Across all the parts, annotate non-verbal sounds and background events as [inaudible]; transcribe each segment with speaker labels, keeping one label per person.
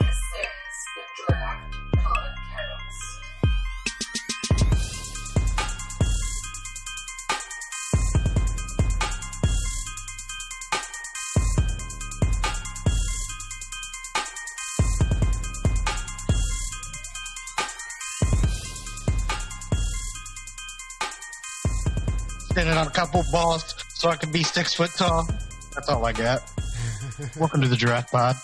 Speaker 1: This is the Draft Podcast.
Speaker 2: standing on a couple balls so I could be six foot tall. That's all I
Speaker 3: [laughs]
Speaker 2: got. Welcome to the giraffe pod.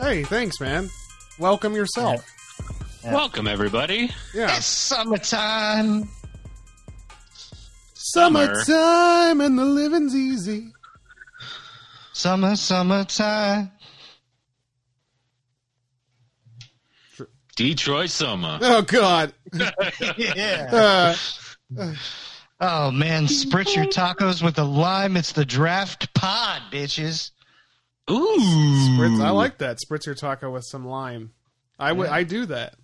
Speaker 3: Hey, thanks, man. Welcome yourself.
Speaker 4: Welcome, everybody.
Speaker 3: Yeah.
Speaker 2: It's summertime.
Speaker 3: Summertime and the living's easy.
Speaker 2: Summer, summertime.
Speaker 4: Detroit Soma.
Speaker 3: Oh, God.
Speaker 2: Yeah.
Speaker 3: Uh,
Speaker 2: Oh man, spritz your tacos with a lime. It's the draft pod, bitches.
Speaker 4: Ooh.
Speaker 3: spritz, I like that. Spritz your taco with some lime. I would.
Speaker 2: Hmm. Yeah.
Speaker 3: I do that.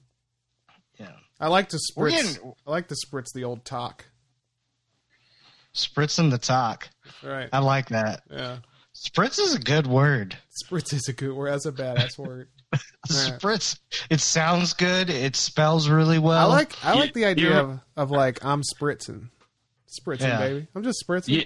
Speaker 2: Yeah.
Speaker 3: I like to
Speaker 2: We're
Speaker 3: spritz.
Speaker 2: getting-
Speaker 3: I like to spritz the old talk.
Speaker 2: Spritzing the talk.
Speaker 3: Right.
Speaker 2: I like that.
Speaker 3: Yeah.
Speaker 2: Spritz is a good word.
Speaker 3: Spritz is a good word. That's a badass word. Right.
Speaker 2: Spritz. It sounds good. It spells really
Speaker 3: I
Speaker 2: [laughs] well.
Speaker 3: like. I
Speaker 4: you-
Speaker 3: like the idea
Speaker 4: you're-
Speaker 3: of, of like I'm spritzing, spritzing,
Speaker 2: Yeah.
Speaker 3: baby. I'm just spritzing.
Speaker 4: You,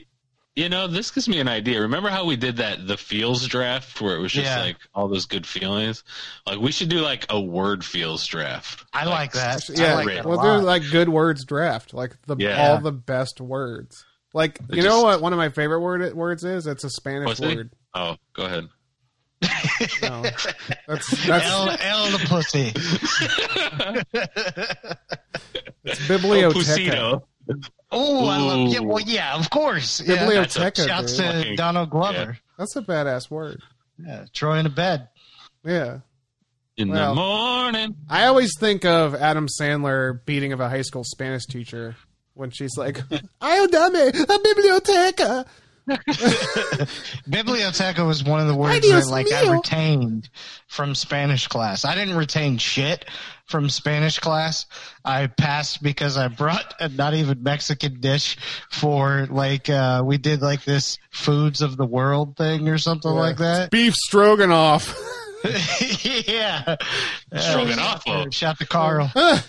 Speaker 4: you know, this gives me an idea. Remember how we did that the feels draft where it was just
Speaker 2: Yeah.
Speaker 4: like all those good feelings? Like we should do like a word feels draft.
Speaker 2: I like that.
Speaker 3: Yeah,
Speaker 2: I like that a
Speaker 3: well, they're
Speaker 2: lot.
Speaker 3: like good words draft, like the
Speaker 4: Yeah.
Speaker 3: all the best words. Like
Speaker 4: They
Speaker 3: you know
Speaker 4: just-
Speaker 3: what one of my favorite word words is? It's a Spanish
Speaker 4: Pussy?
Speaker 3: word.
Speaker 4: Oh, go ahead.
Speaker 3: No. that's that's
Speaker 2: L L the pussy.
Speaker 3: it's
Speaker 4: Oh,
Speaker 3: biblioteca.
Speaker 4: Pusito.
Speaker 2: Oh, I love.
Speaker 4: Ooh.
Speaker 2: Yeah, well, yeah, of course. Yeah.
Speaker 4: that's a-
Speaker 3: biblioteca.
Speaker 2: Shouts
Speaker 3: dude.
Speaker 2: to
Speaker 4: Fucking-
Speaker 2: Donald Glover.
Speaker 3: That's a badass word.
Speaker 2: Yeah. Troy in a bed.
Speaker 3: Yeah,
Speaker 4: In
Speaker 3: Well.
Speaker 4: the morning.
Speaker 3: I always think of Adam Sandler beating of a high school Spanish teacher when she's like, "Ay, dame a biblioteca."
Speaker 2: Biblioteca was one of the words
Speaker 3: Dios
Speaker 2: that like I
Speaker 3: mío.
Speaker 2: retained from Spanish class. I didn't retain shit from Spanish class. I passed because I brought a not even Mexican dish for like uh we did like this foods of the world thing or something like that.
Speaker 3: Beef stroganoff. [laughs]
Speaker 2: [laughs] yeah. Uh,
Speaker 4: Stroganoff.
Speaker 2: Shout to
Speaker 3: [laughs]
Speaker 2: Carl.
Speaker 3: oh,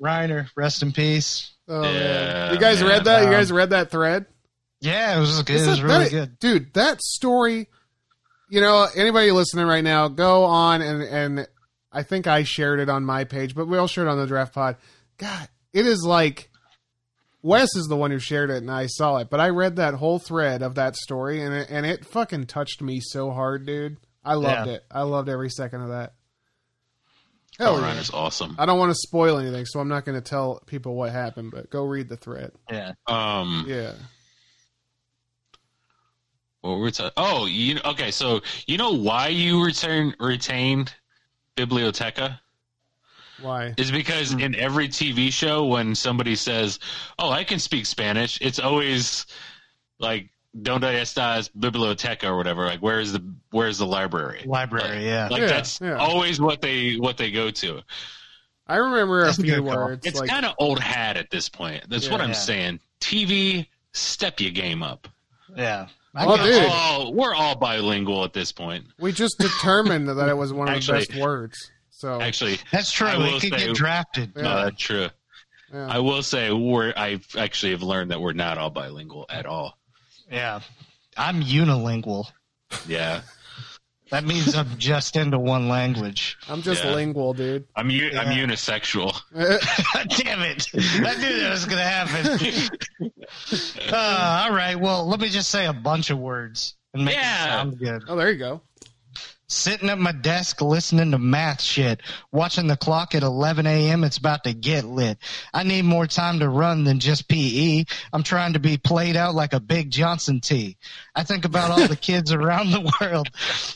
Speaker 2: Reiner, rest in peace.
Speaker 3: man.
Speaker 4: Yeah,
Speaker 3: You guys
Speaker 4: man.
Speaker 3: read that? You
Speaker 2: Um,
Speaker 3: guys read that thread?
Speaker 2: Yeah, it was good. It
Speaker 3: It's
Speaker 2: was
Speaker 3: a-
Speaker 2: really
Speaker 3: that-
Speaker 2: good.
Speaker 3: dude. That story, you know, anybody listening right now, go on and and I think I shared it on my page, but we all shared it on the draft pod. God, it is like Wes is the one who shared it, and I saw it, but I read that whole thread of that story, and it, and it fucking touched me so hard, dude. I loved
Speaker 2: Yeah.
Speaker 3: it. I loved every second of that. Hell
Speaker 4: Oh,
Speaker 3: yeah.
Speaker 4: Reiner's awesome.
Speaker 3: I don't want to spoil anything, so I'm not going to tell people what happened. But go read the thread.
Speaker 2: Yeah.
Speaker 4: Um,
Speaker 3: Yeah,
Speaker 4: What were we ta- Oh, you know, okay. So you know why you return retained Biblioteca
Speaker 3: why?
Speaker 4: is because
Speaker 3: Hmm.
Speaker 4: in every TV show when somebody says, "Oh, I can speak Spanish," it's always like "Donde estás biblioteca" or whatever. Like, where's the where's the library?
Speaker 2: Library, yeah.
Speaker 4: Like
Speaker 3: Yeah,
Speaker 4: that's
Speaker 3: yeah.
Speaker 4: always what they what they go to.
Speaker 3: I remember a
Speaker 2: That's a
Speaker 3: few
Speaker 2: good call.
Speaker 3: words.
Speaker 4: It's
Speaker 3: like,
Speaker 4: kind of old hat at this point. That's what
Speaker 3: Yeah.
Speaker 4: I'm
Speaker 2: Yeah.
Speaker 4: saying. TV, step your game up.
Speaker 2: yeah. I
Speaker 3: Oh,
Speaker 2: got-
Speaker 3: dude.
Speaker 4: We're all, we're all bilingual at this point.
Speaker 3: We just determined that it was one of
Speaker 4: Actually-
Speaker 3: the best words. So
Speaker 4: Actually,
Speaker 2: That's true.
Speaker 4: I will
Speaker 2: It could
Speaker 4: say-
Speaker 2: get drafted.
Speaker 3: Oh, Yeah.
Speaker 4: no, that's true.
Speaker 3: yeah.
Speaker 4: I will say we're I actually have learned that we're not all bilingual at all.
Speaker 2: Yeah. I'm unilingual.
Speaker 4: Yeah.
Speaker 2: That means I'm just into one language. [laughs]
Speaker 3: I'm just
Speaker 4: yeah.
Speaker 3: lingual, dude.
Speaker 4: I'm u- I'm
Speaker 2: Yeah.
Speaker 4: unisexual.
Speaker 2: Damn it. I knew that was going to
Speaker 4: [laughs]
Speaker 2: happen. uh, all right. Well, let me just say a bunch of words and make
Speaker 4: Yeah.
Speaker 2: it sound good.
Speaker 3: Oh, there you go.
Speaker 2: Sitting at my desk listening to math shit, watching the clock at 11 a.m. It's about to get lit. I need more time to run than just PE. I'm trying to be played out like a big Johnson tee. I think about all the kids around the world.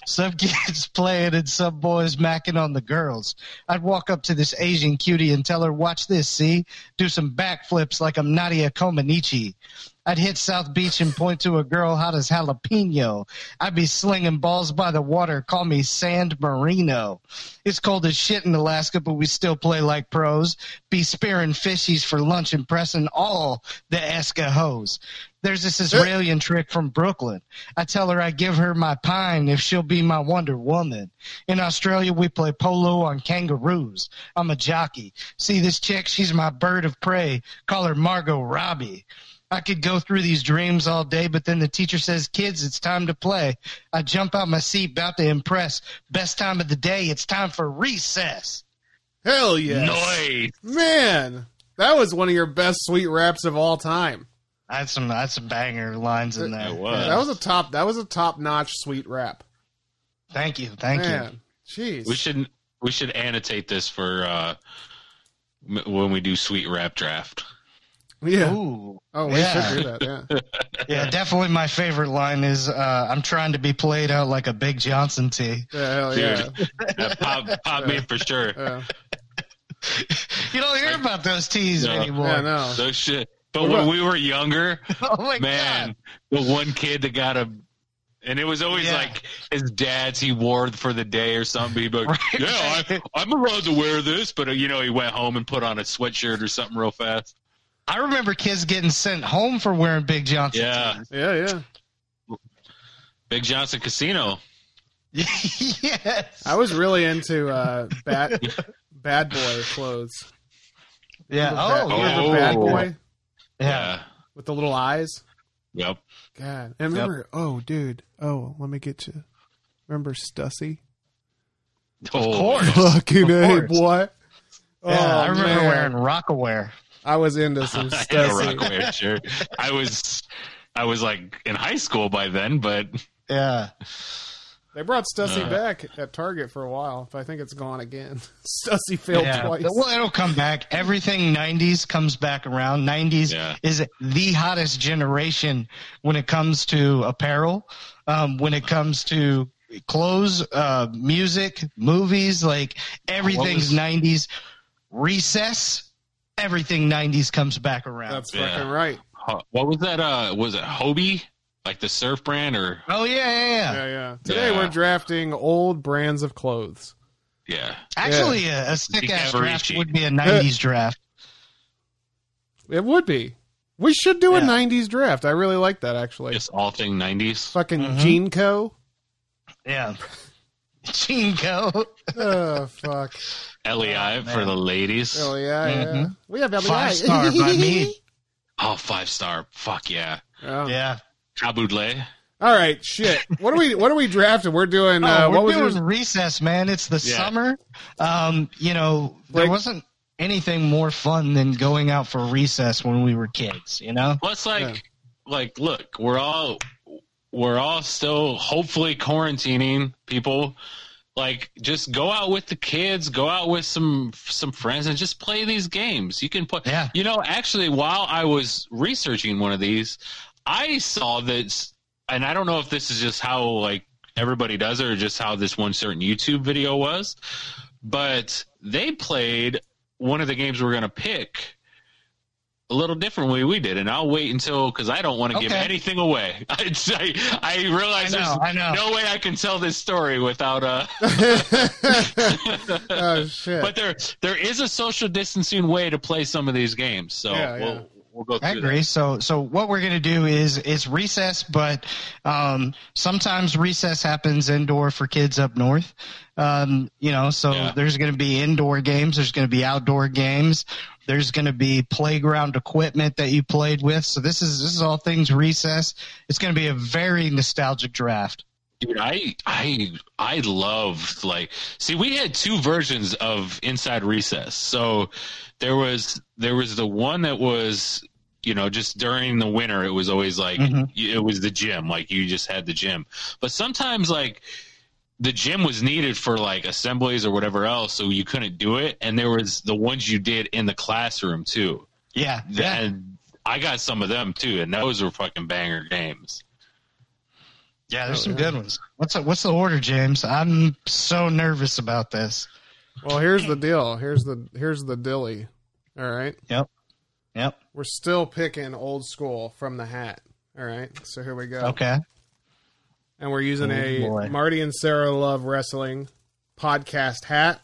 Speaker 2: Some kids playing and some boys macking on the girls. I'd walk up to this Asian cutie and tell her, watch this, see? Do some backflips like I'm Nadia Comaneci. I'd hit South Beach and point to a girl hot as jalapeno. I'd be slinging balls by the water. Call me Sand Marino. It's cold as shit in Alaska, but we still play like pros. Be spearing fishies for lunch and pressing all the Eska hoes. There's this Israeli trick from Brooklyn. I tell her I give her my pine if she'll be my Wonder Woman. In Australia, we play polo on kangaroos. I'm a jockey. See this chick? She's my bird of prey. Call her Margot Robbie. I could go through these dreams all day, but then the teacher says, kids, it's time to play. I jump out my seat, about to impress. Best time of the day. It's time for recess.
Speaker 3: Hell yeah.
Speaker 4: Noise.
Speaker 3: Man, that was one of your best sweet raps of all time.
Speaker 2: I had some, I had some banger lines in there.
Speaker 4: It was.
Speaker 3: That was a top that was a top notch sweet rap.
Speaker 2: Thank you. Thank you.
Speaker 3: Man. Jeez.
Speaker 4: We should we should annotate this for uh, m- when we do sweet rap draft.
Speaker 3: yeah.
Speaker 2: Ooh.
Speaker 3: Oh, we
Speaker 2: yeah.
Speaker 3: should do that. Yeah.
Speaker 4: [laughs]
Speaker 2: Yeah, definitely my favorite line is uh, I'm trying to be played out like a Big Johnson tee. Oh,
Speaker 3: Yeah, hell yeah.
Speaker 4: Dude. That pop pop me for sure.
Speaker 2: [laughs]
Speaker 3: Yeah,
Speaker 2: You don't hear about those tees
Speaker 4: No.
Speaker 2: anymore.
Speaker 3: yeah no.
Speaker 4: So shit. But
Speaker 3: What
Speaker 4: when
Speaker 3: about-
Speaker 4: we were younger,
Speaker 2: [laughs] Oh my
Speaker 4: man,
Speaker 2: god.
Speaker 4: the one kid that got a and it was always
Speaker 2: Yeah.
Speaker 4: like his dad's he wore for the day or something. He'd be like,
Speaker 2: Right.
Speaker 4: [laughs] "Yeah, I, I'm allowed to wear this," but uh, you know, he went home and put on a sweatshirt or something real fast.
Speaker 2: I remember kids getting sent home for wearing Big Johnson
Speaker 4: Yeah.
Speaker 3: Yeah, yeah.
Speaker 4: Big Johnson Casino.
Speaker 2: tees. [laughs] yes.
Speaker 3: I was really into uh
Speaker 4: [laughs]
Speaker 3: bad bad boy clothes.
Speaker 2: yeah. Oh, yeah.
Speaker 3: Remember Bad-
Speaker 4: Oh.
Speaker 3: remember bad boy
Speaker 2: yeah.
Speaker 3: with the little eyes.
Speaker 4: Yeah. Yep.
Speaker 3: God, and
Speaker 4: Yep.
Speaker 3: remember, oh, dude, oh, let me get you. Remember Stussy?
Speaker 4: Oh,
Speaker 2: course.
Speaker 3: [laughs] Fucking hey,
Speaker 2: course.
Speaker 3: boy.
Speaker 2: Yeah,
Speaker 3: Oh,
Speaker 2: I remember wearing Rockaware.
Speaker 3: [laughs] I was [laughs] into some
Speaker 4: [laughs] I had a
Speaker 3: Stussy.
Speaker 4: Rockaway shirt. I was, I was like in high school by then, but
Speaker 2: Yeah.
Speaker 3: They brought Stussy
Speaker 4: Uh.
Speaker 3: back at Target for a while, but I think it's gone again. [laughs] Stussy failed
Speaker 2: yeah.
Speaker 3: twice.
Speaker 2: Well, it'll come back. Everything 90s comes back around. 90s
Speaker 4: Yeah.
Speaker 2: is the hottest generation when it comes to apparel, um, when it comes to clothes, uh, music, movies, like everything's
Speaker 4: was-
Speaker 2: 90s. Recess, everything 90s comes back around.
Speaker 3: That's
Speaker 4: Yeah.
Speaker 3: fucking right.
Speaker 4: huh, what was that? Uh, was it Hobie? Like the surf brand or
Speaker 2: oh, yeah, yeah, yeah.
Speaker 3: Yeah, yeah. Today
Speaker 4: Yeah.
Speaker 3: we're drafting old brands of clothes.
Speaker 4: yeah,
Speaker 2: Actually, a, a sick ass draft
Speaker 4: Gavarici.
Speaker 2: would be a 90s draft.
Speaker 3: It would be. We should do a
Speaker 2: Yeah.
Speaker 3: 90s draft. I really like that, actually.
Speaker 4: just all thing nineties.
Speaker 3: Fucking
Speaker 2: Mhm.
Speaker 3: Gene Co.
Speaker 2: Yeah. [laughs] Gene Co.
Speaker 3: Oh, fuck.
Speaker 4: LEI
Speaker 2: man.
Speaker 4: E for the ladies.
Speaker 3: Oh, yeah, yeah.
Speaker 2: Mhm.
Speaker 3: We have LEI.
Speaker 2: Five star by
Speaker 3: [laughs]
Speaker 2: me.
Speaker 4: Oh, five star. Fuck yeah.
Speaker 3: Oh.
Speaker 2: Yeah.
Speaker 4: Caboodle.
Speaker 3: All right, shit. What are we? What are we drafting? We're doing.
Speaker 2: Oh,
Speaker 3: uh,
Speaker 2: we're
Speaker 3: what was
Speaker 2: doing
Speaker 3: yours?
Speaker 2: recess, man. It's the
Speaker 4: Yeah.
Speaker 2: summer. Um, you know, there
Speaker 3: Like-
Speaker 2: wasn't anything more fun than going out for recess when we were kids. You know?
Speaker 4: Plus, like, like, look, we're all we're all still hopefully quarantining people. Like, just go out with the kids, go out with some some friends, and just play these games. You can play.
Speaker 2: Yeah.
Speaker 4: You know, actually, while I was researching one of these, I saw that, and I don't know if this is just how like everybody does it or just how this one certain YouTube video was, but they played one of the games we're gonna pick a little different way we did, and I'll wait until because I don't want to give
Speaker 2: Okay.
Speaker 4: anything away. [laughs] I, I, I
Speaker 2: I
Speaker 4: realize
Speaker 2: know. I know.
Speaker 4: there's no way I can tell this story without uh
Speaker 3: oh shit!
Speaker 4: [laughs] but there there is a social distancing way to play some of these games, so
Speaker 3: Yeah, yeah.
Speaker 4: we'll we'll go
Speaker 2: I
Speaker 4: through.
Speaker 2: agree. So, so what we're gonna do is it's recess, but um, sometimes recess happens indoor for kids up north. Um, you know, so
Speaker 4: Yeah.
Speaker 2: there's gonna be indoor games. There's gonna be outdoor games. There's gonna be playground equipment that you played with. So this is this is all things recess. It's gonna be a very nostalgic draft.
Speaker 4: That. Dude, I I I love like see we had two versions of Inside Recess. So there was there was the one that was you know just during the winter it was always like
Speaker 2: Mhm.
Speaker 4: it was the gym like you just had the gym but sometimes like the gym was needed for like assemblies or whatever else so you couldn't do it and there was the ones you did in the classroom too
Speaker 2: Yeah.
Speaker 4: and i got some of them too and those were fucking banger games
Speaker 2: Yeah, there's
Speaker 3: Oh,
Speaker 2: some
Speaker 3: yeah.
Speaker 2: good ones. What's the, what's the order, James? I'm so nervous about this.
Speaker 3: well, here's the deal. Here's the here's the dilly. All right.
Speaker 2: Yep. Yep.
Speaker 3: We're still picking old school from the hat. All right, so here we go.
Speaker 2: Okay.
Speaker 3: And we're using
Speaker 2: Oh,
Speaker 3: a
Speaker 2: boy.
Speaker 3: Marty and Sarah Love Wrestling podcast hat.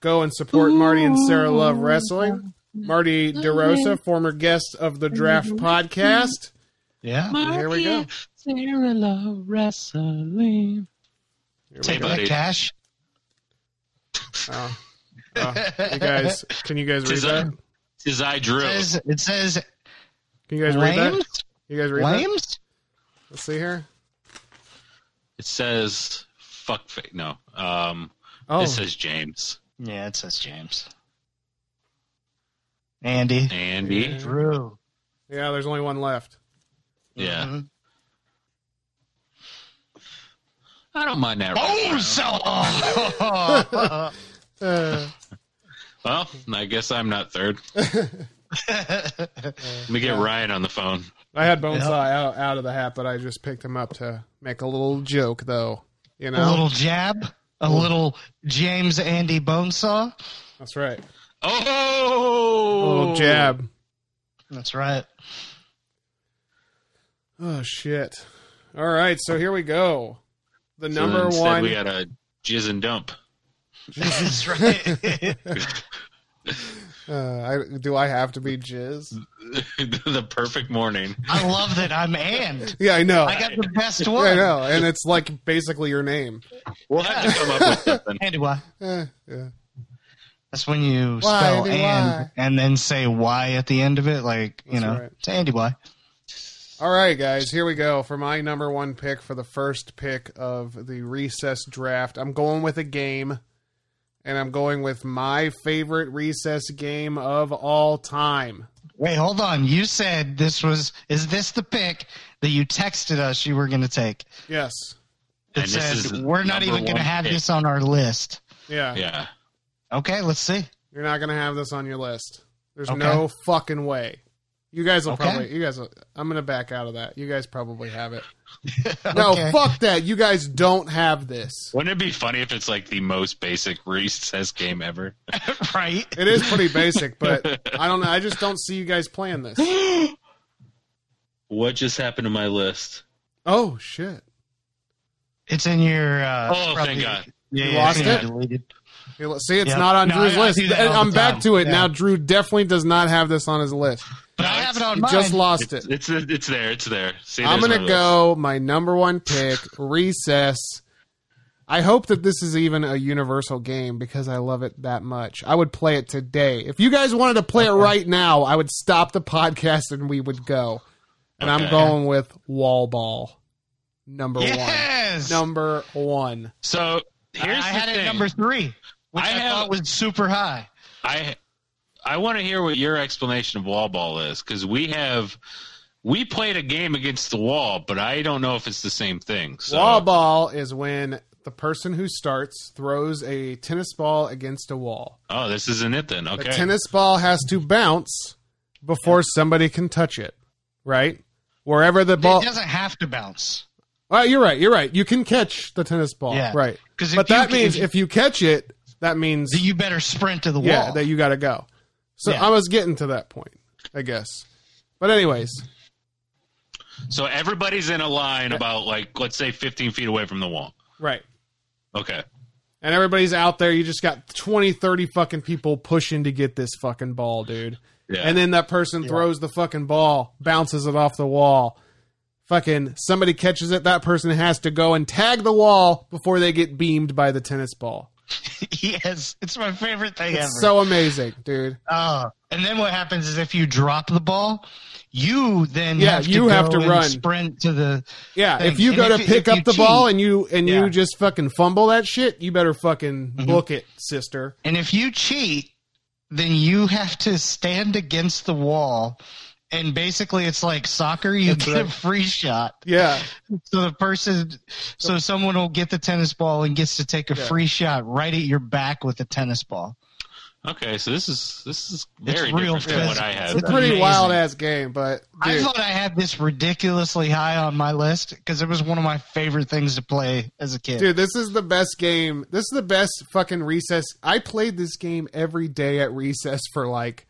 Speaker 3: Go and support Marty and Sarah Love Wrestling. Marty DeRosa, former guest of the Draft Podcast.
Speaker 2: Yeah.
Speaker 3: And here we go.
Speaker 4: Sarah Love Wrestling.
Speaker 3: Here we
Speaker 4: Hey,
Speaker 2: Take
Speaker 3: go.
Speaker 4: buddy.
Speaker 2: that [laughs] cash.
Speaker 3: Oh. Oh, you guys, can you guys read
Speaker 4: Tis I,
Speaker 3: that?
Speaker 4: tis I
Speaker 2: It
Speaker 4: Drew.
Speaker 2: says, it says
Speaker 3: Can you guys read that?
Speaker 2: lames.
Speaker 3: You guys read that?
Speaker 2: Lames.
Speaker 3: Let's see here.
Speaker 4: It says fuck fa- No. Um,
Speaker 3: Oh,
Speaker 4: It says James.
Speaker 2: Yeah, it says James. Andy.
Speaker 4: Andy.
Speaker 3: Yeah.
Speaker 2: Drew.
Speaker 3: yeah. There's only one left.
Speaker 4: Yeah.
Speaker 3: Mm-hmm.
Speaker 2: Mhm.
Speaker 4: I don't mind that.
Speaker 2: Bone
Speaker 4: reference.
Speaker 2: Mm-hmm. [laughs]
Speaker 3: [laughs]
Speaker 2: saw.
Speaker 3: Uh,
Speaker 4: Well, I guess I'm
Speaker 3: [laughs]
Speaker 4: not third. Let me get Ryan on the phone.
Speaker 3: I had Bonesaw out, out of the hat, but I just picked him up to make a little joke, though. You
Speaker 2: A
Speaker 3: know,
Speaker 2: little jab. A little James Andy Bonesaw.
Speaker 3: that's right.
Speaker 4: Oh,
Speaker 3: A little jab.
Speaker 2: That's [laughs] right.
Speaker 3: Oh shit! All right, so here we go. The
Speaker 4: So
Speaker 3: number
Speaker 4: instead
Speaker 3: one.
Speaker 4: We got a jizz and dump. [laughs]
Speaker 2: That's right. [laughs]
Speaker 3: uh, I, do I have to be jizz?
Speaker 4: the perfect morning.
Speaker 2: I love that I'm and.
Speaker 3: Yeah, I know.
Speaker 2: I got the best
Speaker 3: [laughs] Yeah, I
Speaker 2: one.
Speaker 3: know, and it's like basically your name.
Speaker 4: We'll have to come up with something.
Speaker 2: Andy, why?
Speaker 3: Eh, yeah.
Speaker 2: That's when you
Speaker 3: Why,
Speaker 2: spell
Speaker 3: Andy,
Speaker 2: and
Speaker 3: why?
Speaker 2: and then say why at the end of it, like you
Speaker 3: That's
Speaker 2: know,
Speaker 3: right.
Speaker 2: it's Andy why.
Speaker 3: All right, guys, here we go for my number one pick for the first pick of the recess draft. I'm going with a game, and I'm going with my favorite recess game of all time.
Speaker 2: Wait, hold on. You said this was is this the pick that you texted us you were going to take?
Speaker 3: Yes.
Speaker 2: It
Speaker 4: And this is
Speaker 2: said
Speaker 4: the
Speaker 2: we're not
Speaker 4: number
Speaker 2: even going to
Speaker 4: one
Speaker 2: have
Speaker 4: pick.
Speaker 2: this on our list.
Speaker 3: Yeah.
Speaker 4: Yeah.
Speaker 2: Okay, let's see. [laughs]
Speaker 3: You're not going to have this on your list. There's
Speaker 2: Okay.
Speaker 3: no fucking way. You guys will
Speaker 2: Okay.
Speaker 3: probably, you guys, will, I'm going to back out of that. You guys probably have
Speaker 2: [laughs]
Speaker 3: it. No,
Speaker 2: Okay.
Speaker 3: fuck that. You guys don't have this.
Speaker 4: Wouldn't it be funny if it's like the most basic recess game ever?
Speaker 2: right?
Speaker 3: It is pretty basic, but
Speaker 2: [laughs]
Speaker 3: I don't know. I just don't see you guys playing this.
Speaker 4: What just happened to my list?
Speaker 3: Oh, shit.
Speaker 2: It's in your. Uh,
Speaker 4: Oh, thank God.
Speaker 2: Yeah,
Speaker 3: You
Speaker 2: yeah,
Speaker 3: lost
Speaker 2: it's in your
Speaker 3: it?
Speaker 2: Deleted.
Speaker 3: Hey, look, See, it's
Speaker 2: Yep.
Speaker 3: not on
Speaker 2: No,
Speaker 3: Drew's
Speaker 2: I- I
Speaker 3: list.
Speaker 2: do that all the
Speaker 3: I'm back
Speaker 2: time.
Speaker 3: to it
Speaker 2: Yeah.
Speaker 3: now. Drew definitely does not have this on his list.
Speaker 2: But
Speaker 4: No,
Speaker 2: I
Speaker 4: it's-
Speaker 2: have it on Oh,
Speaker 3: He
Speaker 2: mine.
Speaker 3: just lost it.
Speaker 4: It's, it's it's there. It's there. See,
Speaker 3: I'm
Speaker 4: there's
Speaker 3: gonna
Speaker 4: my list.
Speaker 3: go my number one pick, Recess. I hope that this is even a universal game because I love it that much. I would play it today. If you guys wanted to play it right now, I would stop the podcast and we would go. And I'm
Speaker 4: Okay.
Speaker 3: going with Wall Ball, number
Speaker 2: Yes.
Speaker 3: one. Number one.
Speaker 4: So here's
Speaker 2: I
Speaker 4: the
Speaker 2: had
Speaker 4: thing.
Speaker 2: it number three, which
Speaker 4: I
Speaker 2: I,
Speaker 4: have-
Speaker 2: thought was super high.
Speaker 4: I I want to hear what your explanation of wall ball is because we have we played a game against the wall, but I don't know if it's the same thing. So
Speaker 3: Wall ball is when the person who starts throws a tennis ball against a wall.
Speaker 4: oh, this isn't it then.
Speaker 3: The
Speaker 4: Okay,
Speaker 3: tennis ball has to bounce before somebody can touch it, right? Wherever the ball.
Speaker 2: it doesn't have to bounce.
Speaker 3: Oh, you're right. You're right. You can catch the tennis ball,
Speaker 2: Yeah.
Speaker 3: right?
Speaker 2: 'Cause if
Speaker 3: But
Speaker 2: you
Speaker 3: that
Speaker 2: can-
Speaker 3: means if you catch it, that means
Speaker 2: You better sprint to the
Speaker 3: yeah
Speaker 2: wall.
Speaker 3: that you got to go. So
Speaker 2: Yeah.
Speaker 3: I was getting to that point, I guess. But anyways,
Speaker 4: so everybody's in a line about like let's say 15 feet away from the wall.
Speaker 3: right.
Speaker 4: Okay,
Speaker 3: and everybody's out there you just got 20 30 fucking people pushing to get this fucking ball dude
Speaker 4: Yeah.
Speaker 3: and then that person throws the fucking ball bounces it off the wall fucking somebody catches it that person has to go and tag the wall before they get beamed by the tennis ball
Speaker 2: [laughs] yes, it's my favorite thing ever.
Speaker 3: it's so amazing dude
Speaker 2: Oh, and then what happens is if you drop the ball, you then
Speaker 3: Yeah,
Speaker 2: have to
Speaker 3: you
Speaker 2: go
Speaker 3: have to
Speaker 2: and
Speaker 3: run.
Speaker 2: sprint to the
Speaker 3: yeah if
Speaker 2: thing.
Speaker 3: you
Speaker 2: And
Speaker 3: go
Speaker 2: if
Speaker 3: to
Speaker 2: you-
Speaker 3: pick
Speaker 2: if
Speaker 3: up
Speaker 2: you
Speaker 3: the ball
Speaker 2: cheat-
Speaker 3: and you and
Speaker 2: Yeah. Mm-hmm.
Speaker 3: you just fucking fumble that shit you better fucking book it sister
Speaker 2: and if you cheat, then you have to stand against the wall, and basically it's like soccer. You
Speaker 3: That's
Speaker 2: get a
Speaker 3: right.
Speaker 2: free shot,
Speaker 3: yeah
Speaker 2: so the person, so someone will get the tennis ball and gets to take a
Speaker 3: Yeah.
Speaker 2: free shot right at your back with a tennis ball.
Speaker 4: okay, so this is this is very
Speaker 2: real
Speaker 4: different than what
Speaker 2: physics.
Speaker 4: I had.
Speaker 3: it's a
Speaker 2: That's
Speaker 3: pretty
Speaker 2: amazing.
Speaker 3: wild ass game but
Speaker 2: I
Speaker 3: dude,
Speaker 2: thought I had this ridiculously high on my list because it was one of my favorite things to play as a kid.
Speaker 3: Dude, this is the best game. This is the best fucking recess. I played this game every day at recess for like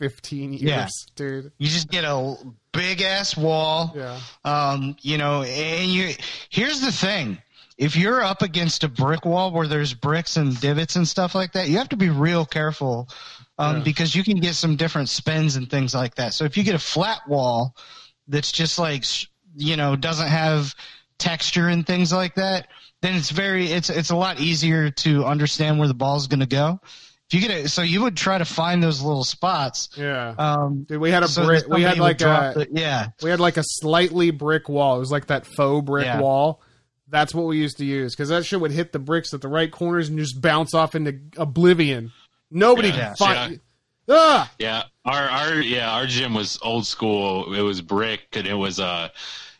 Speaker 3: 15 years,
Speaker 2: Yeah.
Speaker 3: dude.
Speaker 2: You just get a big ass wall.
Speaker 3: Yeah.
Speaker 2: Um, you know, and you here's the thing. If you're up against a brick wall where there's bricks and divots and stuff like that, you have to be real careful um, because you can get some different spins and things like that. So if you get a flat wall that's just like s- you know doesn't have texture and things like that, then it's very it's it's a lot easier to understand where the ball's going to go. If you get it, so you would try to find those little spots.
Speaker 3: Yeah.
Speaker 2: Um,
Speaker 3: Dude, we had a
Speaker 2: so
Speaker 3: brick.
Speaker 2: that
Speaker 3: We had
Speaker 2: somebody would
Speaker 3: like
Speaker 2: drop
Speaker 3: a
Speaker 2: the- yeah.
Speaker 3: we had like a slightly brick wall. It was like that faux brick
Speaker 2: Yeah.
Speaker 3: wall. That's what we used to use because that shit would hit the bricks at the right corners and just bounce off into oblivion. Nobody
Speaker 4: Yeah.
Speaker 3: could find. Ah,
Speaker 4: Yeah, our our yeah our gym was old school. It was brick, and it was uh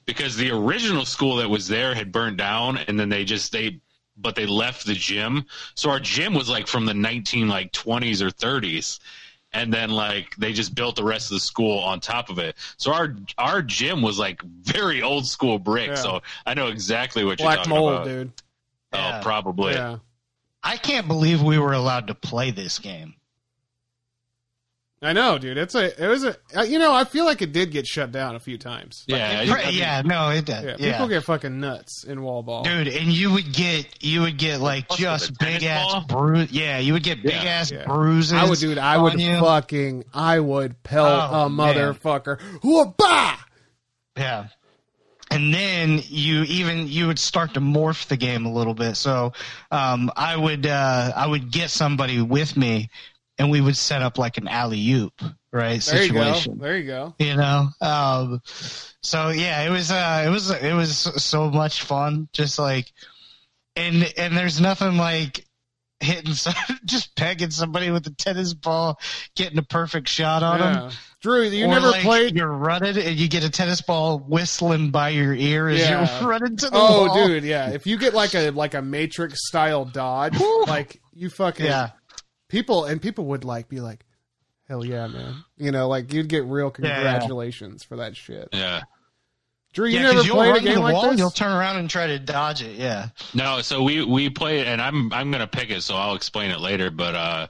Speaker 4: because the original school that was there had burned down, and then they just they but they left the gym. So our gym was like from the nineteen like twenties or thirties, and then like they just built the rest of the school on top of it. So our our gym was like very old school brick.
Speaker 3: Yeah.
Speaker 4: So I know exactly what you're
Speaker 3: black
Speaker 4: talking
Speaker 3: mold,
Speaker 4: about.
Speaker 3: dude.
Speaker 4: Oh,
Speaker 2: Yeah.
Speaker 4: probably.
Speaker 3: Yeah,
Speaker 2: I can't believe we were allowed to play this game.
Speaker 3: I know, dude. It's a. It was a. uh, You know, I feel like it did get shut down a few times.
Speaker 4: Yeah,
Speaker 2: Right, yeah, no, it does.
Speaker 3: [laughs] Yeah,
Speaker 2: Yeah,
Speaker 3: people get fucking nuts in wall ball.
Speaker 2: dude, and you would get you would get like
Speaker 4: Plus with
Speaker 2: just
Speaker 4: the tennis
Speaker 2: big ass
Speaker 4: ball?
Speaker 2: bruise. Yeah, you would get big
Speaker 4: Yeah,
Speaker 2: ass
Speaker 3: yeah.
Speaker 2: bruises.
Speaker 3: I would, dude. I would
Speaker 2: on you.
Speaker 3: fucking. I would pelt
Speaker 2: Oh,
Speaker 3: a
Speaker 2: man.
Speaker 3: motherfucker. Whoop-ah!
Speaker 2: Yeah. And then you even you would start to morph the game a little bit. So um, I would uh, I would get somebody with me, and we would set up like an alley oop right
Speaker 3: There you go.
Speaker 2: situation.
Speaker 3: There you go.
Speaker 2: you know um so yeah it was uh it was it was so much fun just like and and there's nothing like hitting [laughs] some, just pegging somebody with a tennis ball getting a perfect shot on them
Speaker 3: Yeah. Drew, you
Speaker 2: Or,
Speaker 3: never
Speaker 2: like,
Speaker 3: played
Speaker 2: you're running and you get a tennis ball whistling by your ear as
Speaker 3: Yeah.
Speaker 2: you're [laughs] running to the
Speaker 3: Oh,
Speaker 2: wall.
Speaker 3: dude, yeah. If you get like a like a Matrix style dodge, like you fucking
Speaker 2: yeah
Speaker 3: people and people would like be like, hell yeah, man. You know, like you'd get real
Speaker 2: Yeah, yeah.
Speaker 3: congratulations for that shit.
Speaker 4: yeah.
Speaker 3: Drew, you
Speaker 2: yeah, 'cause
Speaker 3: never
Speaker 2: you'll
Speaker 3: played
Speaker 2: run
Speaker 3: a
Speaker 2: to the
Speaker 3: game like
Speaker 2: wall and
Speaker 3: this.
Speaker 2: you'll turn around and try to dodge it yeah
Speaker 4: No, so we we played, and I'm I'm gonna pick it, so I'll explain it later. But uh,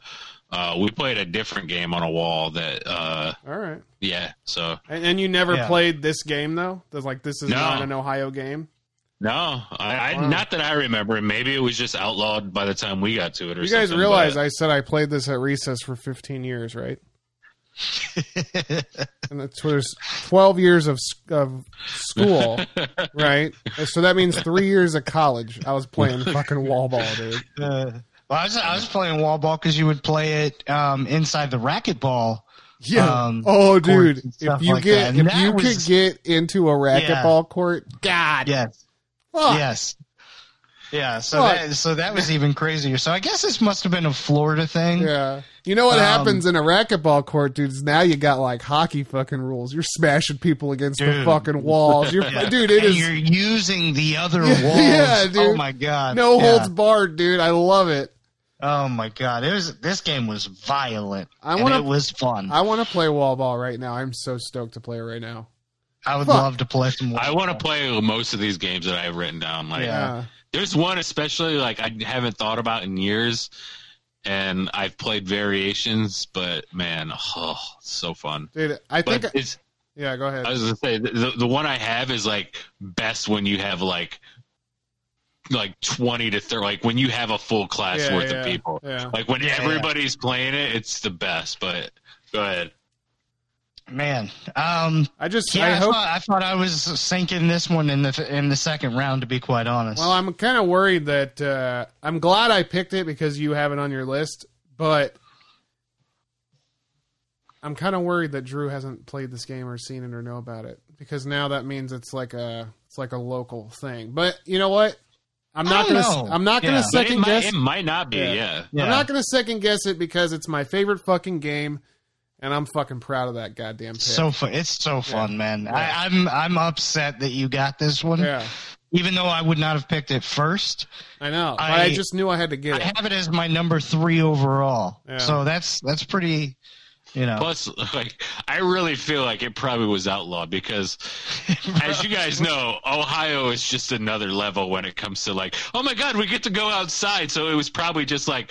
Speaker 4: uh, we played a different game on a wall that uh,
Speaker 3: All right,
Speaker 4: yeah. So
Speaker 3: and, and you never
Speaker 2: Yeah.
Speaker 3: played this game though. There's like this is
Speaker 4: No.
Speaker 3: not an Ohio game.
Speaker 4: no, I, I
Speaker 3: Wow.
Speaker 4: not that I remember. Maybe it was just outlawed by the time we got to it. Or
Speaker 3: You guys
Speaker 4: something,
Speaker 3: realize
Speaker 4: but-
Speaker 3: I said I played this at recess for 15 years, right? and that's there's 12 years of s- of school, right? So that means three years of college. I was playing fucking wall ball, dude.
Speaker 2: Uh, well, I was, I was playing wall ball because you would play it um, inside the racquetball
Speaker 3: Yeah.
Speaker 2: Um,
Speaker 3: oh, dude.
Speaker 2: courts and
Speaker 3: If
Speaker 2: stuff
Speaker 3: you
Speaker 2: like that.
Speaker 3: get
Speaker 2: And
Speaker 3: if
Speaker 2: that
Speaker 3: you
Speaker 2: was-
Speaker 3: could get into a racquetball court, God,
Speaker 2: Yes.
Speaker 3: fuck.
Speaker 2: Yes. Yeah. So
Speaker 3: Fuck.
Speaker 2: that so that was even crazier. So I guess this must have been a Florida thing.
Speaker 3: Yeah. You know what
Speaker 2: Um,
Speaker 3: happens in a racquetball court, dudes? now you got like hockey fucking rules. You're smashing people against the
Speaker 2: Dude.
Speaker 3: fucking walls.
Speaker 2: [laughs]
Speaker 3: You're,
Speaker 2: Yeah.
Speaker 3: dude, it
Speaker 2: and
Speaker 3: is
Speaker 2: You're using the other
Speaker 3: Yeah,
Speaker 2: walls.
Speaker 3: [laughs] yeah, dude.
Speaker 2: Oh my god.
Speaker 3: no
Speaker 2: Yeah.
Speaker 3: holds barred, dude. I love it.
Speaker 2: Oh my god. It was this game was violent.
Speaker 3: I
Speaker 2: and
Speaker 3: wanna-
Speaker 2: it was fun. I,
Speaker 3: I want to play wall ball right now. I'm so stoked to play it right now.
Speaker 2: would
Speaker 3: fuck.
Speaker 2: love to play some.
Speaker 4: I want to play most of these games that I have written down. Like
Speaker 2: Yeah.
Speaker 3: Yeah.
Speaker 4: there's one especially like I haven't thought about in years, and I've played variations, but man, oh, it's so fun.
Speaker 3: Dude, I
Speaker 4: But
Speaker 3: think.
Speaker 4: it's
Speaker 3: yeah, go ahead.
Speaker 4: I was gonna say the the one I have is like best when you have like like twenty to thirty, like when you have a full class
Speaker 3: yeah,
Speaker 4: worth
Speaker 3: yeah,
Speaker 4: of people.
Speaker 3: Yeah.
Speaker 4: Like when
Speaker 2: Yeah, yeah.
Speaker 4: everybody's playing it, it's the best. But go ahead.
Speaker 2: man. Um,
Speaker 3: I just.
Speaker 2: yeah, I,
Speaker 3: I hope.
Speaker 2: thought, I thought I was sinking this one in the in the second round. To be quite honest,
Speaker 3: Well, I'm kind of worried that uh, I'm glad I picked it because you have it on your list, but I'm kind of worried that Drew hasn't played this game or seen it or know about it because now that means it's like a it's like a local thing. But you know what? I'm
Speaker 2: I
Speaker 3: not
Speaker 2: don't
Speaker 3: gonna s-
Speaker 2: know.
Speaker 3: I'm not gonna
Speaker 2: Yeah.
Speaker 4: But it
Speaker 3: second
Speaker 4: might,
Speaker 3: guess.
Speaker 4: it might not be.
Speaker 3: Yeah.
Speaker 4: Yeah.
Speaker 2: yeah.
Speaker 3: I'm not gonna second guess it because it's my favorite fucking game, and I'm fucking proud of that goddamn pick.
Speaker 2: so fun. It's so fun, man. I, I'm I'm upset that you got this one,
Speaker 3: yeah,
Speaker 2: even though I would not have picked it first.
Speaker 3: I know. But I,
Speaker 2: I-
Speaker 3: just knew I had to get
Speaker 2: I
Speaker 3: it.
Speaker 2: have it as my number three overall.
Speaker 3: Yeah.
Speaker 2: So that's that's pretty, you know.
Speaker 4: Plus, [laughs] like I really feel like it probably was outlawed because, as you guys know, Ohio is just another level when it comes to like, oh my God, we get to go outside. So it was probably just like.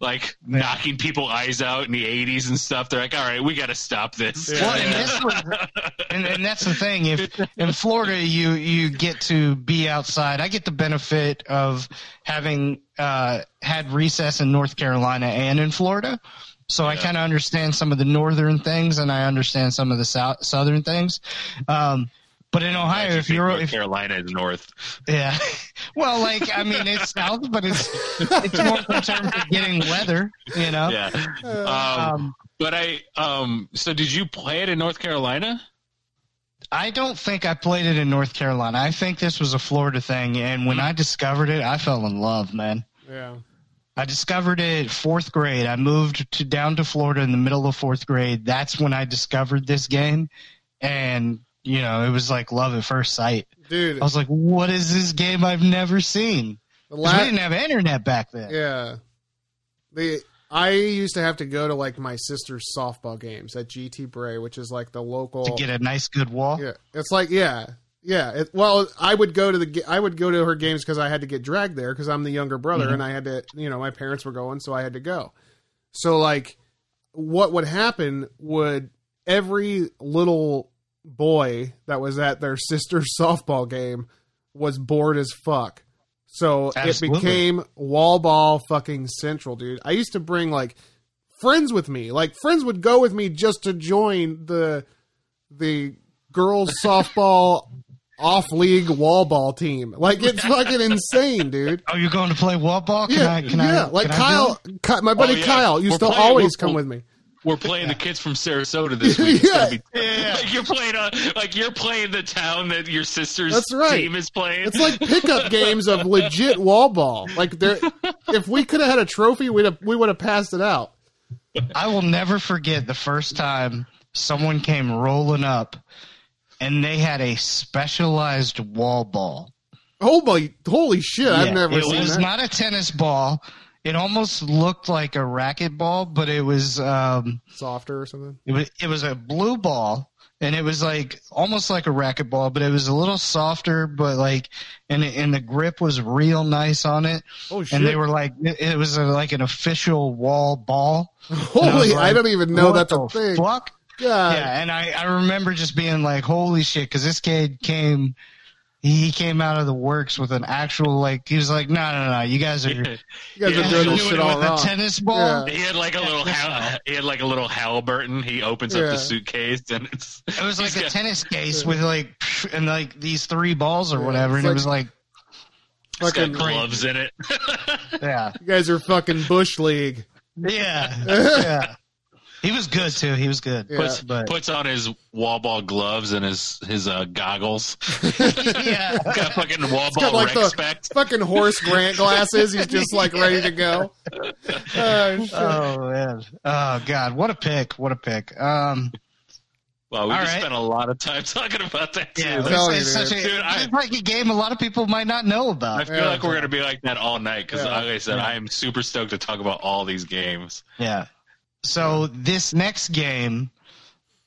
Speaker 4: like knocking people eyes out in the 80s and stuff. They're like, all right, we got to stop this.
Speaker 3: Yeah.
Speaker 2: Well,
Speaker 4: [laughs]
Speaker 2: and this was, and, and that's the thing. If in Florida you you get to be outside, I get the benefit of having uh, had recess in North Carolina and in Florida, so I kind of understand some of the northern things and I understand some of the south, southern things. Um, but in Ohio, if you're
Speaker 4: North
Speaker 2: if
Speaker 4: Carolina is north.
Speaker 2: yeah, [laughs] well, like I mean, it's south, but it's it's more in terms of getting weather, you know. [laughs]
Speaker 4: Yeah. um,
Speaker 2: Um,
Speaker 4: But I um so did you play it in North Carolina?
Speaker 2: I don't think I played it in North Carolina. I think this was a Florida thing, and when I discovered it, I fell in love, man.
Speaker 3: Yeah.
Speaker 2: I discovered it fourth grade. I moved to down to Florida in the middle of fourth grade. That's when I discovered this game, and you know it was like love at first sight.
Speaker 3: Dude,
Speaker 2: I was like, "What is this game I've never seen?"
Speaker 3: the
Speaker 2: 'Cause we
Speaker 3: last,
Speaker 2: didn't have internet back then.
Speaker 3: yeah. The I used to have to go to like my sister's softball games at GT Bray, which is like the local
Speaker 2: To get a nice good wall,
Speaker 3: Yeah, it's like yeah, yeah. It, well, I would go to the ga- I would go to her games because I had to get dragged there because I'm the younger brother and I had to you know my parents were going so I had to go. So like, what would happen would every little boy that was at their sister's [laughs] softball game was bored as fuck. So
Speaker 2: Absolutely.
Speaker 3: it became wall ball fucking central, dude. I used to bring like friends with me. Like friends would go with me just to join the the
Speaker 4: [laughs]
Speaker 3: girls softball off league wall ball team. Like it's fucking insane, dude.
Speaker 2: oh, you're going to play wall ball? Can
Speaker 3: yeah,
Speaker 2: I? Can
Speaker 3: yeah.
Speaker 2: I?
Speaker 3: like
Speaker 2: can I do it?
Speaker 3: Kyle, Ky- my buddy
Speaker 4: Oh, yeah.
Speaker 3: Kyle used
Speaker 4: We're
Speaker 3: to
Speaker 4: playing-
Speaker 3: always
Speaker 4: we're-
Speaker 3: come with me.
Speaker 4: We're playing the kids from
Speaker 3: [laughs]
Speaker 4: Sarasota this week. It's gonna be-
Speaker 2: [laughs] Yeah.
Speaker 4: Like you're playing a, like you're playing the town that your sister's
Speaker 3: That's right.
Speaker 4: team is playing.
Speaker 3: It's like pickup games of legit wall ball. Like there, if we could have had a trophy, we'd have, we would have passed it out.
Speaker 2: I will never forget the first time someone came rolling up and they had a specialized wall ball.
Speaker 3: Oh my, holy shit! I've
Speaker 2: Yeah,
Speaker 3: never
Speaker 2: it
Speaker 3: seen
Speaker 2: was
Speaker 3: that.
Speaker 2: not a tennis ball. It almost looked like a racket ball, but it was um
Speaker 3: Softer or something.
Speaker 2: it was it was a blue ball and it was like almost like a racket ball, but it was a little softer, but like and and the grip was real nice on it.
Speaker 3: Oh shit!
Speaker 2: And they were like it it was a, like an official wall ball. And
Speaker 3: holy,
Speaker 2: was
Speaker 3: I
Speaker 2: like,
Speaker 3: don't even know
Speaker 2: "What
Speaker 3: that's a thing. Uh,
Speaker 2: Fuck.
Speaker 3: God.
Speaker 2: yeah, and I, I remember just being like, holy shit, because this kid came, he came out of the works with an actual, like, he was like, no, no, no, you guys are, you guys
Speaker 3: You guys
Speaker 4: Yeah,
Speaker 3: are
Speaker 2: are
Speaker 3: doing
Speaker 2: doing
Speaker 3: this
Speaker 2: it
Speaker 3: shit all
Speaker 2: with a
Speaker 3: wrong.
Speaker 2: tennis ball.
Speaker 4: [laughs] he had like a little Hal, he had like a little Halliburton. He opens up
Speaker 3: Yeah.
Speaker 4: the suitcase and it's
Speaker 2: It was like
Speaker 4: he's
Speaker 2: a
Speaker 4: got-
Speaker 2: tennis case with like, and like these three balls or
Speaker 3: Yeah,
Speaker 2: whatever,
Speaker 3: it's
Speaker 2: and it was like,
Speaker 4: it's got
Speaker 3: Fucking,
Speaker 4: gloves in it. [laughs]
Speaker 2: yeah,
Speaker 3: you guys are fucking bush league.
Speaker 2: yeah,
Speaker 3: [laughs]
Speaker 2: yeah. He was good too. He was good,
Speaker 3: Yeah.
Speaker 2: but, but-
Speaker 4: Puts on his wall ball gloves and his his uh, goggles.
Speaker 2: yeah,
Speaker 3: [laughs]
Speaker 4: got fucking wall
Speaker 3: got
Speaker 4: ball
Speaker 3: like the-
Speaker 4: respect.
Speaker 3: Fucking horse Grant glasses. He's just like ready
Speaker 2: [laughs]
Speaker 3: to go. Oh, shit.
Speaker 2: oh man, oh god, what a pick, what a pick. Um,
Speaker 4: Wow, we
Speaker 2: All
Speaker 4: just
Speaker 2: right.
Speaker 4: spent a lot of time [laughs] talking about that too.
Speaker 2: yeah,
Speaker 4: That's-
Speaker 3: telling
Speaker 2: it's, it's
Speaker 3: you,
Speaker 2: such a,
Speaker 4: dude. Dude, I-
Speaker 2: it's like a game a lot of people might not know about.
Speaker 4: I feel
Speaker 3: Yeah.
Speaker 4: like we're gonna be like that all night because,
Speaker 3: Yeah.
Speaker 4: like I said, I am super stoked to talk about all these games.
Speaker 2: Yeah. So this next game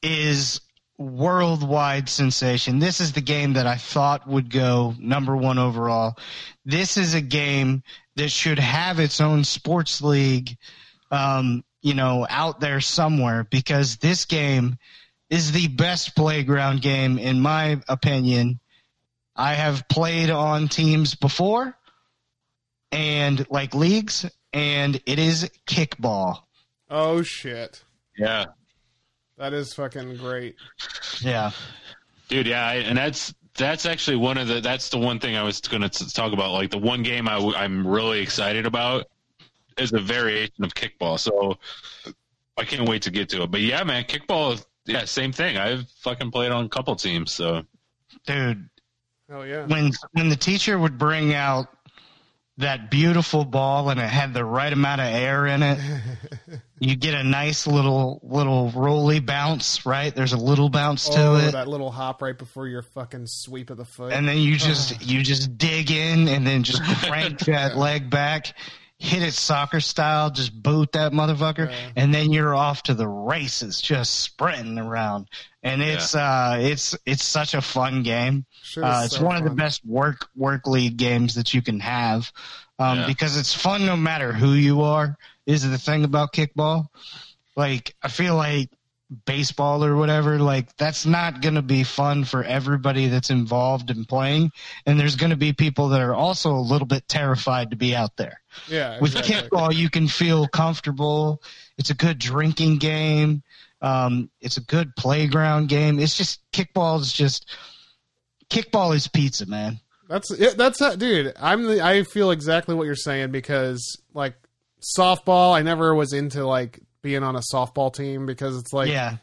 Speaker 2: is worldwide sensation. This is the game that I thought would go number 1 overall. This is a game that should have its own sports league um, you know, out there somewhere because this game is the best playground game in my opinion. I have played on teams before and like leagues and it is kickball.
Speaker 3: oh shit.
Speaker 4: Yeah,
Speaker 3: That is fucking great.
Speaker 2: Yeah.
Speaker 4: dude. Yeah, I, and that's that's actually one of the that's the one thing I was gonna t- talk about. Like the one game I w- I'm really excited about is a variation of kickball. So I can't wait to get to it. But yeah, man, kickball. is- Yeah, same thing. I've fucking played on a couple teams. So
Speaker 2: Dude,
Speaker 3: Oh yeah.
Speaker 2: when when the teacher would bring out that beautiful ball and it had the right amount of air in
Speaker 3: [laughs]
Speaker 2: it, you get a nice little little rolly bounce, right? There's a little bounce to
Speaker 3: Oh,
Speaker 2: it.
Speaker 3: that little hop right before your fucking sweep of the foot.
Speaker 2: and then you just you just dig in and then just crank that leg back hit it soccer style just boot that motherfucker
Speaker 3: Yeah.
Speaker 2: and then you're off to the races just sprinting around and it's uh it's it's such a fun game
Speaker 3: Shit is
Speaker 2: uh, it's
Speaker 3: so
Speaker 2: one of the
Speaker 3: fun.
Speaker 2: best work work league games that you can have um,
Speaker 4: Yeah.
Speaker 2: because it's fun no matter who you are. Is the thing about kickball? Like I feel like baseball or whatever, like that's not going to be fun for everybody that's involved in playing, and there's going to be people that are also a little bit terrified to be out there
Speaker 3: Yeah,
Speaker 2: with
Speaker 3: exactly.
Speaker 2: kickball you can feel comfortable it's a good drinking game um, it's a good playground game it's just kickball is just kickball is pizza man
Speaker 3: That's it, that's that dude. I'm the, I feel exactly what you're saying because like softball, I never was into like being on a softball team because it's like
Speaker 2: yeah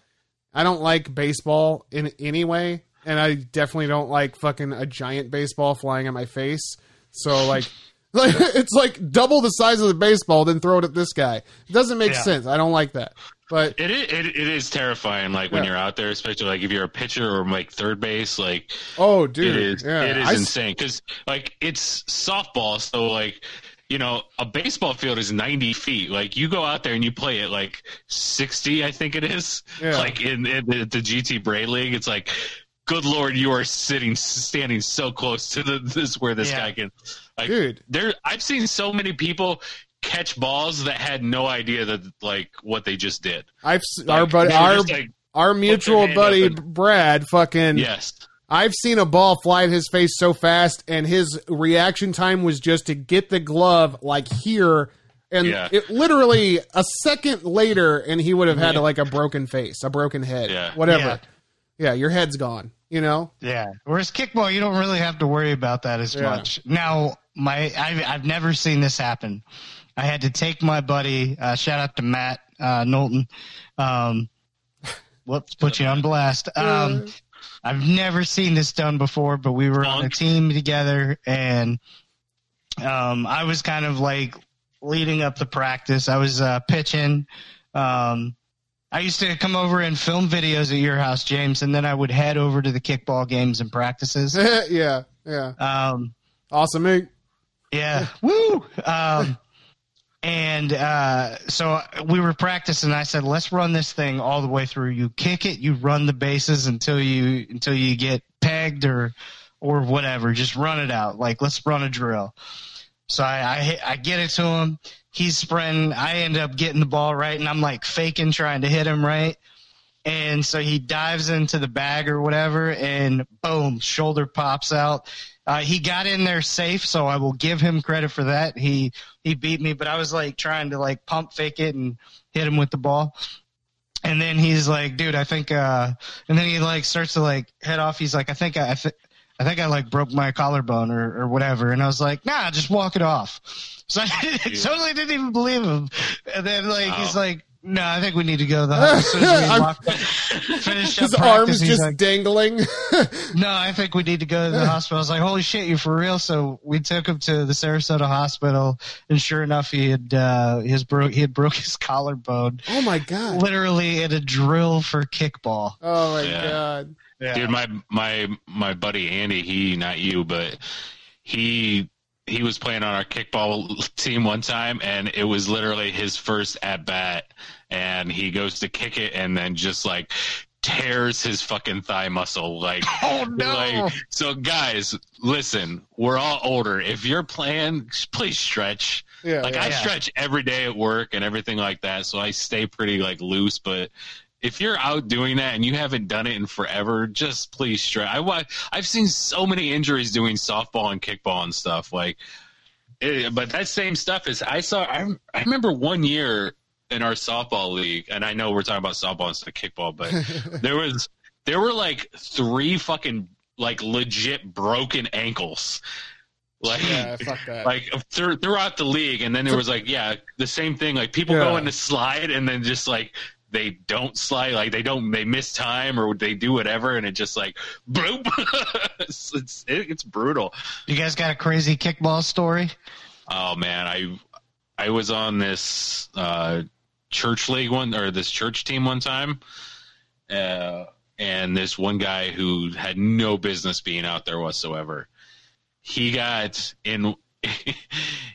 Speaker 3: I don't like baseball in any way, and I definitely don't like fucking a giant baseball flying at my face. So like, [laughs] like it's like double the size of the baseball, then throw it at this guy. It doesn't make
Speaker 2: Yeah.
Speaker 3: sense. I don't like that. But
Speaker 4: It is, it, it is terrifying, like when
Speaker 3: Yeah.
Speaker 4: you're out there, especially like if you're a pitcher or like third base, like
Speaker 3: oh, dude,
Speaker 4: it is
Speaker 3: yeah,
Speaker 4: it is
Speaker 3: I s-
Speaker 4: insane because like it's softball, so like you know a baseball field is 90 feet. Like you go out there and you play it like 60, I think it is.
Speaker 3: Yeah.
Speaker 4: Like in, in the, the GT Bray League, it's like. Good lord, you are sitting, standing so close to the, this where this
Speaker 2: Yeah.
Speaker 4: guy can, like,
Speaker 3: dude.
Speaker 4: there I've seen so many people catch balls that had no idea that like what they just did.
Speaker 3: I've s
Speaker 4: Like,
Speaker 3: our but
Speaker 4: they were
Speaker 3: our
Speaker 4: just like,
Speaker 3: our mutual
Speaker 4: hand up
Speaker 3: buddy
Speaker 4: and-
Speaker 3: Brad fucking
Speaker 4: yes.
Speaker 3: I've seen a ball fly at his face so fast, and his reaction time was just to get the glove like here, and
Speaker 4: Yeah.
Speaker 3: it literally a second later, and he would have had like a broken face, a broken head,
Speaker 4: Yeah.
Speaker 3: whatever. Yeah. your head's gone. You know, [laughs]
Speaker 2: yeah whereas kickball you don't really have to worry about that as
Speaker 3: Yeah.
Speaker 2: much now my I've, I've never seen this happen i had to take my buddy uh, shout out to matt uh, nolton um, [laughs] whoops put you on blast um, I've never seen this done before, but we were on a
Speaker 4: Bonk.
Speaker 2: team together, and um, I was kind of like leading up the practice. I was uh, pitching. Um, I used to come over and film videos at your house, James, and then I would head over to the kickball games and
Speaker 3: [laughs]
Speaker 2: practices.
Speaker 3: yeah, yeah,
Speaker 2: Um,
Speaker 3: awesome. Inc.
Speaker 2: yeah. Woo. Um, and uh, so we were practicing. I said, "Let's run this thing all the way through. You kick it, you run the bases until you until you get pegged or or whatever. Just run it out. Like let's run a drill." So I I, hit- I get it to him. He's sprinting. I end up getting the ball right, and I'm like faking trying to hit him right. And so he dives into the bag or whatever, and boom, shoulder pops out. Uh, he got in there safe, so I will give him credit for that. He he beat me, but I was like trying to like pump fake it and hit him with the ball. And then he's like, "Dude, I think." Uh, and then he like starts to like head off. He's like, "I think I, I, th- I think I like broke my collarbone or or whatever." And I was like, "Nah, just walk it off." So [laughs] I totally didn't even believe him. And then like he's
Speaker 4: Wow.
Speaker 2: like, "No, I think we need to go." The as soon as we
Speaker 3: [laughs] I'm-
Speaker 2: walked finish up
Speaker 3: His
Speaker 2: practice,
Speaker 3: arms
Speaker 2: he's
Speaker 3: just
Speaker 2: like,
Speaker 3: dangling. [laughs] Oh
Speaker 2: no, I think we need to go to the hospital. I was like, holy shit, you for real? So we took him to the Sarasota hospital, and sure enough, he had uh, his bro- he had broke [laughs] his collarbone,
Speaker 3: oh my god.
Speaker 2: literally in a drill for kickball.
Speaker 3: Oh my
Speaker 4: Yeah.
Speaker 3: god.
Speaker 4: Dude, my my my buddy Andy, he not you, but he he was playing on our kickball team one time and it was literally his first at bat and he goes to kick it and then just like tears his fucking thigh muscle like
Speaker 2: Oh no!
Speaker 4: Like, so guys, listen, we're all older. If you're playing, please stretch.
Speaker 3: Yeah.
Speaker 4: Like
Speaker 3: Oh, [laughs] yeah.
Speaker 4: I
Speaker 2: Yeah.
Speaker 4: stretch every day at work and everything like that, so I stay pretty like loose. But if you're out doing that and you haven't done it in forever, just please stretch. I wa- I've seen so many injuries doing softball and kickball and stuff. Like, it, but that same stuff is I saw. I, I remember one year in our softball league, and I know we're talking about softball instead of kickball,
Speaker 3: [laughs]
Speaker 4: but there was there were like three fucking like legit broken ankles. Like
Speaker 3: yeah, fuck that.
Speaker 4: like through throughout the league and then there was like yeah the same thing like people
Speaker 3: Yeah.
Speaker 4: go in the slide and then just like they don't slide like they don't they miss time or they do whatever and it just like bloop [laughs] it's, it's it, it's brutal
Speaker 2: you guys got a crazy kickball
Speaker 4: [laughs]
Speaker 2: story?
Speaker 4: oh man i i was on this uh church league one or this church team one time uh and this one guy who had no business being out there whatsoever he got in [laughs]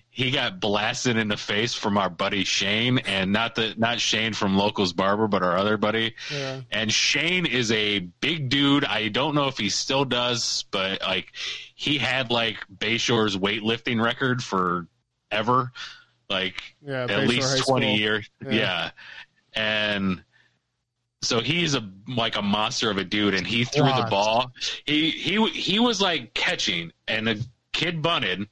Speaker 4: he got blasted in the face from our buddy Shane and not the not Shane from Locals Barber but our other buddy
Speaker 3: yeah.
Speaker 4: and Shane is a big dude. I don't know if he still does, but like he had like Bayshore's weightlifting record for ever, like
Speaker 3: Yeah,
Speaker 4: at
Speaker 3: Bayshore High
Speaker 4: least twenty
Speaker 3: School.
Speaker 4: years.
Speaker 3: Yeah.
Speaker 4: Yeah. and so he's a like a monster of a dude, and he threw the
Speaker 2: Lots.
Speaker 4: ball. He he he was like catching, and the kid bunted,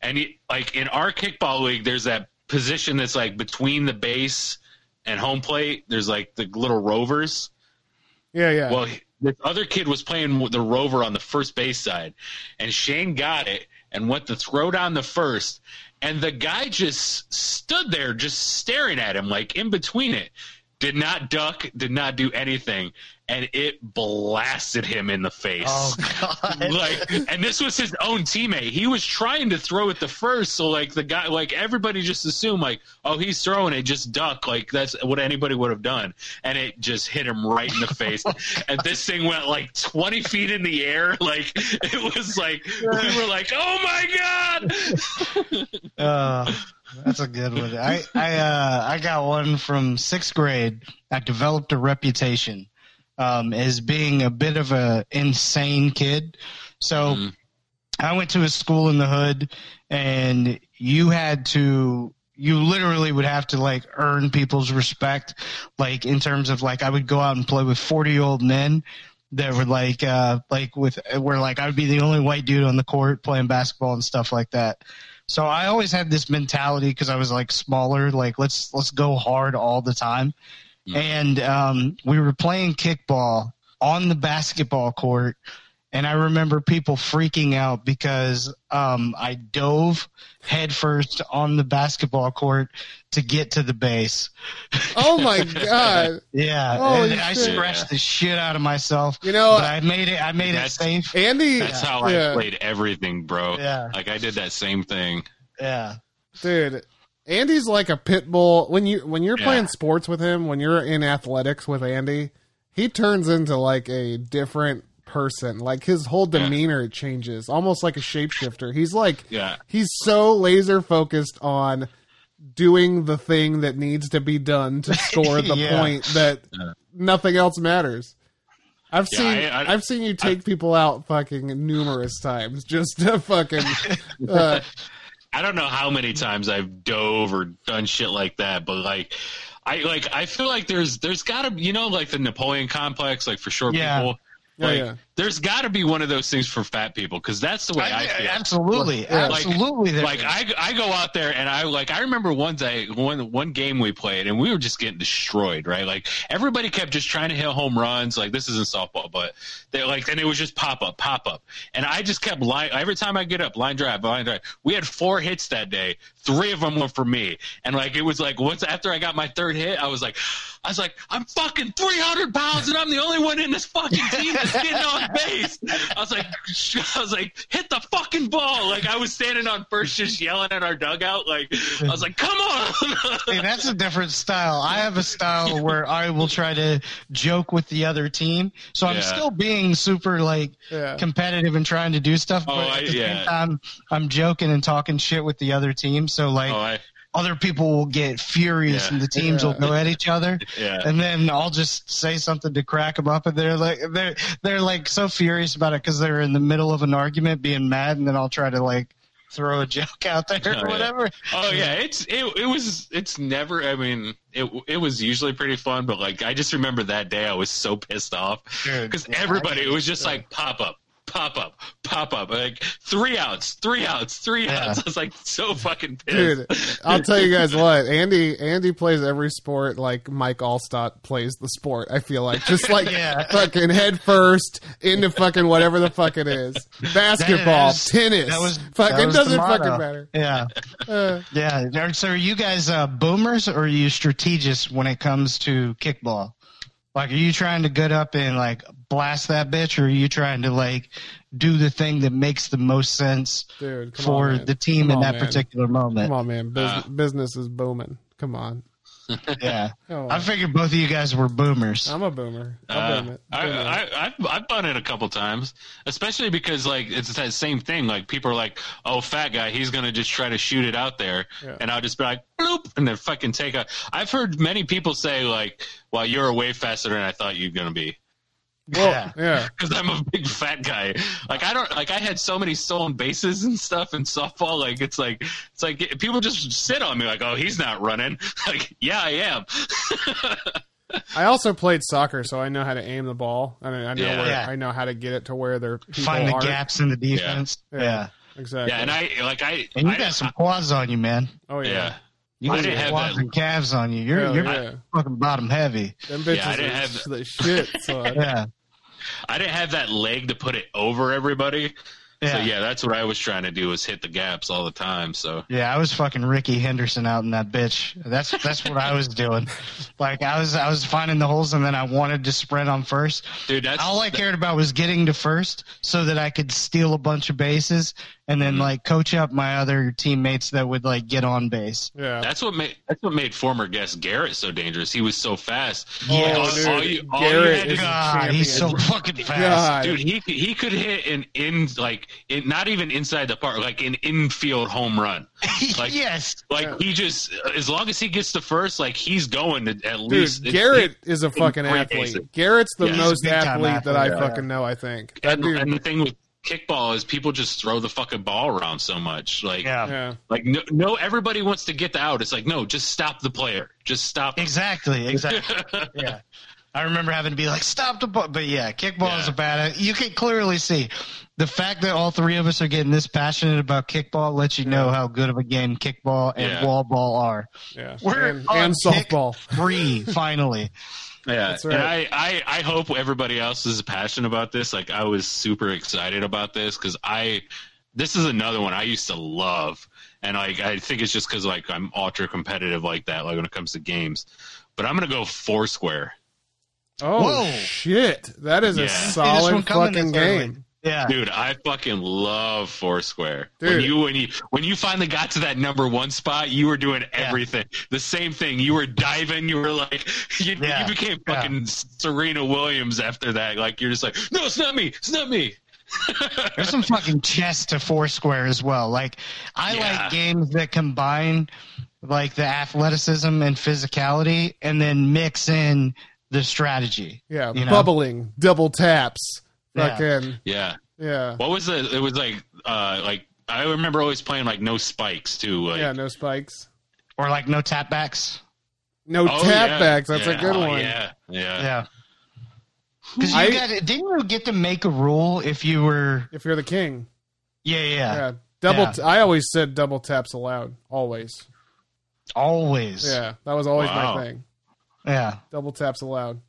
Speaker 4: and he, like in our kickball league, there's that position that's like between the base and home plate. There's like the little rovers.
Speaker 3: Yeah, yeah.
Speaker 4: Well, he- this other kid was playing with the rover on the first base side, and Shane got it and went to throw down the first, and the guy just stood there, just staring at him, like in between it. Did not duck, did not do anything, and it blasted him in the face.
Speaker 2: Oh god.
Speaker 4: Like, and this was his own teammate. He was trying to throw it the first, so like the guy, like everybody just assumed, like, oh, he's throwing it, just duck. Like that's what anybody would have done, and it just hit him right in the face. and this thing went like twenty feet in the air. [laughs] Like it was like we were like, oh my god.
Speaker 2: Uh, that's a good one. I I uh, I got one from sixth grade. I developed a reputation um, as being a bit of a insane kid. So
Speaker 4: Mhm.
Speaker 2: I went to a school in the hood, and you had to. You literally would have to like earn people's respect, like in terms of like I would go out and play with forty year old men that were like uh like with where like I would be the only white dude on the court playing basketball and stuff like that. So I always had this mentality because I was like smaller, like let's let's go hard all the time.
Speaker 4: Mm.
Speaker 2: And um, we were playing kickball on the basketball court, and I remember people freaking out because um, I dove headfirst on the basketball court to get to the base.
Speaker 3: oh
Speaker 4: [laughs]
Speaker 3: my god!
Speaker 2: Yeah,
Speaker 3: Holy
Speaker 2: and I
Speaker 3: shit.
Speaker 2: scratched the shit out of myself.
Speaker 3: You know-
Speaker 2: but I made it. I made it
Speaker 4: That's-
Speaker 2: safe.
Speaker 3: Andy,
Speaker 4: That's how
Speaker 3: yeah,
Speaker 4: I played everything, bro.
Speaker 2: Yeah.
Speaker 4: Like I did that same thing.
Speaker 2: yeah.
Speaker 3: dude. Andy's like a pit bull. When you when you're
Speaker 4: Yeah.
Speaker 3: playing sports with him, when you're in athletics with Andy, he turns into like a different person. Like his whole demeanor changes, almost like a shapeshifter. He's like
Speaker 4: Yeah.
Speaker 3: he's so laser focused on doing the thing that needs to be done
Speaker 4: [laughs]
Speaker 3: to score the
Speaker 2: Yeah.
Speaker 3: point that nothing else matters. I've
Speaker 4: Yeah,
Speaker 3: seen
Speaker 4: I-
Speaker 3: I,
Speaker 4: I-
Speaker 3: have seen you take people out fucking numerous times just to
Speaker 4: [laughs]
Speaker 3: fucking uh,
Speaker 4: I don't know how many times I've dove or done shit like that, but like I like I feel like there's there's gotta you know like the Napoleon complex like for short
Speaker 2: Yeah.
Speaker 4: people.
Speaker 3: Yeah,
Speaker 4: Like
Speaker 3: yeah.
Speaker 4: there's gotta be one of those things for fat people because that's the way I,
Speaker 2: I-
Speaker 4: feel.
Speaker 2: absolutely,
Speaker 3: Yeah.
Speaker 4: Like-
Speaker 2: absolutely. there
Speaker 4: Like
Speaker 2: is.
Speaker 4: I, I go out there and I like I remember one day one one game we played and we were just getting destroyed right like everybody kept just trying to hit home runs like this isn't softball but they like and it was just pop up pop up and I just kept line every time I get up line drive line drive we had four hits that day three of them were for me and like it was like once after I got my third hit I was like I was like I'm fucking 300 pounds and I'm the only one in this fucking team that's getting on base I was like [laughs] I was like hit the fucking ball like I was standing on first just yelling at our dugout like I was like come on [laughs]
Speaker 2: See, that's a different style. I have a style where I will try to joke with the other team. So I'm
Speaker 4: Yeah.
Speaker 2: still being super like
Speaker 3: Yeah.
Speaker 2: competitive and trying to do stuff, but
Speaker 4: Oh, I-
Speaker 2: at the
Speaker 4: yeah.
Speaker 2: same time I'm joking and talking shit with the other team. So like
Speaker 4: oh I
Speaker 2: other people will get furious
Speaker 4: Yeah.
Speaker 2: and the teams will
Speaker 3: Yeah.
Speaker 2: go at each other.
Speaker 4: yeah
Speaker 2: And then I'll just say something to crack them up, and they're like, they're they're like so furious about it because they're in the middle of an argument, being mad, and then I'll try to like throw a joke out there
Speaker 4: Oh,
Speaker 2: or
Speaker 4: yeah.
Speaker 2: whatever.
Speaker 4: Oh yeah, it's it, it was it's never. I mean, it it was usually pretty fun, but like I just remember that day I was so pissed off
Speaker 2: Dude,
Speaker 4: because
Speaker 2: yeah, I
Speaker 4: everybody
Speaker 2: get
Speaker 4: it was just like pop up, pop up, pop up, like three outs, three outs, three
Speaker 2: Yeah.
Speaker 4: outs. I was like so fucking pissed.
Speaker 3: Dude, I'll tell
Speaker 2: [laughs]
Speaker 3: you guys what, Andy Andy plays every sport like Mike Allstott plays the sport, I feel like. Just like
Speaker 2: Yeah.
Speaker 3: fucking head first into fucking whatever the fuck it is. Basketball,
Speaker 2: That is-
Speaker 3: tennis.
Speaker 2: That was
Speaker 3: fuck
Speaker 2: that
Speaker 3: it
Speaker 2: was the
Speaker 3: doesn't
Speaker 2: motto.
Speaker 3: fucking matter.
Speaker 2: Yeah,
Speaker 3: Uh,
Speaker 2: yeah. Are- So, are you guys uh, boomers or are you strategists when it comes to kickball? Like, are you trying to get up and like blast that bitch, or are you trying to like do the thing that makes the most sense
Speaker 3: dude, come
Speaker 2: for
Speaker 3: on, man.
Speaker 2: the team
Speaker 3: Come
Speaker 2: in
Speaker 3: on,
Speaker 2: that
Speaker 3: man.
Speaker 2: particular
Speaker 3: Come
Speaker 2: moment?
Speaker 3: on, man. Bus-
Speaker 4: Uh.
Speaker 3: business is booming. Come on.
Speaker 2: Yeah,
Speaker 3: Come
Speaker 2: I
Speaker 3: on.
Speaker 2: figured both of you guys were boomers.
Speaker 3: I'm a boomer. I'll
Speaker 4: Uh,
Speaker 3: boom it.
Speaker 4: I,
Speaker 3: Boom it.
Speaker 4: I, I've, I've done it a couple times, especially because like it's that same thing. Like people are like, "Oh, fat guy, he's gonna just try to shoot it out there,"
Speaker 3: Yeah.
Speaker 4: and I'll just be like, "Bloop," and then fucking take a. I've heard many people say like, "Well, you're way faster than I thought you were gonna be,"
Speaker 3: Well, yeah.
Speaker 4: because I'm a big fat guy. Like I don't like I had so many stolen bases and stuff in softball. Like it's like it's like people just sit on me like, oh, he's not running. [laughs] Like yeah, I am. [laughs]
Speaker 3: I also played soccer, so I know how to aim the ball. I, mean, I know
Speaker 4: Yeah.
Speaker 3: where,
Speaker 2: Yeah.
Speaker 3: I know how to get it to where their people
Speaker 2: Find the
Speaker 3: aren't.
Speaker 2: gaps in the defense. Yeah.
Speaker 3: Exactly.
Speaker 4: yeah, and I like I
Speaker 2: And you
Speaker 4: I,
Speaker 2: got some quads on you, man.
Speaker 3: oh
Speaker 4: I-
Speaker 3: yeah.
Speaker 4: yeah.
Speaker 2: You
Speaker 4: I
Speaker 2: got
Speaker 4: didn't
Speaker 2: some
Speaker 4: have
Speaker 2: quads
Speaker 4: that-
Speaker 2: and calves on you. You're
Speaker 3: Hell
Speaker 2: you're
Speaker 3: yeah.
Speaker 2: fucking bottom heavy.
Speaker 3: Them bitches
Speaker 4: Oh, Yeah, I didn't
Speaker 3: are
Speaker 4: have-
Speaker 2: [laughs]
Speaker 3: the shit. son.
Speaker 2: Yeah.
Speaker 4: I didn't have that leg to put it over everybody. So
Speaker 2: Yeah.
Speaker 4: yeah, that's what I was trying to do was hit the gaps all the time. So
Speaker 2: Yeah, I was fucking Ricky Henderson out in that bitch. That's that's what I was doing. Like I was I was finding the holes and then I wanted to sprint on first.
Speaker 4: dude, that's
Speaker 2: All I cared about was getting to first so that I could steal a bunch of bases and then like coach up my other teammates that would like get on base.
Speaker 3: Yeah.
Speaker 4: That's what made that's what made former guest Garrett so dangerous. He was so fast.
Speaker 2: Yes.
Speaker 4: all, all
Speaker 3: dude,
Speaker 4: you, all
Speaker 3: Garrett
Speaker 4: you
Speaker 3: is-
Speaker 4: had
Speaker 2: God, he's so
Speaker 3: champion.
Speaker 2: fucking fast.
Speaker 4: to,
Speaker 3: God.
Speaker 4: dude, he he could hit an in like in, not even inside the park, like an infield home run.
Speaker 2: [laughs]
Speaker 4: Like-
Speaker 2: yes.
Speaker 4: Like
Speaker 3: Yeah.
Speaker 4: he just as long as he gets to first, like he's going to at least.
Speaker 3: Dude,
Speaker 4: it's-
Speaker 3: Garrett is a fucking
Speaker 4: great
Speaker 3: athlete.
Speaker 4: basic.
Speaker 3: Garrett's the
Speaker 4: Yeah, he's a
Speaker 3: most
Speaker 2: big-time
Speaker 3: athlete,
Speaker 2: athlete,
Speaker 3: that I
Speaker 2: yeah.
Speaker 3: fucking know. I think that
Speaker 4: and,
Speaker 3: dude.
Speaker 4: and the thing with kickball is people just throw the fucking ball around so much. Like
Speaker 2: Yeah.
Speaker 3: yeah.
Speaker 4: like no, no everybody wants to get the out. It's like no, just stop the player. Just stop.
Speaker 2: Exactly. Exactly. yeah. I remember having to be like, stop the ball. But yeah, kickball is
Speaker 4: Yeah.
Speaker 2: a bad. You can clearly see the fact that all three of us are getting this passionate about kickball lets you know how good of a game kickball and
Speaker 4: Yeah.
Speaker 2: wall ball are.
Speaker 3: Yeah.
Speaker 2: We're
Speaker 3: and,
Speaker 2: on
Speaker 3: and
Speaker 2: kick
Speaker 3: softball.
Speaker 2: [laughs] three finally.
Speaker 4: Yeah,
Speaker 3: That's right.
Speaker 4: and I, I, I hope everybody else is passionate about this. Like I was super excited about this because I, this is another one I used to love, and like I think it's just because like I'm ultra competitive like that, like when it comes to games. But I'm gonna go Foursquare,
Speaker 3: Oh
Speaker 2: Whoa.
Speaker 3: shit! That is
Speaker 4: Yeah.
Speaker 3: a
Speaker 4: See this
Speaker 2: one
Speaker 3: solid
Speaker 2: coming
Speaker 3: fucking
Speaker 2: this early.
Speaker 3: game.
Speaker 2: Yeah.
Speaker 4: dude. I fucking love Foursquare. When
Speaker 3: Dude.
Speaker 4: you when you when you finally got to that number one spot, you were doing everything, the same thing. You were diving. You were like, you,
Speaker 2: Yeah.
Speaker 4: you became
Speaker 2: Yeah.
Speaker 4: fucking Serena Williams after that. Like you're just like, no, it's not me, it's not me.
Speaker 2: There's some fucking chess to foursquare as well. Like I
Speaker 4: Yeah.
Speaker 2: like games that combine like the athleticism and physicality and then mix in the strategy.
Speaker 3: Yeah,
Speaker 2: You know?
Speaker 3: bubbling, double taps.
Speaker 2: Yeah.
Speaker 3: Fucking
Speaker 4: Yeah.
Speaker 3: yeah,
Speaker 4: What was the? It was like, uh, like I remember always playing like no spikes too. Like,
Speaker 3: yeah. No spikes,
Speaker 2: Or like no tapbacks.
Speaker 3: no
Speaker 4: oh,
Speaker 3: tap
Speaker 4: yeah,
Speaker 3: backs. That's
Speaker 4: yeah,
Speaker 3: a good
Speaker 4: oh,
Speaker 3: one.
Speaker 4: Yeah, yeah,
Speaker 2: Yeah. Because you
Speaker 3: I-
Speaker 2: got didn't you get to make a rule if you were
Speaker 3: If you're the king,
Speaker 2: yeah yeah,
Speaker 3: yeah. Double.
Speaker 2: Yeah.
Speaker 3: T- I always said double taps allowed. Always.
Speaker 2: always
Speaker 3: Yeah, that was always
Speaker 4: Wow.
Speaker 3: my thing.
Speaker 2: yeah.
Speaker 3: Double taps allowed.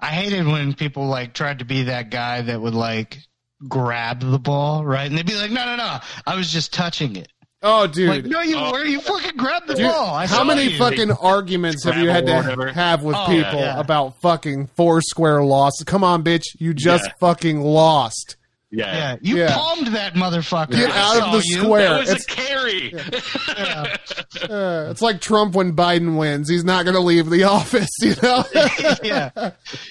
Speaker 2: I hated when people like tried to be that guy that would like grab the ball right and they'd be like no no no I was just touching it
Speaker 3: Oh, dude.
Speaker 2: like no you
Speaker 4: Oh.
Speaker 2: were you fucking grabbed the
Speaker 3: Dude,
Speaker 2: ball I
Speaker 3: how
Speaker 2: saw
Speaker 3: many
Speaker 2: you.
Speaker 3: fucking arguments have you had
Speaker 4: Scrabble or
Speaker 3: to
Speaker 4: whatever.
Speaker 3: have with
Speaker 2: Oh,
Speaker 3: people
Speaker 2: yeah.
Speaker 3: about fucking four square loss? Come on, bitch. You just
Speaker 4: Yeah.
Speaker 3: fucking lost.
Speaker 4: yeah.
Speaker 2: Yeah, you
Speaker 3: Yeah.
Speaker 2: palmed that motherfucker.
Speaker 3: Get
Speaker 2: I
Speaker 3: out of
Speaker 2: saw
Speaker 3: the
Speaker 2: you.
Speaker 3: square.
Speaker 4: That was
Speaker 3: It's-
Speaker 4: a carry.
Speaker 2: Yeah.
Speaker 3: Uh, it's like Trump when Biden wins. He's not going to leave the [laughs] office, you know?
Speaker 2: [laughs] yeah.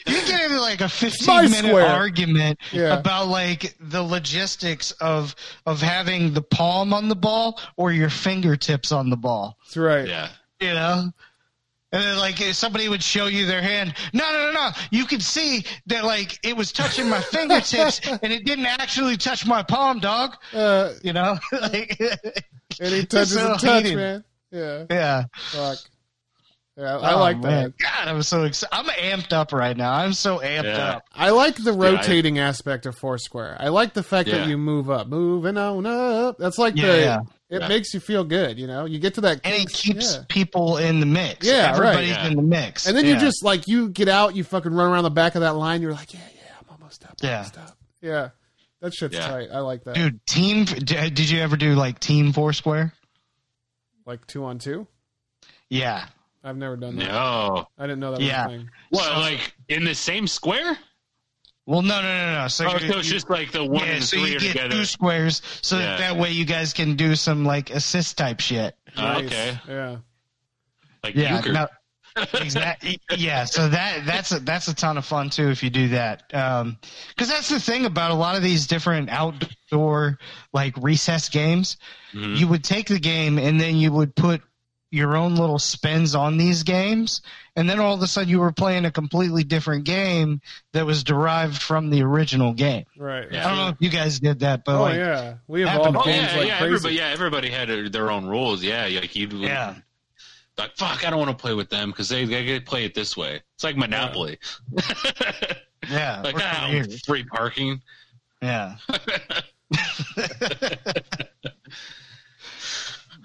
Speaker 2: You get into like a 15
Speaker 3: my
Speaker 2: minute
Speaker 3: square.
Speaker 2: argument
Speaker 3: Yeah.
Speaker 2: about like the logistics of of having the palm on the ball or your fingertips on the ball,
Speaker 3: That's right.
Speaker 4: [laughs] yeah.
Speaker 2: you know? And then, like, if somebody would show you their hand. No, no, no, no. You could see that, like, it was touching
Speaker 3: [laughs]
Speaker 2: my fingertips, and it didn't actually touch my palm, dog.
Speaker 3: Uh,
Speaker 2: You know, [laughs] like,
Speaker 3: and he touches
Speaker 2: So
Speaker 3: a touch,
Speaker 2: heated.
Speaker 3: man. Yeah.
Speaker 2: yeah.
Speaker 3: Fuck. Yeah, I
Speaker 2: Oh,
Speaker 3: like
Speaker 2: man.
Speaker 3: that.
Speaker 2: God, I'm so excited. I'm amped up right now. I'm so amped
Speaker 4: Yeah.
Speaker 2: up.
Speaker 3: I like the
Speaker 4: I-
Speaker 3: rotating aspect of Foursquare. I like the fact
Speaker 4: Yeah.
Speaker 3: that you move up, moving on up. That's like
Speaker 2: Yeah,
Speaker 3: the.
Speaker 2: yeah.
Speaker 3: It
Speaker 4: Yeah.
Speaker 3: makes you feel good, you know. You get to that,
Speaker 2: And it
Speaker 3: king's-
Speaker 2: keeps
Speaker 3: yeah.
Speaker 2: people in the mix.
Speaker 3: Yeah, right.
Speaker 2: Everybody's
Speaker 4: Yeah.
Speaker 2: in the mix.
Speaker 3: And then
Speaker 2: yeah.
Speaker 3: you just like you get out, you fucking run around the back of that line. You're like, yeah, yeah, I'm almost up.
Speaker 2: Yeah.
Speaker 3: almost up. yeah. That shit's
Speaker 4: Yeah.
Speaker 3: tight. I like that.
Speaker 2: Dude, team. d- Did you ever do like team foursquare?
Speaker 3: Like two on two.
Speaker 2: Yeah.
Speaker 3: I've never done that.
Speaker 4: No.
Speaker 3: I didn't know that
Speaker 2: Yeah.
Speaker 3: was a thing.
Speaker 4: Well, like in the same square?
Speaker 2: Well, no, no, no, no. So,
Speaker 4: Oh,
Speaker 2: you-
Speaker 4: so it's
Speaker 2: you-
Speaker 4: just like the one
Speaker 2: yeah,
Speaker 4: and
Speaker 2: so
Speaker 4: three
Speaker 2: you
Speaker 4: are
Speaker 2: get
Speaker 4: together.
Speaker 2: two squares, so that,
Speaker 4: Yeah.
Speaker 2: that way you guys can do some like assist type shit.
Speaker 4: Oh,
Speaker 3: Nice.
Speaker 4: okay.
Speaker 3: Yeah.
Speaker 4: Like
Speaker 2: Yeah,
Speaker 4: euchre.
Speaker 2: no, exactly. Yeah, so that that's a, that's a ton of fun too if you do that. Um 'cause because that's the thing about a lot of these different outdoor like recess games.
Speaker 4: Mhm.
Speaker 2: You would take the game and then you would put your own little spins on these games, and then all of a sudden you were playing a completely different game that was derived from the original game.
Speaker 3: Right.
Speaker 4: Yeah.
Speaker 2: I don't know if you guys did that, but
Speaker 3: Oh
Speaker 2: like,
Speaker 3: yeah, we
Speaker 2: happened-
Speaker 3: evolved
Speaker 4: Oh,
Speaker 3: games
Speaker 4: yeah,
Speaker 3: like
Speaker 4: yeah,
Speaker 3: crazy.
Speaker 4: everybody, yeah, everybody had their- their own rules. Yeah, like you,
Speaker 2: yeah,
Speaker 4: like fuck, I don't want to play with them because they they get to play it this way. It's like Monopoly.
Speaker 2: yeah,
Speaker 4: like
Speaker 2: we're
Speaker 4: ah,
Speaker 2: here.
Speaker 4: free parking.
Speaker 2: yeah.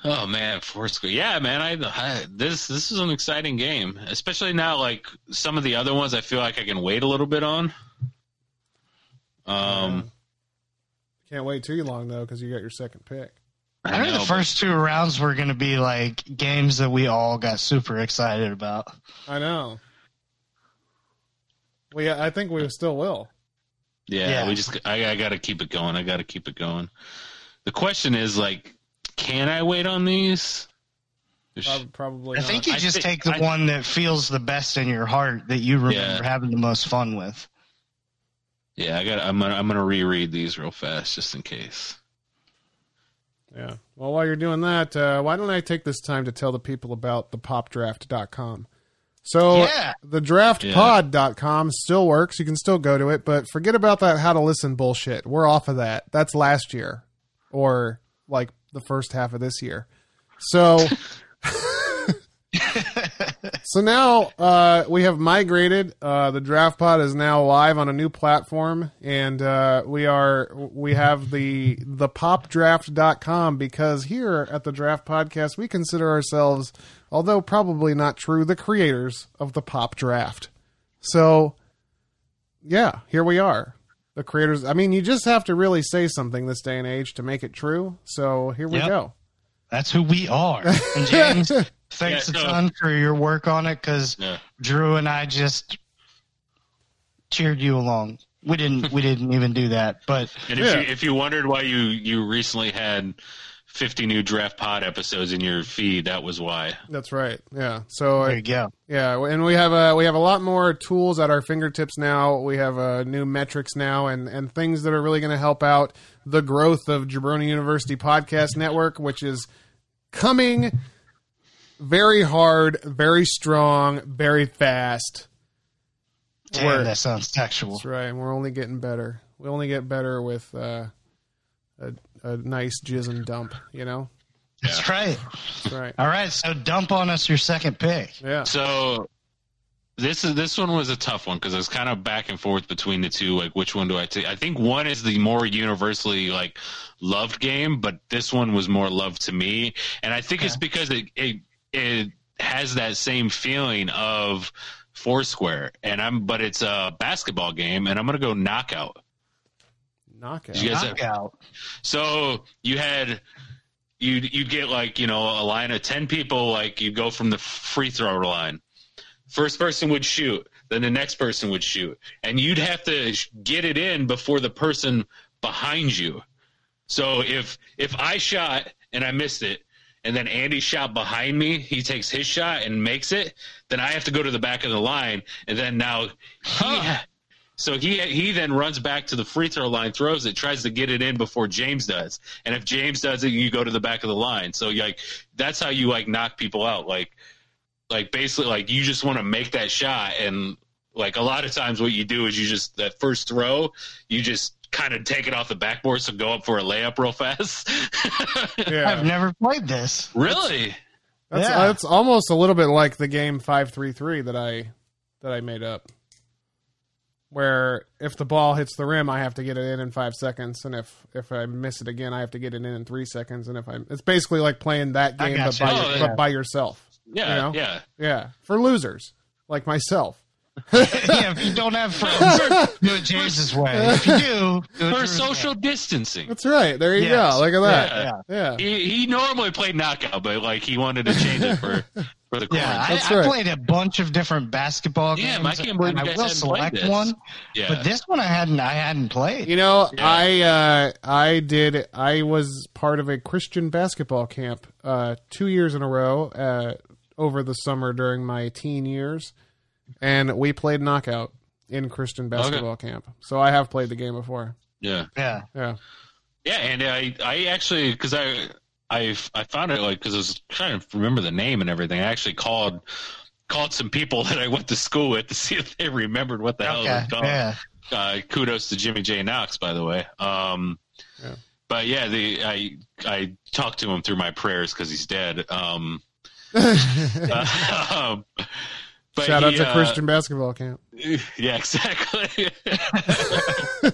Speaker 4: Oh man, Foursquare. Yeah, man. I, I this this is an exciting game, especially now. Like some of the other ones, I feel like I can wait a little bit on. Um,
Speaker 3: Can't wait too long though because you got your second pick.
Speaker 2: I, think
Speaker 4: know,
Speaker 2: the
Speaker 4: but-
Speaker 2: first two rounds were going to be like games that we all got super excited about.
Speaker 3: I know. Well, yeah, I think we still will.
Speaker 4: Yeah,
Speaker 2: Yeah.
Speaker 4: we just I, I got to keep it going. I got to keep it going. The question is like, can I wait on these? There's-
Speaker 3: Prob- Probably.
Speaker 2: I
Speaker 3: not.
Speaker 2: think you
Speaker 4: I
Speaker 2: just
Speaker 4: thi-
Speaker 2: take the
Speaker 4: I-
Speaker 2: one that feels the best in your heart that you remember
Speaker 4: Yeah.
Speaker 2: having the most fun with.
Speaker 4: Yeah, I got. I'm gonna I'm gonna reread these real fast just in case.
Speaker 3: Yeah. Well, while you're doing that, uh, why don't I take this time to tell the people about the popdraft.com? So
Speaker 2: Yeah.
Speaker 3: the draftpod.com still works. You can still go to it, but forget about that how to listen bullshit. We're off of that. That's last year or like the first half of this year. So So now uh, we have migrated. Uh, the draft pod is now live on a new platform, and uh, we are we have the the popdraft.com because here at the Draft Podcast we consider ourselves, although probably not true, the creators of the pop draft. So yeah, here we are. The creators I mean you just have to really say something this day and age to make it true. So here we
Speaker 2: Yep.
Speaker 3: go.
Speaker 2: That's who we [laughs] are. And James, thanks a
Speaker 4: Yeah, so-
Speaker 2: ton for your work on it because
Speaker 4: Yeah.
Speaker 2: Drew and I just cheered you along. We didn't. [laughs] We didn't even do that, but
Speaker 4: And if
Speaker 3: Yeah.
Speaker 4: you if you wondered why you you recently had 50 new draft pod episodes in your feed, that was why.
Speaker 3: That's right. Yeah. So uh,
Speaker 2: there you go.
Speaker 3: Yeah, and we have a we have a lot more tools at our fingertips now. We have uh, new metrics now, and and things that are really going to help out the growth of Jabroni University Podcast Network, which is coming very hard, very strong, very fast.
Speaker 2: Damn,
Speaker 3: Word.
Speaker 2: that sounds sexual.
Speaker 3: That's right. And we're only getting better. We only get better with uh, a a nice jizz and dump. You know,
Speaker 2: That's right.
Speaker 3: that's right.
Speaker 2: All right, so dump on us your second pick.
Speaker 3: Yeah.
Speaker 4: So this is this one was a tough one because I was kind of back and forth between the two. Like, which one do I take? I think one is the more universally like loved game, but this one was more loved to me, and I think it's because it it it has that same feeling of Foursquare, and I'm but it's a basketball game, and I'm gonna go knockout.
Speaker 3: Knockout.
Speaker 4: Did you guys- Yes, sir.
Speaker 2: Knockout.
Speaker 4: So you had you you get like you know a line of ten people. Like you go from the free throw line. First person would shoot, then the next person would shoot, and you'd have to sh- get it in before the person behind you. So if if I shot and I missed it, and then Andy shot behind me, he takes his shot and makes it. Then I have to go to the back of the line, and then now he. ha- so he he then runs back to the free throw line, throws it, tries to get it in before James does. And if James does it, you go to the back of the line. So like that's how you like knock people out. Like like basically like you just want to make that shot and like a lot of times what you do is you just that first throw, you just kind of take it off the backboard so go up for a layup real fast. [laughs]
Speaker 2: I've
Speaker 3: Yeah.
Speaker 2: never played this.
Speaker 4: really?
Speaker 3: That's,
Speaker 2: Yeah.
Speaker 3: that's almost a little bit like the game five three three that I that I made up, where if the ball hits the rim, I have to get it in in five seconds, and if if I miss it again, I have to get it in in three seconds, and if I it's basically like playing that
Speaker 2: I
Speaker 3: game
Speaker 2: got
Speaker 3: but
Speaker 2: you.
Speaker 3: by,
Speaker 4: Oh,
Speaker 3: your-
Speaker 4: yeah.
Speaker 3: but by yourself.
Speaker 4: Yeah,
Speaker 3: You know?
Speaker 4: yeah.
Speaker 3: Yeah, for losers like myself.
Speaker 2: yeah, if you don't have
Speaker 3: [laughs]
Speaker 2: friends, do it James's way. If you do, do it
Speaker 4: For
Speaker 2: Drew's
Speaker 4: social distancing.
Speaker 3: That's right. There you
Speaker 2: Yes.
Speaker 3: go. Look at
Speaker 2: way.
Speaker 3: that.
Speaker 2: Yeah,
Speaker 3: Yeah.
Speaker 4: He, he normally played knockout, but like he wanted to change it for for the
Speaker 2: [laughs] yeah. I,
Speaker 3: That's
Speaker 2: I
Speaker 3: right.
Speaker 2: played a bunch of different basketball
Speaker 4: Yeah,
Speaker 2: games.
Speaker 4: I can't believe
Speaker 2: and
Speaker 4: you
Speaker 2: I
Speaker 4: guys
Speaker 2: will
Speaker 4: hadn't played
Speaker 2: select
Speaker 4: this.
Speaker 2: one,
Speaker 4: Yeah.
Speaker 2: but this one I hadn't. I hadn't played.
Speaker 3: You know,
Speaker 4: [laughs] Yeah.
Speaker 3: I uh, I did. I was part of a Christian basketball camp uh, two years in a row uh, over the summer during my teen years, and we played knockout in Christian basketball camp. So I have played the game before.
Speaker 4: yeah.
Speaker 2: yeah,
Speaker 3: Yeah,
Speaker 4: Yeah, and I I actually because I I I found it like because I was trying to remember the name and everything. I actually called called some people [laughs] that I went to school with to see if they remembered what the hell it
Speaker 2: Okay.
Speaker 4: was called.
Speaker 2: Yeah.
Speaker 4: Uh, kudos to Jimmy J Knox, by the way. Um,
Speaker 3: Yeah.
Speaker 4: But yeah, the I I talked to him through my prayers because he's dead.
Speaker 2: [laughs]
Speaker 4: Um, [laughs] uh, but
Speaker 3: Shout out
Speaker 4: he,
Speaker 3: to
Speaker 4: uh,
Speaker 3: Christian basketball camp.
Speaker 4: [laughs] yeah, exactly. [laughs]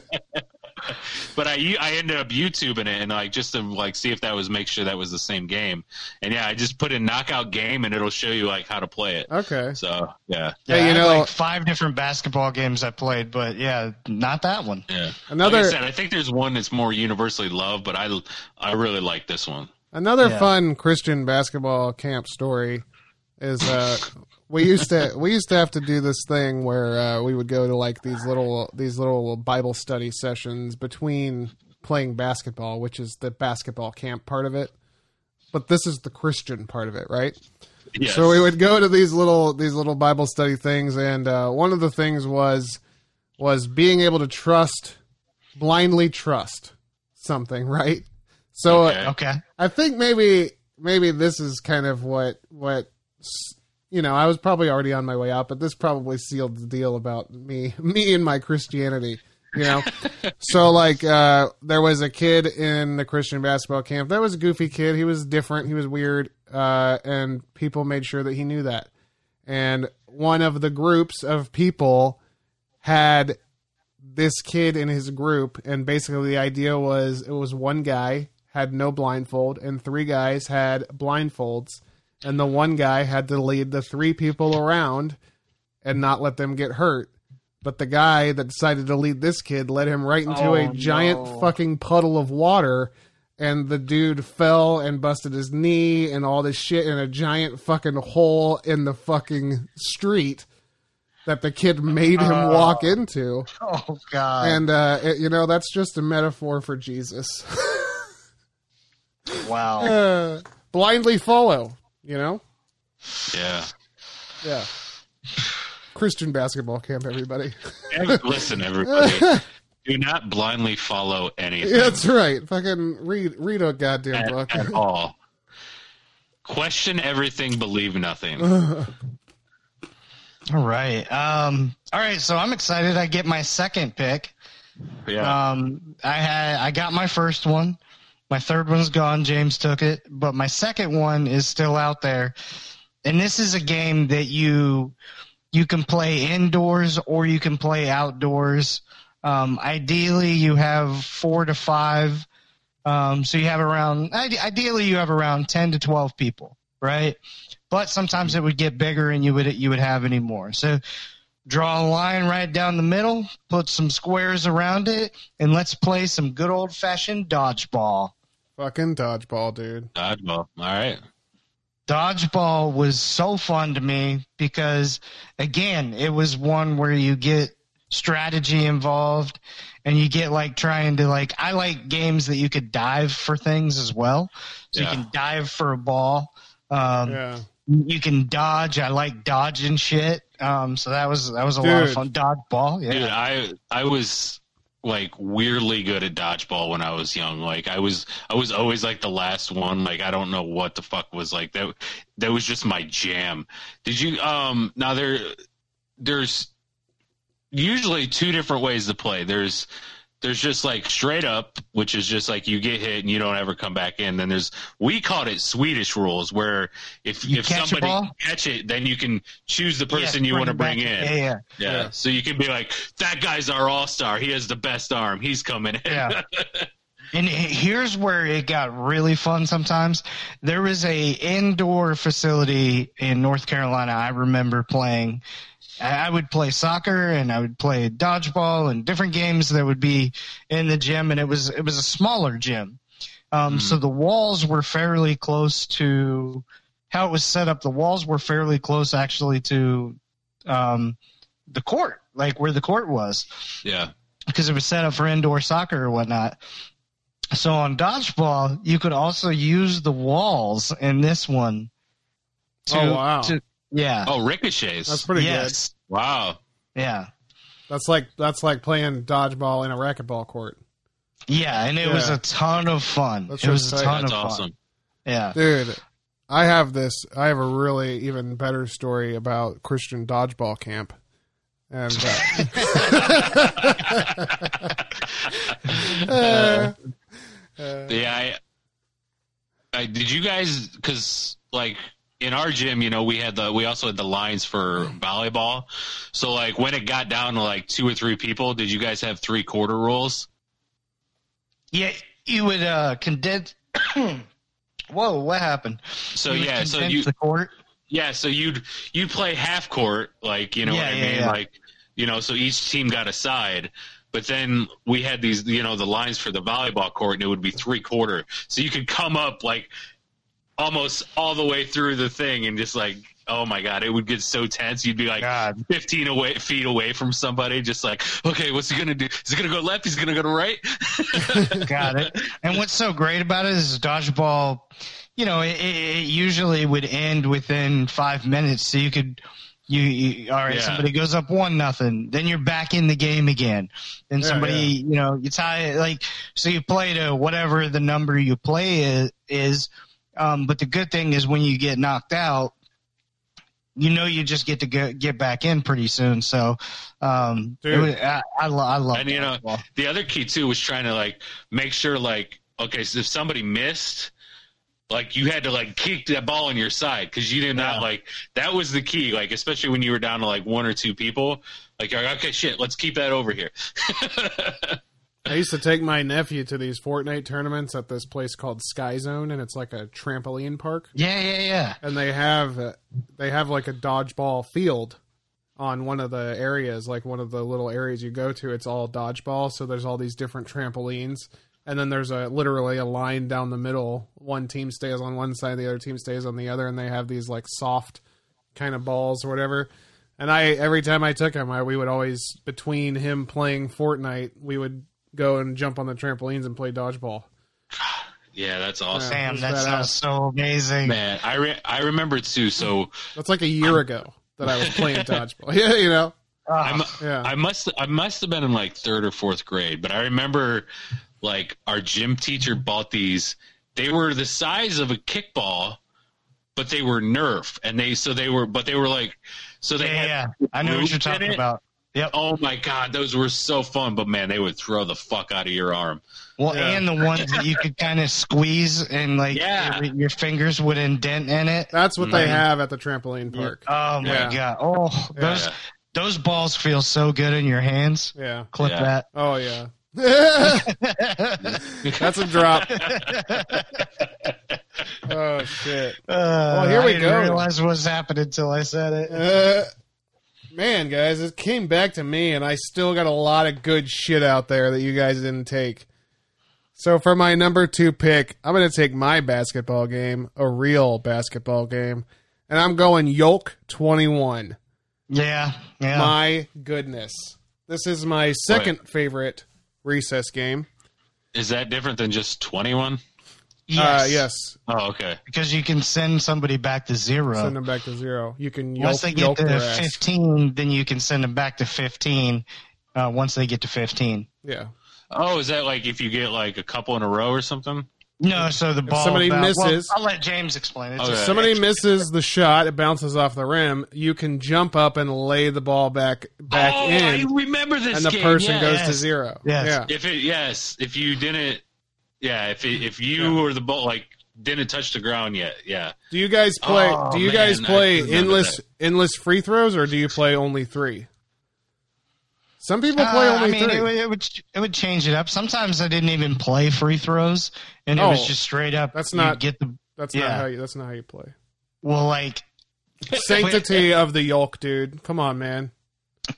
Speaker 4: but I I ended up YouTubing it and like just to like see if that was make sure that was the same game. And yeah, I just put in knockout game and it'll show you like how to play it.
Speaker 3: Okay.
Speaker 4: So yeah,
Speaker 3: Yeah,
Speaker 2: I
Speaker 3: you
Speaker 2: had,
Speaker 3: know-
Speaker 2: like five different basketball games I played, but yeah, not that one.
Speaker 4: yeah.
Speaker 3: Another-
Speaker 4: Like I said, I think there's one that's more universally loved, but I I really like this one.
Speaker 3: Another
Speaker 2: Yeah.
Speaker 3: fun Christian basketball camp story is uh, we used to we used to have to do this thing where uh, we would go to like these little these little Bible study sessions between playing basketball, which is the basketball camp part of it. But this is the Christian part of it, right?
Speaker 4: Yes.
Speaker 3: So we would go to these little these little Bible study things, and uh, one of the things was was being able to trust blindly trust something, [laughs] right? So uh,
Speaker 4: Okay.
Speaker 2: Okay. [laughs]
Speaker 3: I think maybe maybe this is kind of what what you know. I was probably already on my way out, but this probably sealed the deal about me [laughs] me and my Christianity. You know, so like uh, there was a kid in the Christian basketball camp. That was a goofy kid. He was different. He was weird, uh, and people made sure that he knew that. And one of the groups of people had this kid in his group, and basically the idea was it was one guy had no blindfold, and three guys had blindfolds, and the one guy had to lead the three people around and not let them get hurt. But the guy that decided to lead this kid led him right into a
Speaker 2: Oh,
Speaker 3: giant
Speaker 2: no.
Speaker 3: fucking puddle of water, and the dude fell and busted his knee and all this shit in a giant fucking hole in the fucking street that the kid made him
Speaker 2: Oh.
Speaker 3: walk into
Speaker 2: Oh god.
Speaker 3: and uh, it- you know that's just a metaphor for Jesus. [laughs]
Speaker 2: wow.
Speaker 3: Uh, blindly follow, you know.
Speaker 4: yeah.
Speaker 3: Yeah. Christian basketball camp, everybody. [laughs]
Speaker 4: Ev- Listen, everybody, do not blindly follow anything
Speaker 3: that's right. Fucking read read a goddamn book.
Speaker 4: [laughs] at, at all. Question everything, believe nothing.
Speaker 2: All right. Um all right, so I'm excited I get my second pick.
Speaker 4: Yeah.
Speaker 2: Um I had I got my first one. My third one's gone, James took it, but my second one is still out there. And this is a game that you you can play indoors or you can play outdoors. Um, ideally, you have four to five. Um, so you have around, ide- ideally, you have around 10 to 12 people, right? But sometimes it would get bigger and you would, you would have any more. So draw a line right down the middle, put some squares around it, and let's play some good old fashioned dodgeball.
Speaker 3: Fucking dodgeball, dude.
Speaker 4: Dodgeball. All right.
Speaker 2: Dodgeball was so fun to me because, again, it was one where you get strategy involved and you get like trying to like I like games that you could dive for things as well. So
Speaker 4: Yeah.
Speaker 2: you can dive for a ball. Um,
Speaker 3: Yeah.
Speaker 2: You can dodge. I like dodging shit. Um, so that was that was a lot of
Speaker 3: Dude.
Speaker 2: fun. Dodgeball, yeah.
Speaker 4: Dude, I I was like weirdly good at dodgeball when I was young. Like I was I was always like the last one. Like I don't know what the fuck was like that. That was just my jam. Did you um now there there's usually two different ways to play. There's there's just like straight up, which is just like you get hit and you don't ever come back in. Then there's we called it Swedish rules, where if
Speaker 2: You
Speaker 4: if
Speaker 2: catch a
Speaker 4: somebody
Speaker 2: ball?
Speaker 4: catch it, then you can choose the person
Speaker 2: Yeah,
Speaker 4: you want to
Speaker 2: it back.
Speaker 4: bring in.
Speaker 2: Yeah, yeah.
Speaker 4: Yeah.
Speaker 3: Yeah.
Speaker 4: So you can be like, that guy's our all star. He has the best arm. He's coming in.
Speaker 2: Yeah. [laughs] And he- here's where it got really fun sometimes. There was a indoor facility in North Carolina I remember playing. I I would play soccer and I would play dodgeball and different games that would be in the gym and it was it was a smaller gym. Um, so the walls were fairly close to how it was set up. The walls were fairly close actually to um, the court, like where the court was
Speaker 4: yeah.
Speaker 2: because it was set up for indoor soccer or whatnot. So on dodgeball, you could also use the walls in this one. To,
Speaker 3: Oh, wow.
Speaker 2: to- yeah.
Speaker 4: Oh, ricochets.
Speaker 3: That's pretty good.
Speaker 2: yes.
Speaker 4: wow.
Speaker 2: Yeah.
Speaker 3: That's like that's like playing dodgeball in a racquetball court.
Speaker 2: Yeah, and it was
Speaker 3: Yeah.
Speaker 2: a ton of fun.
Speaker 3: That's
Speaker 2: it was a
Speaker 3: right.
Speaker 2: ton
Speaker 4: That's
Speaker 2: of fun.
Speaker 4: awesome.
Speaker 2: Yeah.
Speaker 3: Dude, I have this. I have a really even better story about Christian dodgeball camp. And uh, [laughs] uh,
Speaker 4: Yeah, I, I did you guys because like in our gym, you know, we had the we also had the lines for volleyball. So like when it got down to like two or three people, did you guys have three quarter rules?
Speaker 2: Yeah, you would uh condense. [coughs] Whoa, what happened?
Speaker 4: So
Speaker 2: You would
Speaker 4: yeah, so
Speaker 2: condense
Speaker 4: you
Speaker 2: the court.
Speaker 4: yeah, so you'd you'd play half court, like you know
Speaker 2: Yeah,
Speaker 4: what I
Speaker 2: yeah,
Speaker 4: mean,
Speaker 2: yeah.
Speaker 4: like you know, so each team got a side. But then we had these, you know, the lines for the volleyball court, and it would be three quarter. So you could come up like almost all the way through the thing, and just like, oh my god, it would get so tense. You'd be like,
Speaker 2: God.
Speaker 4: 15 away, feet away from somebody, just like, okay, what's he going to do? Is he going to go left? He's going to go to right? [laughs]
Speaker 2: Got it. And what's so great about it is dodgeball. You know, it, it, it usually would end within five minutes, so you could. You, you all right?
Speaker 4: Yeah.
Speaker 2: Somebody goes up one nothing, then you're back in the game again. Then
Speaker 3: Yeah,
Speaker 2: somebody, you know, you tie it like so you play to whatever the number you play is. is um, but the good thing is when you get knocked out, you know you just get to go, get back in pretty soon. So, um, it
Speaker 3: Dude.
Speaker 2: was- I, I, lo- I love
Speaker 4: And, you know,
Speaker 2: dodgeball.
Speaker 4: the other key, too, was trying to, like, make sure, like, okay, so if somebody missed, like, you had to, like, kick that ball on your side because you did not,
Speaker 2: Yeah.
Speaker 4: like, that was the key, like, especially when you were down to, like, one or two people. Like, you're like, okay, shit, let's keep that over here.
Speaker 3: I used to take my nephew to these Fortnite tournaments at this place called Sky Zone, and it's like a trampoline park.
Speaker 2: yeah, yeah, yeah.
Speaker 3: and they have uh, they have like a dodgeball field on one of the areas like one of the little areas you go to it's all dodgeball so there's all these different trampolines and then there's a literally a line down the middle one team stays on one side the other team stays on the other and they have these like soft kind of balls or whatever and i every time i took him i we would always between him playing fortnite we would go and jump on the trampolines and play dodgeball
Speaker 4: yeah, that's awesome.
Speaker 3: Yeah.
Speaker 2: Damn,
Speaker 3: Who's
Speaker 2: that
Speaker 3: that
Speaker 2: sounds
Speaker 3: ass?
Speaker 2: so amazing.
Speaker 4: Man, I, re- I remember, too, so.
Speaker 3: that's like a year ago that i was playing dodgeball [laughs] yeah you know
Speaker 2: Ah,
Speaker 4: I'm,
Speaker 3: yeah.
Speaker 4: I must I must have been in like third or fourth grade, but I remember like our gym teacher bought these. They were the size of a kickball, but they were Nerf, and they so they were but they were like so they
Speaker 2: yeah,
Speaker 4: had,
Speaker 2: yeah. I know what
Speaker 4: roots
Speaker 2: you're
Speaker 4: in
Speaker 2: talking
Speaker 4: it.
Speaker 2: about. Yep.
Speaker 4: Oh my god, those were so fun! But man, they would throw the fuck out of your arm.
Speaker 2: Well,
Speaker 3: Yeah.
Speaker 2: and the ones that you could kind of squeeze and like
Speaker 4: Yeah.
Speaker 2: your, your fingers would indent in it.
Speaker 3: That's what they
Speaker 2: Right.
Speaker 3: have at the trampoline park.
Speaker 2: Oh my
Speaker 3: Yeah.
Speaker 2: god! Oh, those
Speaker 4: Yeah.
Speaker 2: those balls feel so good in your hands.
Speaker 3: Yeah.
Speaker 2: Clip
Speaker 4: Yeah.
Speaker 2: that.
Speaker 3: Oh yeah. That's a drop. oh shit.
Speaker 2: Uh,
Speaker 3: here
Speaker 2: I
Speaker 3: we
Speaker 2: didn't
Speaker 3: go.
Speaker 2: Realize what's happening until I said it.
Speaker 3: Uh, man, guys, it came back to me, and I still got a lot of good shit out there that you guys didn't take. So for my number two pick, I'm gonna take my basketball game, a real basketball game, and I'm going Yolk 21.
Speaker 2: Yeah, yeah.
Speaker 3: My uh, goodness, this is my second favorite recess game.
Speaker 4: Is that different than just twenty one?
Speaker 3: Uh, yes,
Speaker 4: Oh, okay.
Speaker 2: Because you can send somebody back to zero.
Speaker 3: Send them back to zero. You can yelp,
Speaker 2: once they get
Speaker 3: yelp their
Speaker 2: to
Speaker 3: ass.
Speaker 2: 15, then you can send them back to 15. Uh, once they get to 15.
Speaker 3: Yeah.
Speaker 4: Oh, is that like if you get like a couple in a row or something?
Speaker 2: No, so the ball.
Speaker 3: somebody
Speaker 2: boun- well,
Speaker 3: misses-
Speaker 2: I'll let James explain it.
Speaker 4: Okay.
Speaker 2: Just-
Speaker 3: Somebody misses the shot, it bounces off the rim. You can jump up and lay the ball back back
Speaker 4: oh, I
Speaker 3: in,
Speaker 4: remember this.
Speaker 3: and the
Speaker 4: game,
Speaker 3: person
Speaker 4: yeah.
Speaker 3: goes to
Speaker 2: Yes.
Speaker 3: zero.
Speaker 2: Yes.
Speaker 3: Yeah.
Speaker 4: If it yes, if you didn't, yeah, if it, if you or the ball like didn't touch the ground yet, yeah.
Speaker 3: Do you guys play?
Speaker 4: Oh,
Speaker 3: do you
Speaker 4: man,
Speaker 3: guys
Speaker 4: I
Speaker 3: play
Speaker 4: remember
Speaker 3: endless
Speaker 4: that.
Speaker 3: endless free throws, or do you play only three? Some people play
Speaker 2: Uh,
Speaker 3: only
Speaker 2: I mean,
Speaker 3: three.
Speaker 2: it, would- it would it would change it up. Sometimes I didn't even play free throws, and it
Speaker 3: Oh,
Speaker 2: was just straight up.
Speaker 3: that's
Speaker 2: you
Speaker 3: not-
Speaker 2: get the
Speaker 3: that's not
Speaker 2: yeah.
Speaker 3: how you. That's not how you play.
Speaker 2: well. Like
Speaker 3: Sanctity of the yolk, dude. Come on, man.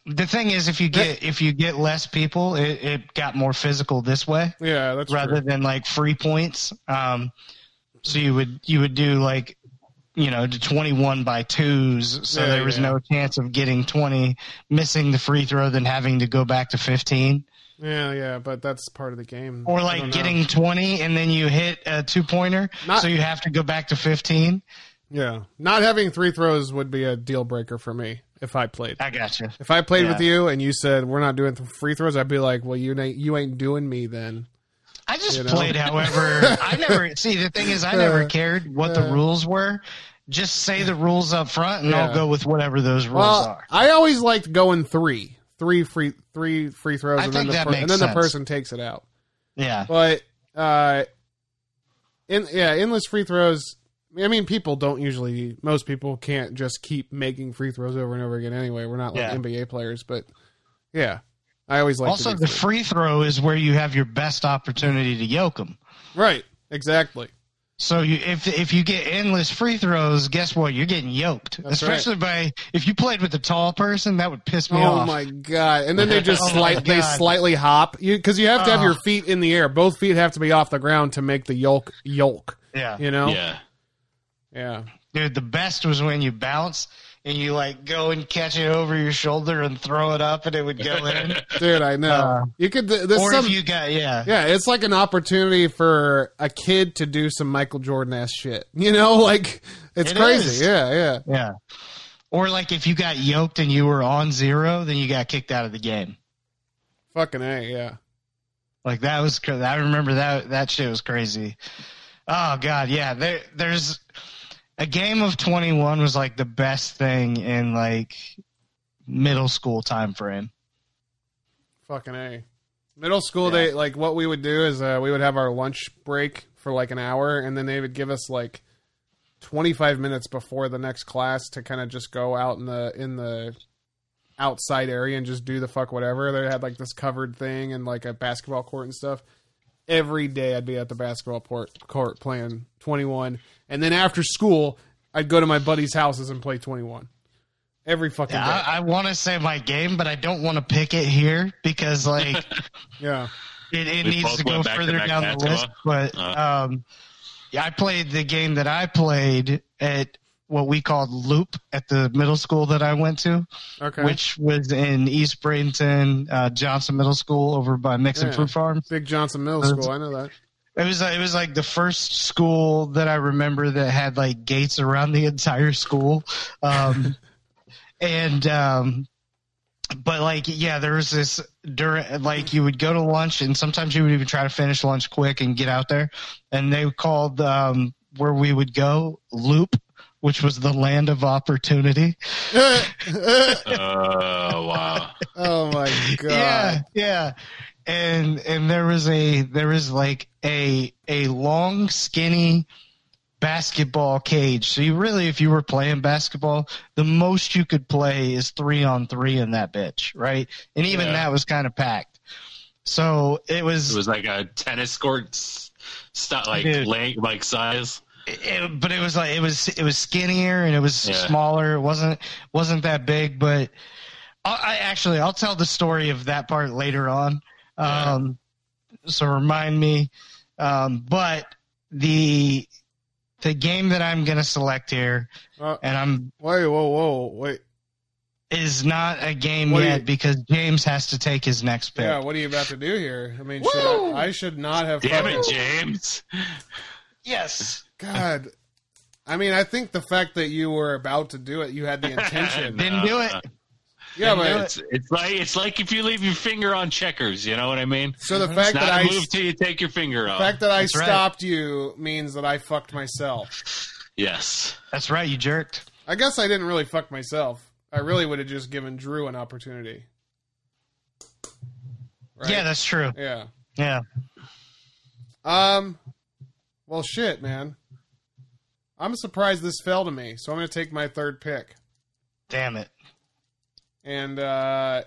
Speaker 2: the thing is, if you get if you get less people, it, it got more physical this way
Speaker 3: Yeah, that's
Speaker 2: rather
Speaker 3: true.
Speaker 2: than like free points. Um, so you would you would do like you know the twenty one by twos, so
Speaker 3: Yeah,
Speaker 2: there was
Speaker 3: yeah.
Speaker 2: no chance of getting twenty, missing the free throw, then having to go back to fifteen.
Speaker 3: Yeah, yeah, but that's part of the game.
Speaker 2: or
Speaker 3: I don't
Speaker 2: like
Speaker 3: know.
Speaker 2: getting 20 and then you hit a two pointer
Speaker 3: Not-
Speaker 2: so you have to go back to 15
Speaker 3: Yeah. Not having three throws would be a deal breaker for me if I played.
Speaker 2: i got you
Speaker 3: If I played
Speaker 2: Yeah.
Speaker 3: with you and you said we're not doing th- free throws, I'd be like, "Well, you ain't you ain't doing me then."
Speaker 2: I just
Speaker 3: You know?
Speaker 2: played, however. I
Speaker 3: [laughs]
Speaker 2: never see the thing is I never
Speaker 3: Uh,
Speaker 2: cared what
Speaker 3: uh.
Speaker 2: the rules were. Just say the rules up front, and
Speaker 3: Yeah.
Speaker 2: I'll go with whatever those rules
Speaker 3: Well,
Speaker 2: are.
Speaker 3: I always liked going three, three free, three free throws,
Speaker 2: I
Speaker 3: and
Speaker 2: think
Speaker 3: then the
Speaker 2: that
Speaker 3: per-
Speaker 2: makes
Speaker 3: and then the
Speaker 2: sense.
Speaker 3: person takes it out.
Speaker 2: Yeah,
Speaker 3: But uh, in yeah, endless free throws. I mean, people don't usually. Most people can't just keep making free throws over and over again. Anyway, we're not like
Speaker 2: Yeah.
Speaker 3: NBA players, but yeah, I always like
Speaker 2: also,
Speaker 3: to do
Speaker 2: the
Speaker 3: three.
Speaker 2: free throw is where you have your best opportunity to yoke them.
Speaker 3: [laughs] right, exactly.
Speaker 2: So you, if if you get endless free throws, guess what? You're getting yoked.
Speaker 3: That's right.
Speaker 2: Especially by if you played with a tall person, that would piss me
Speaker 3: oh
Speaker 2: off.
Speaker 3: my god! And then
Speaker 2: [laughs]
Speaker 3: they just
Speaker 2: Oh my
Speaker 3: slight they
Speaker 2: God.
Speaker 3: slightly hop you because you have to have
Speaker 2: Oh.
Speaker 3: your feet in the air. Both feet have to be off the ground to make the yolk yolk.
Speaker 2: Yeah.
Speaker 3: You know,
Speaker 4: Yeah.
Speaker 3: yeah.
Speaker 2: dude. The best was when you bounce and you like go and catch it over your shoulder and throw it up, and it would go in.
Speaker 3: dude. I know
Speaker 2: Uh,
Speaker 3: you could. th- There's
Speaker 2: or
Speaker 3: some
Speaker 2: if you got yeah,
Speaker 3: Yeah, it's like an opportunity for a kid to do some Michael Jordan ass shit. You know, [laughs] like it's
Speaker 2: It
Speaker 3: crazy.
Speaker 2: is.
Speaker 3: Yeah, yeah.
Speaker 2: yeah. Or like if you got yoked and you were on zero, then you got kicked out of the game.
Speaker 3: Fucking A, yeah.
Speaker 2: Like that was cra I remember that that shit was crazy. Oh god, yeah. There there's a game of 21 was like the best thing in like middle school time frame.
Speaker 3: Fucking A. Middle school they like what we would do is uh, we would have our lunch break for like an hour and then they would give us like 25 minutes before the next class to kind of just go out in the in the outside area and just do the fuck whatever. They had like this covered thing and like a basketball court and stuff. Every day I'd be at the basketball port, court playing 21 and then after school I'd go to my buddies' houses and play 21. Every fucking
Speaker 2: Yeah,
Speaker 3: day.
Speaker 2: I, I want to say my game, but I don't want to pick it here because like
Speaker 3: yeah.
Speaker 2: it, it
Speaker 4: We
Speaker 2: needs
Speaker 4: both
Speaker 2: to go
Speaker 4: went back to
Speaker 2: further
Speaker 4: back
Speaker 2: down the
Speaker 4: basketball.
Speaker 2: list. But
Speaker 4: Uh.
Speaker 2: um, yeah, I played the game that I played at what we called loop at the middle school that I went to.
Speaker 3: Okay.
Speaker 2: which was in East Bradenton, uh, Johnson Middle School over by Mixon
Speaker 3: Yeah.
Speaker 2: Fruit Farm.
Speaker 3: Big Johnson Middle School, I know that.
Speaker 2: It was it was like the first school that I remember that had like gates around the entire school, um, and um, but like yeah, there was this during like you would go to lunch and sometimes you would even try to finish lunch quick and get out there, and they called um, where we would go Loop, which was the land of opportunity.
Speaker 4: Oh wow.
Speaker 3: Oh [laughs] my god!
Speaker 2: Yeah, yeah. And and there was a there was like a a long skinny basketball cage. So you really if you were playing basketball, the most you could play is 3 on 3 in that bitch, right? And even
Speaker 4: Yeah.
Speaker 2: that was kind of packed. So it was,
Speaker 4: It was like a tennis court s- st- like
Speaker 2: Dude.
Speaker 4: length, like size.
Speaker 2: it- but it was like it was it was skinnier and it was
Speaker 4: Yeah.
Speaker 2: smaller. It wasn't wasn't that big, but I, I actually I'll tell the story of that part later on. Um, So remind me. Um, but the the game that I'm gonna select here,
Speaker 3: Uh,
Speaker 2: and I'm
Speaker 3: wait, whoa, whoa, wait.
Speaker 2: is not a game
Speaker 3: What do
Speaker 2: yet
Speaker 3: you-
Speaker 2: because James has to take his next pick.
Speaker 3: Yeah, what are you about to do here? I mean, should I, I should not have.
Speaker 4: Damn
Speaker 3: fucking-
Speaker 4: it, James.
Speaker 2: Yes.
Speaker 3: God. I mean, I think the fact that you were about to do it, you had
Speaker 4: [laughs]
Speaker 3: the intention.
Speaker 2: Didn't do it.
Speaker 3: yeah,
Speaker 2: do
Speaker 3: but
Speaker 2: it.
Speaker 4: It's, it's like it's like if you leave your finger on checkers, you know what I mean?
Speaker 3: so the
Speaker 4: It's
Speaker 3: fact
Speaker 4: not
Speaker 3: that I
Speaker 4: a move till you take your finger
Speaker 3: the
Speaker 4: off.
Speaker 3: fact that I
Speaker 2: That's right.
Speaker 3: stopped you means that I fucked myself.
Speaker 4: yes.
Speaker 2: That's right. You jerked.
Speaker 3: I guess I didn't really fuck myself. I really would have just given Drew an opportunity. Right?
Speaker 2: Yeah, that's true.
Speaker 3: yeah.
Speaker 2: Yeah.
Speaker 3: Um, well, shit, man. I'm surprised this fell to me, so I'm going to take my third pick.
Speaker 2: Damn it.
Speaker 3: And uh,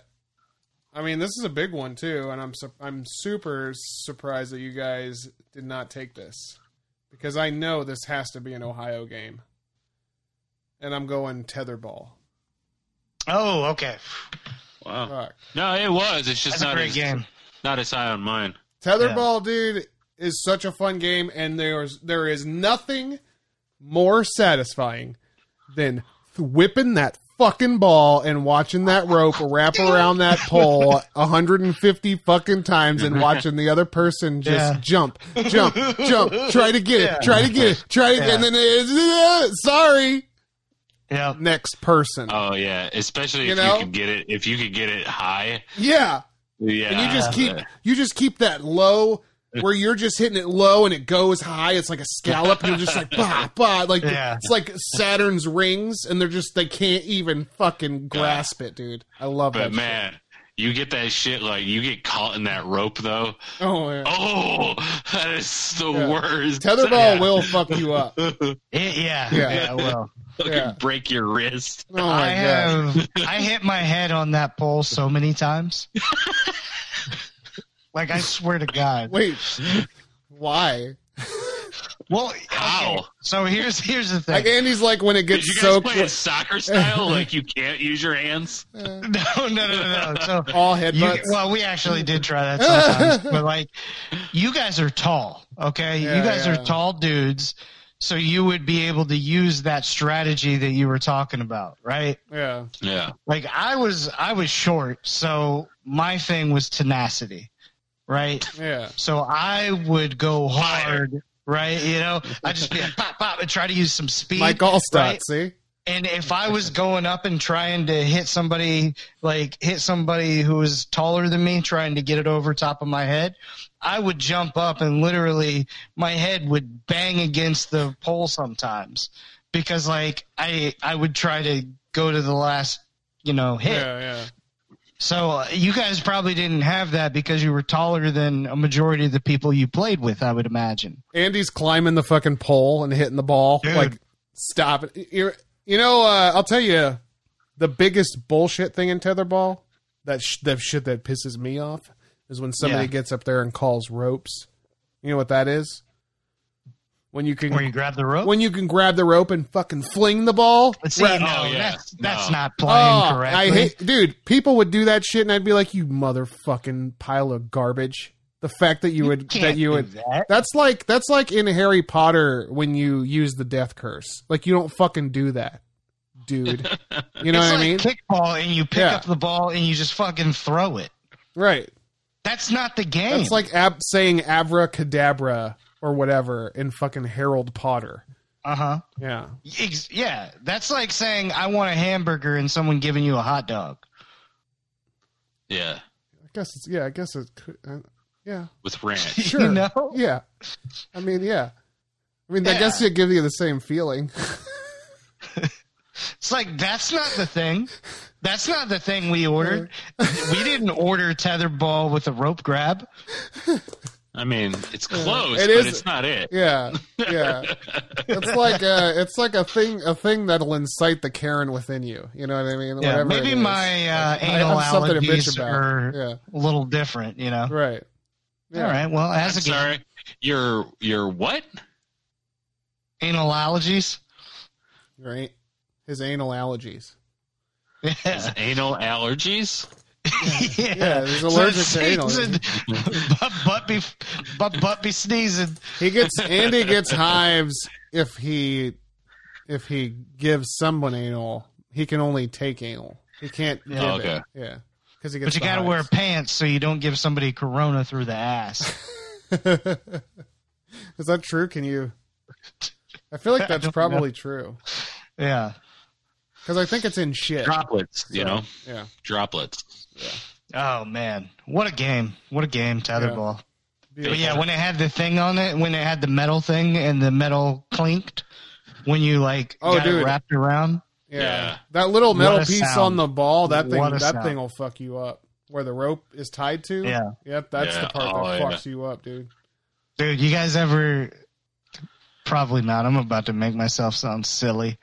Speaker 3: I mean, this is a big one too, and I'm su- I'm super surprised that you guys did not take this because I know this has to be an Ohio game, and I'm going tetherball.
Speaker 2: Oh, okay.
Speaker 4: Wow.
Speaker 3: Fuck.
Speaker 4: No, it was. It's just
Speaker 2: That's a
Speaker 4: not
Speaker 2: great
Speaker 4: as,
Speaker 2: game.
Speaker 4: not as high on mine.
Speaker 3: Tetherball, dude, is such a fun game, and there's there is nothing more satisfying than whipping that fucking ball and watching that rope wrap around that pole 150 fucking times and watching the other person just
Speaker 2: Yeah.
Speaker 3: jump, jump, jump, try to get it, try to get it, try to get it, and then it's, sorry,
Speaker 2: Yeah.
Speaker 3: next person.
Speaker 4: Oh yeah, especially
Speaker 3: You
Speaker 4: if
Speaker 3: know?
Speaker 4: you could get it if you could get it high.
Speaker 3: Yeah.
Speaker 4: Yeah.
Speaker 3: And you just keep you just keep that low where you're just hitting it low and it goes high. It's like a scallop. You're just like
Speaker 4: [laughs]
Speaker 3: bah bah. Like
Speaker 2: Yeah.
Speaker 3: it's like Saturn's rings, and they're just they can't even fucking grasp it, dude. I love
Speaker 4: But
Speaker 3: that.
Speaker 4: man, you get that shit like you get caught in that rope though.
Speaker 3: shit. Oh, yeah.
Speaker 4: Oh, that is the
Speaker 3: Yeah.
Speaker 4: worst.
Speaker 3: tetherball
Speaker 4: Yeah.
Speaker 3: will fuck you
Speaker 4: [laughs]
Speaker 3: up. Oh
Speaker 2: It- yeah,
Speaker 3: Yeah.
Speaker 2: yeah, well,
Speaker 4: Fucking
Speaker 3: yeah.
Speaker 4: break your wrist.
Speaker 3: Oh,
Speaker 2: [laughs]
Speaker 3: my
Speaker 2: I
Speaker 3: god.
Speaker 2: have I hit my head on that pole so many
Speaker 3: [laughs]
Speaker 2: times. like I swear to God.
Speaker 3: Wait, why?
Speaker 2: Well, okay,
Speaker 4: How?
Speaker 2: So here's here's the thing.
Speaker 3: Like Andy's like when it
Speaker 4: Did
Speaker 3: gets
Speaker 4: you guys
Speaker 3: so
Speaker 4: play
Speaker 3: cl-
Speaker 4: it
Speaker 3: [laughs]
Speaker 4: soccer style? like you can't use your hands?
Speaker 2: [laughs] No, no, no, no. no. So
Speaker 3: [laughs] all headbutts.
Speaker 2: You, well, we actually did
Speaker 3: [laughs]
Speaker 2: try that sometimes, but like, you guys are tall, okay?
Speaker 3: Yeah,
Speaker 2: you guys
Speaker 3: yeah.
Speaker 2: are tall dudes, so you would be able to use that strategy that you were talking about, right?
Speaker 3: yeah.
Speaker 4: Yeah.
Speaker 2: Like I was, I was short, so my thing was tenacity, right?
Speaker 3: Yeah.
Speaker 2: So I would go hard, right? You know, I just be like, pop, pop, and try to use some speed.
Speaker 3: Mike Allstott,
Speaker 2: right?
Speaker 3: see?
Speaker 2: And if I was going up and trying to hit somebody, like hit somebody who was taller than me, trying to get it over top of my head, I would jump up and literally my head would bang against the pole sometimes because like I I would try to go to the last you know hit.
Speaker 3: Yeah, yeah.
Speaker 2: So uh, you guys probably didn't have that because you were taller than a majority of the people you played with, I would imagine.
Speaker 3: Andy's climbing the fucking pole and hitting the ball.
Speaker 2: Dude.
Speaker 3: Like, stop it. You're, you know, uh, I'll tell you the biggest bullshit thing in tetherball, that, sh- that shit that pisses me off, is when somebody
Speaker 2: Yeah.
Speaker 3: gets up there and calls ropes. You know what that is? When you
Speaker 2: Where
Speaker 3: can
Speaker 2: you grab the rope.
Speaker 3: when you can grab the rope and fucking fling the ball.
Speaker 2: See,
Speaker 3: Right-
Speaker 2: no,
Speaker 4: Oh, yeah.
Speaker 2: that's, that's
Speaker 4: No.
Speaker 2: not playing
Speaker 3: Oh,
Speaker 2: correctly.
Speaker 3: I hate, dude. People would do that shit, and I'd be like, "You motherfucking pile of garbage." The fact that you would
Speaker 2: can't
Speaker 3: that you
Speaker 2: do
Speaker 3: would
Speaker 2: that.
Speaker 3: that's like that's like in Harry Potter when you use the death curse. Like you don't fucking do that, dude. You know
Speaker 2: [laughs] it's
Speaker 3: what
Speaker 2: like
Speaker 3: I mean?
Speaker 2: kickball, and you pick
Speaker 3: Yeah.
Speaker 2: up the ball and you just fucking throw it.
Speaker 3: right.
Speaker 2: That's not the game.
Speaker 3: That's like ab- saying abracadabra or whatever in fucking Harold Potter.
Speaker 2: uh huh.
Speaker 3: Yeah.
Speaker 2: Yeah, that's like saying I want a hamburger and someone giving you a hot dog.
Speaker 4: Yeah.
Speaker 3: I guess it's yeah. I guess it. could- Uh, yeah.
Speaker 4: With
Speaker 3: [laughs]
Speaker 4: ranch.
Speaker 2: [laughs]
Speaker 3: Sure.
Speaker 2: You know?
Speaker 3: Yeah. I mean, yeah. I mean, I
Speaker 2: Yeah.
Speaker 3: guess it gives you the same feeling.
Speaker 2: It's like that's not the thing. That's not the thing we ordered. we didn't order tetherball with a rope grab.
Speaker 4: I mean, it's close,
Speaker 3: It
Speaker 4: but
Speaker 3: is-
Speaker 4: it's not it.
Speaker 3: Yeah,
Speaker 4: [laughs]
Speaker 3: yeah. It's like a, it's like a thing, a thing that'll incite the Karen within you. You know what I mean?
Speaker 2: Yeah,
Speaker 3: Whatever it
Speaker 2: maybe
Speaker 3: is.
Speaker 2: my uh,
Speaker 3: I
Speaker 2: anal
Speaker 3: have something to bitch
Speaker 2: allergies
Speaker 3: about.
Speaker 2: are a
Speaker 3: Yeah.
Speaker 2: little different. You know.
Speaker 3: right. Yeah.
Speaker 2: All right. Well, as
Speaker 4: I'm
Speaker 2: a game,
Speaker 4: sorry. Your your what?
Speaker 2: anal allergies. [laughs]
Speaker 3: Right. His anal allergies.
Speaker 2: [laughs]
Speaker 4: Is
Speaker 2: Yeah.
Speaker 4: anal allergies?
Speaker 2: yeah.
Speaker 3: Yeah, he's allergic to anal.
Speaker 2: sneezing. [laughs] but, but be but, but be sneezing.
Speaker 3: He gets Andy gets hives if he if he gives someone anal. He can only take anal. He can't give
Speaker 4: Oh,
Speaker 3: it.
Speaker 4: okay.
Speaker 3: Yeah, because he
Speaker 2: But
Speaker 3: gets.
Speaker 2: you
Speaker 3: the
Speaker 2: got to
Speaker 3: hives.
Speaker 2: wear pants so you don't give somebody corona through the
Speaker 3: [laughs]
Speaker 2: ass.
Speaker 3: Is that true? Can you? I
Speaker 2: [laughs]
Speaker 3: feel like that's
Speaker 2: don't
Speaker 3: probably true
Speaker 2: Yeah.
Speaker 3: because I think it's in shit.
Speaker 4: Droplets, you know,
Speaker 3: Yeah,
Speaker 4: droplets.
Speaker 2: Oh man, what a game! What a game, tetherball. But yeah, when it had the thing on it, when it had the metal thing and the metal clinked, when you like
Speaker 3: Oh,
Speaker 2: got
Speaker 3: dude.
Speaker 2: it wrapped around.
Speaker 3: yeah.
Speaker 4: Yeah.
Speaker 3: That little metal
Speaker 2: What a
Speaker 3: piece
Speaker 2: sound.
Speaker 3: on the ball, that thing,
Speaker 2: What a
Speaker 3: that
Speaker 2: sound.
Speaker 3: thing will fuck you up. Where the rope is tied to.
Speaker 2: Yeah.
Speaker 3: Yep. That's
Speaker 4: Yeah.
Speaker 3: the part
Speaker 4: Oh,
Speaker 3: that
Speaker 4: yeah.
Speaker 3: fucks you up, dude.
Speaker 2: Dude, you guys ever? Probably not. I'm about to make myself sound silly.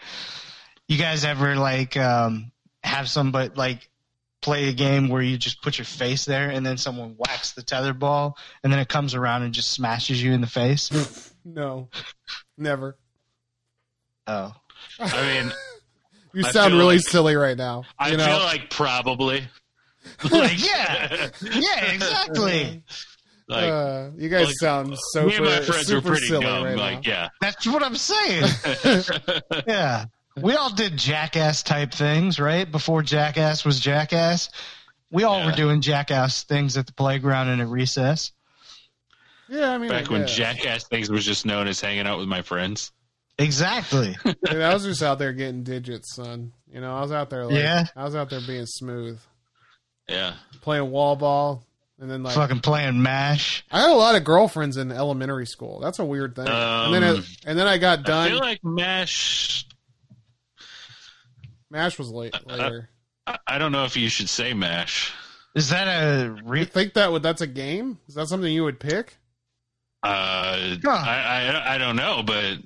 Speaker 2: You guys ever like um, have somebody like play a game where you just put your face there and then someone whacks the tether ball and then it comes around and just smashes you in the face?
Speaker 3: No, [laughs] never.
Speaker 2: oh,
Speaker 4: I
Speaker 3: [laughs]
Speaker 4: mean,
Speaker 3: You
Speaker 4: I
Speaker 3: sound
Speaker 4: feel
Speaker 3: really
Speaker 4: like-
Speaker 3: silly right now.
Speaker 4: I
Speaker 3: you know?
Speaker 4: feel like
Speaker 3: [laughs]
Speaker 4: probably. [laughs]
Speaker 2: like yeah, yeah, exactly.
Speaker 4: Like
Speaker 3: uh, you guys
Speaker 4: like,
Speaker 3: sound so
Speaker 4: me and my
Speaker 3: super,
Speaker 4: friends were
Speaker 3: super
Speaker 4: pretty
Speaker 3: silly
Speaker 4: dumb.
Speaker 3: right
Speaker 4: like,
Speaker 3: now. [laughs]
Speaker 4: yeah,
Speaker 2: That's what I'm saying. yeah. We all did jackass type things, right? Before jackass was jackass. We all
Speaker 4: Yeah.
Speaker 2: were doing jackass things at the playground and at recess.
Speaker 3: Yeah, I mean,
Speaker 4: back when
Speaker 3: yeah.
Speaker 4: jackass things was just known as hanging out with my friends.
Speaker 2: [laughs] Exactly.
Speaker 3: Dude, I was just out there getting digits, son. You know, I was out there like
Speaker 2: Yeah.
Speaker 3: I was out there being smooth,
Speaker 4: Yeah,
Speaker 3: playing wall ball. and then like
Speaker 2: fucking playing mash.
Speaker 3: I had a lot of girlfriends in elementary school. That's a weird thing. and then
Speaker 4: Um,
Speaker 3: I, and then I got
Speaker 4: I
Speaker 3: done.
Speaker 4: feel like Mash.
Speaker 3: Mash was
Speaker 4: [laughs]
Speaker 3: late later.
Speaker 4: I, I don't know if you should say Mash.
Speaker 2: Is that a
Speaker 3: you
Speaker 2: re-
Speaker 3: think that would that's a game? Is that something you would pick?
Speaker 4: Uh,
Speaker 2: Huh.
Speaker 4: I, I I don't know, but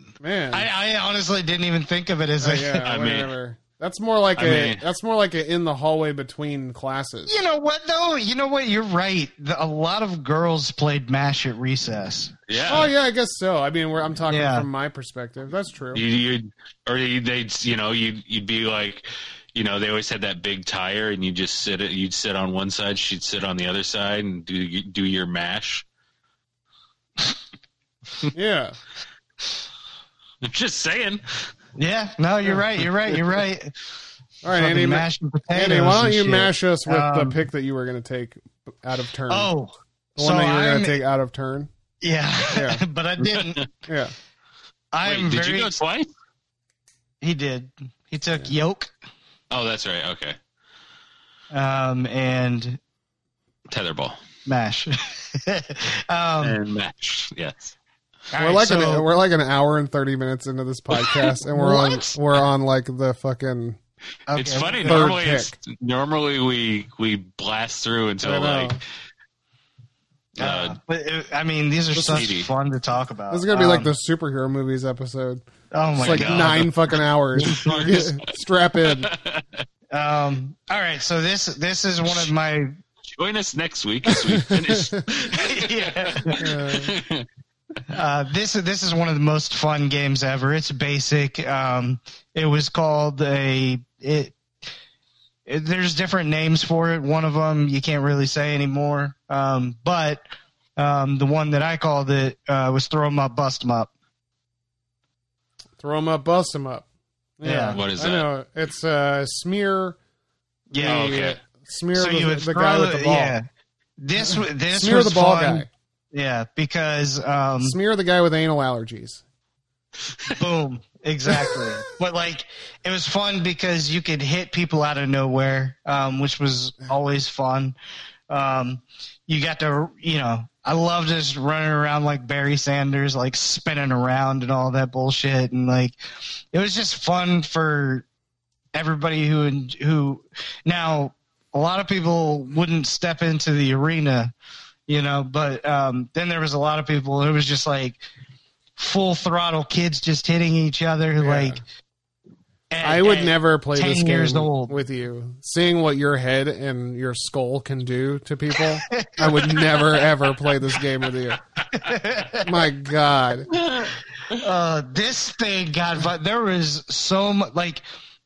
Speaker 2: [laughs]
Speaker 3: Man,
Speaker 2: I, I honestly didn't even think of it as
Speaker 3: Oh,
Speaker 2: a.
Speaker 3: yeah,
Speaker 4: [laughs] I mean-
Speaker 3: whatever. that's more like
Speaker 4: I
Speaker 3: a
Speaker 4: mean-
Speaker 3: that's more like a in the hallway between classes.
Speaker 2: [laughs] You know what though? You know what? You're right. The, a lot of girls played mash at recess.
Speaker 4: yeah.
Speaker 3: Oh yeah, I guess so. I mean, we're, I'm talking
Speaker 2: Yeah.
Speaker 3: from my perspective. That's true.
Speaker 4: You, you'd, or you- they'd, you know, you'd, you'd be like, you know, they always had that big tire, and you just sit it. You'd sit on one side, she'd sit on the other side, and do do your mash. [laughs]
Speaker 3: Yeah.
Speaker 4: I'm just saying.
Speaker 2: Yeah. No, you're right. You're right. You're
Speaker 3: [laughs]
Speaker 2: right.
Speaker 3: All right,
Speaker 2: Fucking
Speaker 3: Andy. ma-
Speaker 2: mashed potatoes
Speaker 3: Andy, why don't
Speaker 2: and
Speaker 3: you
Speaker 2: shit.
Speaker 3: mash us with
Speaker 2: Um,
Speaker 3: the pick that you were going to take out of turn?
Speaker 2: Oh,
Speaker 3: the one
Speaker 2: so
Speaker 3: that you were
Speaker 2: I'm-
Speaker 3: going to take out of turn.
Speaker 2: yeah, [laughs]
Speaker 3: Yeah.
Speaker 2: but I didn't.
Speaker 3: [laughs] Yeah.
Speaker 4: Wait,
Speaker 2: I'm
Speaker 4: did
Speaker 2: very.
Speaker 4: you go twice?
Speaker 2: he did. He took yolk,
Speaker 4: Oh, that's right. Okay,
Speaker 2: um, and
Speaker 4: tetherball
Speaker 2: mash. [laughs] um,
Speaker 4: and mash. Yes.
Speaker 3: we're
Speaker 2: right,
Speaker 3: like
Speaker 2: so-
Speaker 3: an, we're like an hour and thirty minutes
Speaker 2: [laughs]
Speaker 3: into this podcast, and we're on
Speaker 2: What?
Speaker 3: we're on like the fucking
Speaker 2: okay,
Speaker 4: it's funny.
Speaker 3: third
Speaker 4: Normally, it's, normally we we blast through
Speaker 3: I
Speaker 4: until
Speaker 3: know.
Speaker 4: like
Speaker 2: Uh,
Speaker 4: uh,
Speaker 2: but uh, I mean, these are
Speaker 4: This
Speaker 2: such
Speaker 4: is meaty.
Speaker 2: fun to talk about.
Speaker 3: this is gonna be like
Speaker 2: Um,
Speaker 3: the superhero movies episode.
Speaker 2: Oh my
Speaker 3: it's like
Speaker 2: god!
Speaker 3: nine
Speaker 2: [laughs]
Speaker 3: fucking hours. [laughs] Strap in.
Speaker 2: Um, all right, so this this is one of
Speaker 4: [laughs]
Speaker 2: my [laughs]
Speaker 4: join us next week as we finish.
Speaker 2: Uh, this this is one of the most fun games ever. It's basic. Um, it was called a it, it- There's different names for it. One of them you can't really say anymore. Um, but um, the one that I called it uh, was throw 'em up, bust 'em up.
Speaker 3: Throw 'em up, bust 'em up.
Speaker 2: Yeah.
Speaker 4: What is
Speaker 3: I
Speaker 4: that?
Speaker 3: know. It's uh, smear.
Speaker 2: Yeah.
Speaker 4: Oh, okay.
Speaker 3: Smear
Speaker 2: So
Speaker 3: the,
Speaker 2: you would
Speaker 3: the
Speaker 2: throw,
Speaker 3: guy with the ball.
Speaker 2: Yeah. This w- this
Speaker 3: Smear
Speaker 2: was
Speaker 3: the ball
Speaker 2: fun.
Speaker 3: guy.
Speaker 2: Yeah, because um,
Speaker 3: [laughs] Smear the guy with anal allergies.
Speaker 2: Boom. Exactly. but like, it was fun because you could hit people out of nowhere, um, which was always fun. Um, you got to, you know, I love just running around like Barry Sanders, like spinning around and all that bullshit. And like, it was just fun for everybody who, who now a lot of people wouldn't step into the arena, you know, but, um, then there was a lot of people who was just like, full throttle kids just hitting each other like at-
Speaker 3: I would
Speaker 2: at
Speaker 3: never play
Speaker 2: 10
Speaker 3: this game
Speaker 2: years old.
Speaker 3: with you. Seeing what your head and your skull can do
Speaker 2: [laughs]
Speaker 3: to people, I would never ever play this game with you. My God,
Speaker 2: uh, this thing got but there was so much like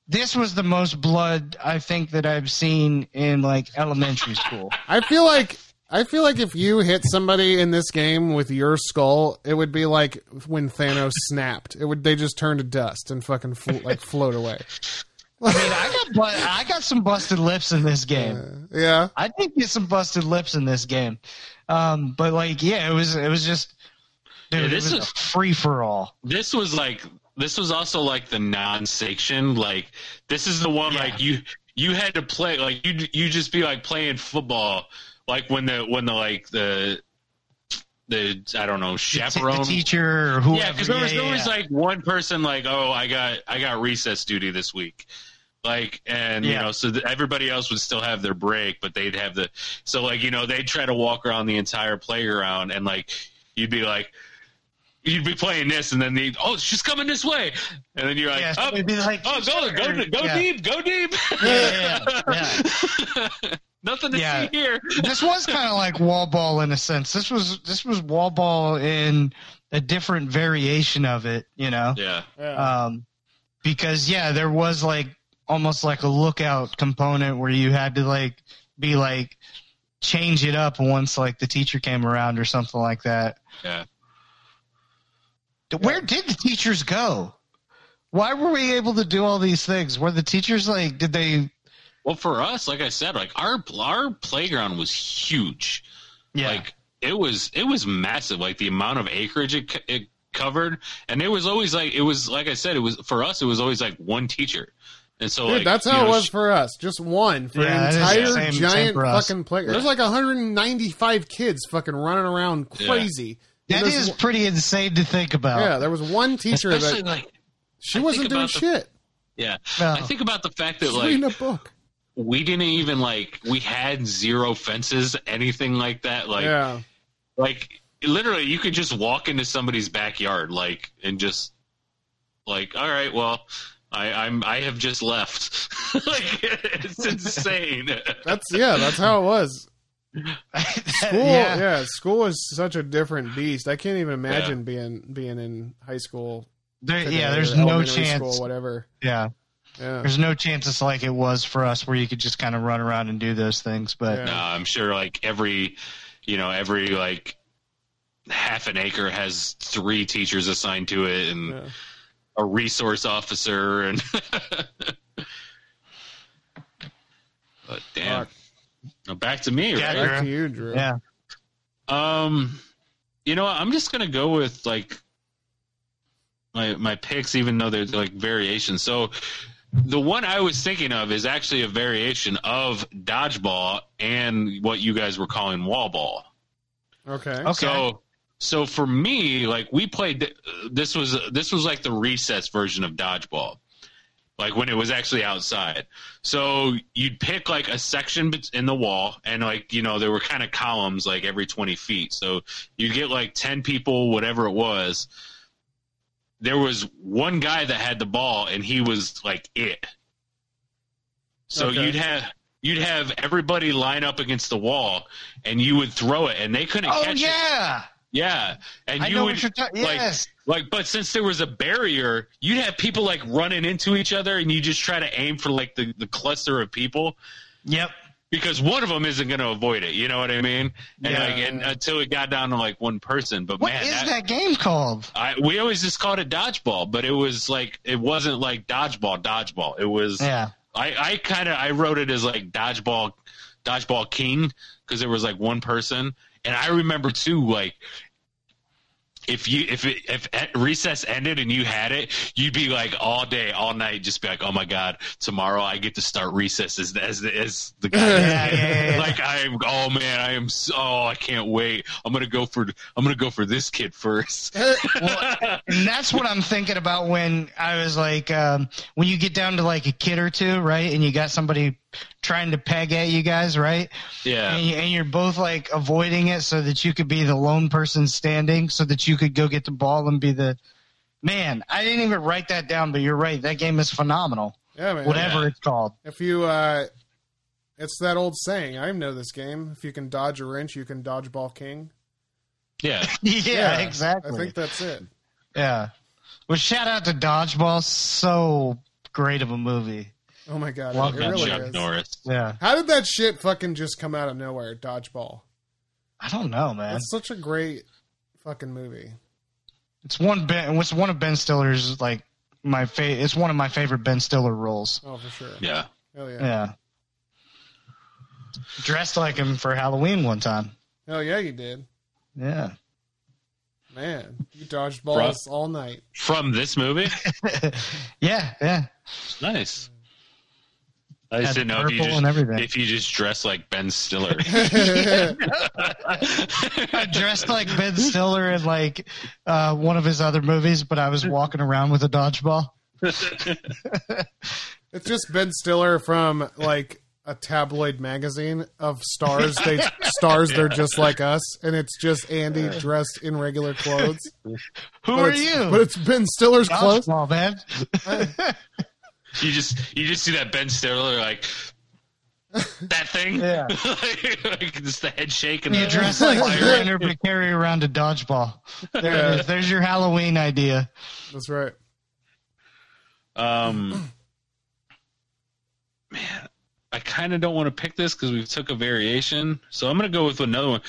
Speaker 2: this was the most blood i think that i've seen in like elementary school
Speaker 3: I feel like I feel like if you hit somebody in this game with your skull, it would be like when Thanos snapped. It would they just turn to dust and fucking flo- like float away.
Speaker 2: i got but i got some busted lips in this game
Speaker 3: Yeah,
Speaker 2: I did get some busted lips in this game, um, but like, yeah, it was it was just, dude,
Speaker 4: Yeah,
Speaker 2: it
Speaker 4: this
Speaker 2: was a
Speaker 4: is-
Speaker 2: free for all.
Speaker 4: this was like this was also like the non-section like this is the one like you you had to play like you you just be like playing football like when the when the like the the I don't know chaperone
Speaker 2: The teacher or whoever,
Speaker 4: yeah because there was there was
Speaker 2: yeah.
Speaker 4: like one person like oh I got I got recess duty this week like and you
Speaker 2: Yeah.
Speaker 4: know so that everybody else would still have their break but they'd have the so like you know they'd try to walk around the entire playground and like you'd be like you'd be playing this and then the oh she's coming this way and then you're like
Speaker 2: Yeah, so
Speaker 4: oh,
Speaker 2: it'd be like,
Speaker 4: oh go go go
Speaker 2: Yeah.
Speaker 4: deep go deep
Speaker 2: Yeah, yeah, yeah.
Speaker 4: [laughs] nothing to
Speaker 2: Yeah.
Speaker 4: see
Speaker 2: [laughs]
Speaker 4: here
Speaker 2: this was kind of like wall ball in a sense. This was this was wall ball in a different variation of it, you know.
Speaker 4: yeah
Speaker 2: Um, because yeah, there was like almost like a lookout component where you had to like be like change it up once like the teacher came around or something like that.
Speaker 4: yeah
Speaker 2: Where did the teachers go? Why were we able to do all these things? Were the teachers like did they
Speaker 4: well for us like I said like our our playground was huge
Speaker 2: yeah.
Speaker 4: like it was it was massive like the amount of acreage it, co- it covered and it was always like it was like i said it was for us it was always like one teacher And so,
Speaker 3: Dude,
Speaker 4: like,
Speaker 3: that's
Speaker 4: you
Speaker 3: how
Speaker 4: know,
Speaker 3: it was
Speaker 4: sh-
Speaker 3: for us. Just one for
Speaker 2: Yeah, it
Speaker 3: an
Speaker 2: is the
Speaker 3: entire
Speaker 2: same- same
Speaker 3: giant
Speaker 2: for us.
Speaker 3: fucking playground. There's like 195 kids fucking running around
Speaker 4: Yeah.
Speaker 3: crazy. And
Speaker 2: That
Speaker 3: there's
Speaker 2: is
Speaker 3: one-
Speaker 2: pretty insane to think about. [laughs]
Speaker 3: yeah. There was one teacher
Speaker 4: especially
Speaker 3: that
Speaker 4: like,
Speaker 3: she
Speaker 4: I think
Speaker 3: wasn't doing
Speaker 4: about the-
Speaker 3: shit.
Speaker 4: yeah.
Speaker 2: No.
Speaker 4: I think about the fact that
Speaker 3: She's
Speaker 4: like
Speaker 3: reading a book.
Speaker 4: we didn't even like we had zero fences, anything like that. Like,
Speaker 3: yeah,
Speaker 4: like literally, you could just walk into somebody's backyard, like, and just like, all right, well, I, I'm I have just left. [laughs]
Speaker 3: [laughs]
Speaker 4: like, it's insane.
Speaker 3: that's yeah. That's how it was.
Speaker 2: [laughs]
Speaker 3: School, yeah.
Speaker 2: yeah.
Speaker 3: School is such a different beast. I can't even imagine being being in high school.
Speaker 2: There-
Speaker 3: today
Speaker 2: yeah, there's
Speaker 3: or
Speaker 2: no
Speaker 3: elementary
Speaker 2: chance.
Speaker 3: School, whatever.
Speaker 2: yeah,
Speaker 3: Yeah.
Speaker 2: there's no chance it's like it was for us where you could just kind of run around and do those things. But
Speaker 4: No, I'm sure like every, you know, every like half an acre has three teachers assigned to it and
Speaker 3: yeah.
Speaker 4: a resource officer and. [laughs] but damn.
Speaker 3: Fuck.
Speaker 4: Now back to me,
Speaker 2: Yeah,
Speaker 4: right?
Speaker 3: Back to you, Drew.
Speaker 2: yeah,
Speaker 4: Um, you know, what, I'm just gonna go with like my my picks, even though they're like variations. So the one I was thinking of is actually a variation of dodgeball and what you guys were calling wall ball.
Speaker 3: Okay.
Speaker 2: Okay.
Speaker 4: So so for me, like we played this was this was like the recess version of dodgeball. Like when it was actually outside. So you'd pick like a section bet- in the wall and like, you know, there were kind of columns like every 20 feet. So you get like 10 people, whatever it was. There was one guy that had the ball and he was like it. So
Speaker 3: Okay.
Speaker 4: you'd have you'd have everybody line up against the wall and you would throw it and they couldn't
Speaker 2: Oh
Speaker 4: catch it.
Speaker 2: yeah,
Speaker 4: Yeah, and
Speaker 2: I
Speaker 4: you
Speaker 2: know
Speaker 4: would
Speaker 2: what you're talking.
Speaker 4: like
Speaker 2: Yes,
Speaker 4: like, but since there was a barrier, you'd have people like running into each other, and you just try to aim for like the the cluster of people
Speaker 2: yep.
Speaker 4: because one of them isn't going to avoid it. You know what I mean? And
Speaker 3: Yeah.
Speaker 4: like, and until it got down to like one person, but
Speaker 2: What
Speaker 4: man,
Speaker 2: is
Speaker 4: that-
Speaker 2: that game called?
Speaker 4: I, we always just called it dodgeball, but it was like it wasn't like dodgeball, dodgeball. It was [laughs]
Speaker 2: Yeah.
Speaker 4: I, I kind of I wrote it as like dodgeball, dodgeball king because there was like one person, and I remember too like if you if it, if e- recess ended and you had it, you'd be like all day, all night, just be like, oh my god, tomorrow I get to start recess as the- as the, as the guy.
Speaker 3: [laughs] Yeah,
Speaker 2: yeah, yeah.
Speaker 4: Like I'm, oh man, I am so oh, I can't wait. I'm gonna go for I'm gonna go for this kid [laughs] first.
Speaker 2: And that's what I'm thinking about when I was like, um, when you get down to like a kid or two, right? And you got somebody trying to peg at you guys, right?
Speaker 4: yeah,
Speaker 2: And, you, and you're both like avoiding it so that you could be the lone person standing so that you could go get the ball and be the man. I didn't even write that down, but you're right. That game is phenomenal.
Speaker 3: Yeah, man.
Speaker 2: Whatever
Speaker 4: Yeah.
Speaker 2: it's called.
Speaker 3: If you, uh, it's that old saying. I know this game. If you can dodge a wrench, you can dodge ball king.
Speaker 4: yeah.
Speaker 2: Yeah, exactly.
Speaker 3: I think that's it.
Speaker 2: yeah. Well, shout out to Dodgeball. So great of a movie.
Speaker 3: Oh my god,
Speaker 2: Welcome,
Speaker 3: it really
Speaker 4: Chuck
Speaker 3: is.
Speaker 4: Norris.
Speaker 2: Yeah.
Speaker 3: How did that shit fucking just come out of nowhere? Dodgeball.
Speaker 2: I don't know, man.
Speaker 3: That's such a great fucking movie.
Speaker 2: It's one Ben. It's one of Ben Stiller's like my favorite. It's one of my favorite Ben Stiller roles.
Speaker 3: Oh, for sure.
Speaker 4: Yeah.
Speaker 3: Hell yeah.
Speaker 2: Yeah. Dressed like him for Halloween one time.
Speaker 3: Hell yeah, you did.
Speaker 2: Yeah.
Speaker 3: Man, you dodged balls all night.
Speaker 4: From this movie.
Speaker 2: Yeah. Yeah.
Speaker 4: Nice. I
Speaker 2: Had
Speaker 4: just didn't know if you
Speaker 2: purple and everything.
Speaker 4: just if you just dress like
Speaker 2: [laughs]
Speaker 4: Ben Stiller.
Speaker 2: I dressed like
Speaker 3: [laughs]
Speaker 2: Ben Stiller in like uh, one of his other movies, but I was walking around with a dodgeball.
Speaker 3: It's just Ben Stiller from like a tabloid magazine of stars.
Speaker 4: [laughs]
Speaker 3: They stars they're just like us, and it's just Andy dressed in regular clothes.
Speaker 2: Who
Speaker 3: But
Speaker 2: are
Speaker 3: it's-
Speaker 2: you?
Speaker 3: But it's Ben Stiller's clothes.
Speaker 2: Dodgeball, man.
Speaker 4: you just you just see that Ben Stiller like that thing.
Speaker 2: Yeah.
Speaker 4: [laughs] like, just the head shake and
Speaker 2: You
Speaker 4: the
Speaker 2: dress like
Speaker 4: fire.
Speaker 2: Leonard, but carry around a dodgeball. There it is. There's your Halloween idea.
Speaker 3: That's right.
Speaker 4: Um, [clears throat] man, I kind of don't want to pick this because we took a variation. So I'm gonna go with another one.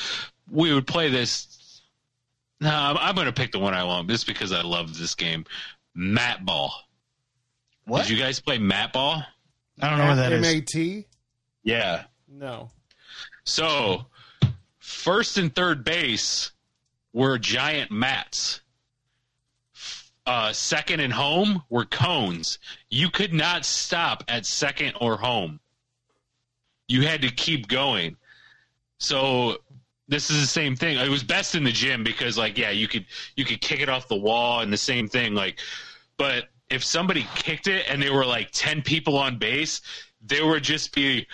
Speaker 4: We would play this. No, I'm, I'm gonna pick the one I want just because I love this game. Mat ball. Did you guys play mat ball?
Speaker 2: I don't know what that
Speaker 3: M
Speaker 2: is.
Speaker 3: A T?
Speaker 4: Yeah.
Speaker 3: No.
Speaker 4: So, first and third base were giant mats. uh, second and home were cones. You could not stop at second or home. You had to keep going. So this is the same thing. It was best in the gym because like yeah, you could you could kick it off the wall and the same thing like but if somebody kicked it and there were like 10 people on base, there would just be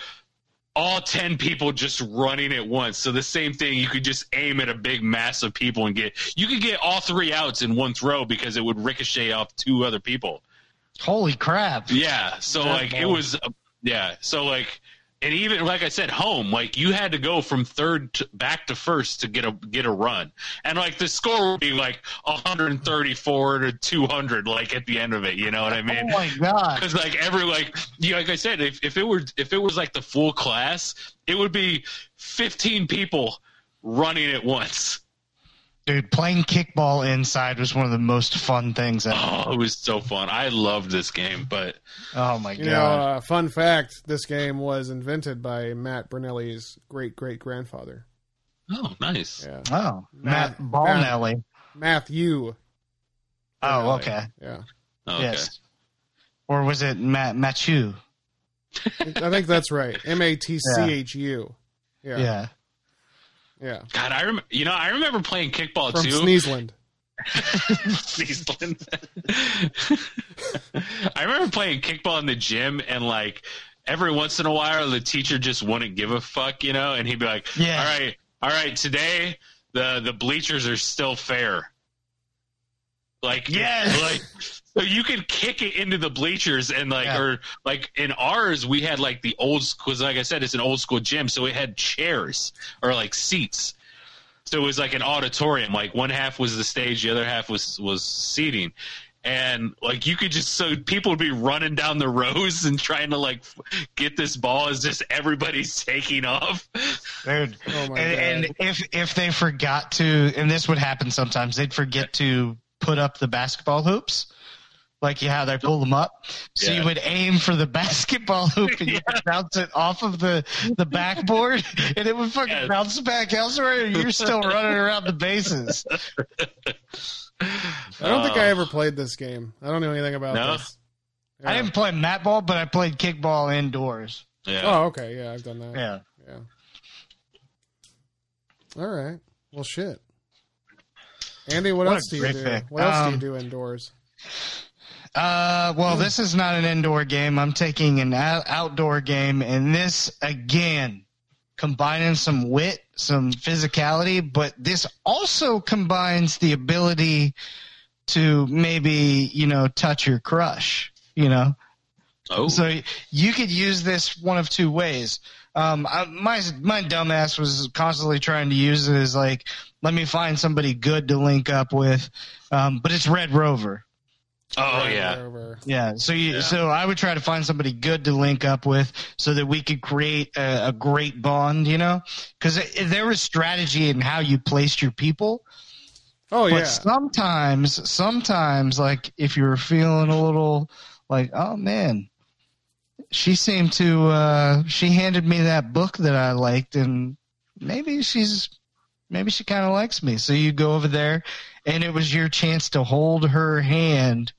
Speaker 4: all 10 people just running at once. So the same thing, you could just aim at a big mass of people and get you could get all three outs in one throw because it would ricochet off two other people.
Speaker 2: Holy crap.
Speaker 4: Yeah. So
Speaker 2: That
Speaker 4: like it
Speaker 2: ball.
Speaker 4: was uh, yeah. So like and even like I said, home like you had to go from third to, back to first to get a get a run, and like the score would be like 134 to 200, like at the end of it. You know what I
Speaker 2: Oh
Speaker 4: mean?
Speaker 2: my god.
Speaker 4: Because like every like you know, like I said, if, if it were if it was like the full class, it would be 15 people running at once. [laughs]
Speaker 2: Dude, playing kickball inside was one of the most fun things ever.
Speaker 4: Oh, it was so fun. I loved this game, but
Speaker 2: Oh my
Speaker 3: You know,
Speaker 2: god.
Speaker 3: uh, fun fact: this game was invented by Matt Brunelli's great great grandfather.
Speaker 4: oh, nice.
Speaker 3: Yeah,
Speaker 2: Oh, Matt
Speaker 3: Matt- Matt-
Speaker 2: Balnelli.
Speaker 3: Matthew.
Speaker 2: Oh,
Speaker 3: Brunelli.
Speaker 2: okay.
Speaker 3: Yeah,
Speaker 4: Oh, Okay.
Speaker 2: Yes. Or was it Matt Machu?
Speaker 3: I think
Speaker 2: [laughs]
Speaker 3: that's right. M A T C H U.
Speaker 2: Yeah.
Speaker 3: Yeah, yeah.
Speaker 4: God, I rem- you know I remember playing kickball
Speaker 3: From
Speaker 4: too. [laughs]
Speaker 3: Sneezeland.
Speaker 4: Sneezing. [laughs] I remember playing kickball in the gym and like every once in a while the teacher just wouldn't give a fuck, you know, and he'd be like,
Speaker 2: Yeah.
Speaker 4: "All right, all right, today the the bleachers are still fair." Like
Speaker 2: Yes.
Speaker 4: like so you could kick it into the bleachers and like
Speaker 2: Yeah.
Speaker 4: or like in ours we had like the old because like I said it's an old school gym so it had chairs or like seats so it was like an auditorium like one half was the stage the other half was was seating and like you could just so people would be running down the [laughs] rows and trying to like f- get this ball as just everybody's taking off
Speaker 2: Dude.
Speaker 3: Oh
Speaker 2: and,
Speaker 3: my god.
Speaker 2: and if if they forgot to and this would happen sometimes they'd forget to put up the basketball hoops like you how they pull them up so
Speaker 4: Yeah.
Speaker 2: you would aim for the [laughs] basketball hoop and you would bounce it off of the the backboard and it would fucking
Speaker 4: Yes.
Speaker 2: bounce back elsewhere and you're still running around the bases
Speaker 3: I don't think
Speaker 4: Oh.
Speaker 3: I ever played this game. I don't know anything about
Speaker 4: No?
Speaker 3: this.
Speaker 2: i
Speaker 3: Yeah.
Speaker 2: didn't play mat ball but i played kickball indoors
Speaker 4: yeah
Speaker 3: Oh, okay. Yeah, I've done that.
Speaker 2: yeah
Speaker 3: Yeah. All right. Well, shit. Andy, what,
Speaker 2: What a
Speaker 3: else do you
Speaker 2: great
Speaker 3: do?
Speaker 2: pick.
Speaker 3: What else
Speaker 2: Um,
Speaker 3: do you do indoors?
Speaker 2: Uh, well, this is not an indoor game. I'm taking an out- outdoor game, and this again combining some wit, some physicality, but this also combines the ability to maybe you know touch your crush. You know,
Speaker 4: oh
Speaker 2: so you could use this one of two ways. Um, I, my my dumbass was constantly trying to use it as like, let me find somebody good to link up with, um, but it's Red Rover.
Speaker 4: oh yeah
Speaker 3: Over.
Speaker 2: Yeah. So you,
Speaker 4: Yeah.
Speaker 2: so I would try to find somebody good to link up with so that we could create a, a great bond, you know, because there was strategy in how you placed your people.
Speaker 3: Oh
Speaker 2: But
Speaker 3: yeah.
Speaker 2: sometimes, sometimes like if you were feeling a little like, oh man, she seemed to, uh, she handed me that book that I liked and maybe she's, maybe she kind of likes me. So you go over there and it was your chance to hold her hand,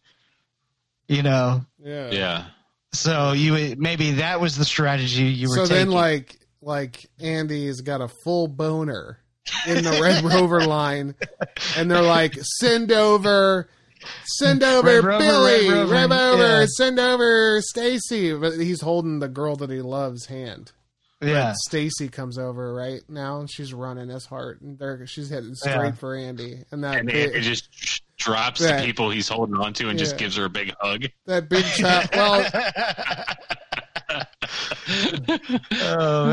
Speaker 2: you know,
Speaker 3: Yeah.
Speaker 4: yeah
Speaker 2: so you maybe that was the strategy you were
Speaker 3: So
Speaker 2: taking.
Speaker 3: then, like, like Andy's got a full boner in the
Speaker 2: [laughs]
Speaker 3: Red Rover line, and they're like, "Send over, send over
Speaker 2: Red Rover,
Speaker 3: Billy,
Speaker 2: Red
Speaker 3: Red
Speaker 2: Rover,"
Speaker 3: Rover,
Speaker 2: yeah.
Speaker 3: send over Stacy." But he's holding the girl that he loves hand.
Speaker 2: yeah,
Speaker 3: Stacy comes over right now, and she's running as hard, and they're, she's heading straight
Speaker 2: Yeah.
Speaker 3: for Andy. And that
Speaker 4: and
Speaker 3: big,
Speaker 4: it, it just drops
Speaker 3: Yeah.
Speaker 4: the people he's holding on to and just
Speaker 3: Yeah.
Speaker 4: gives her a big hug
Speaker 3: that big
Speaker 2: [laughs]
Speaker 3: chop. Well,
Speaker 2: oh man,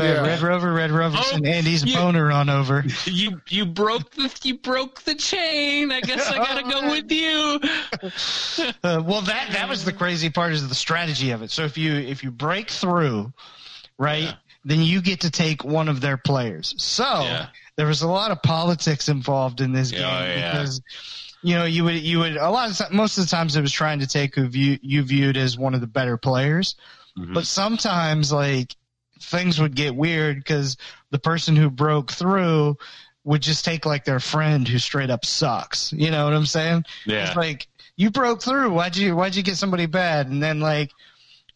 Speaker 3: Yeah.
Speaker 2: Red Rover, Red Rover,
Speaker 4: Oh,
Speaker 2: and Andy's
Speaker 4: yeah.
Speaker 2: boner on over.
Speaker 4: you you broke the you broke the chain. I guess I gotta go with you.
Speaker 2: Uh, well, that that was the crazy part is the strategy of it. So if you if you break through, right,
Speaker 4: Yeah.
Speaker 2: then you get to take one of their players. So
Speaker 4: Yeah.
Speaker 2: there was a lot of politics involved in this
Speaker 4: Yeah, oh,
Speaker 2: game
Speaker 4: yeah.
Speaker 2: because you know you would you would a lot of ti- most of the times it was trying to take who view, you viewed as one of the better players.
Speaker 4: Mm-hmm. Hmm.
Speaker 2: but sometimes like things would get weird because the person who broke through would just take like their friend who straight up sucks you know what i'm saying
Speaker 4: yeah,
Speaker 2: it's like you broke through. Why'd you why'd you get somebody bad? And then like